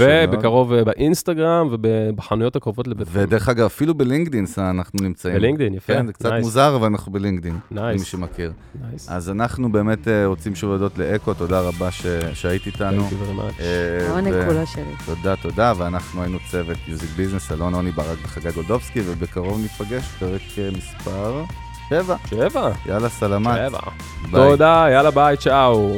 מאוד. ובקרוב אה, באינסטגרם ובחנויות הקרובות לבית ודרך אגב, אפילו בלינקדאין סע, אנחנו נמצאים. בלינקדאין, יפה. כן, זה קצת Nice, מוזר, אבל אנחנו בלינקדאין, למי nice, שמכיר. nice. אז אנחנו באמת אה, רוצים שוב להודות לאקו, תודה רבה ש- שהיית איתנו. Thank you very much. אה, העונג ו- כולו שלי. תודה, תודה, ואנחנו היינו צוות מיוזיק ביזנס, אלון עוני ברק וחגי גולדובסקי, ובקרוב ניפגש, פרק אה, מספר 7. שבע, יאללה, סלמת. שבע. ביי. תודה, יאללה ביי, צ'או.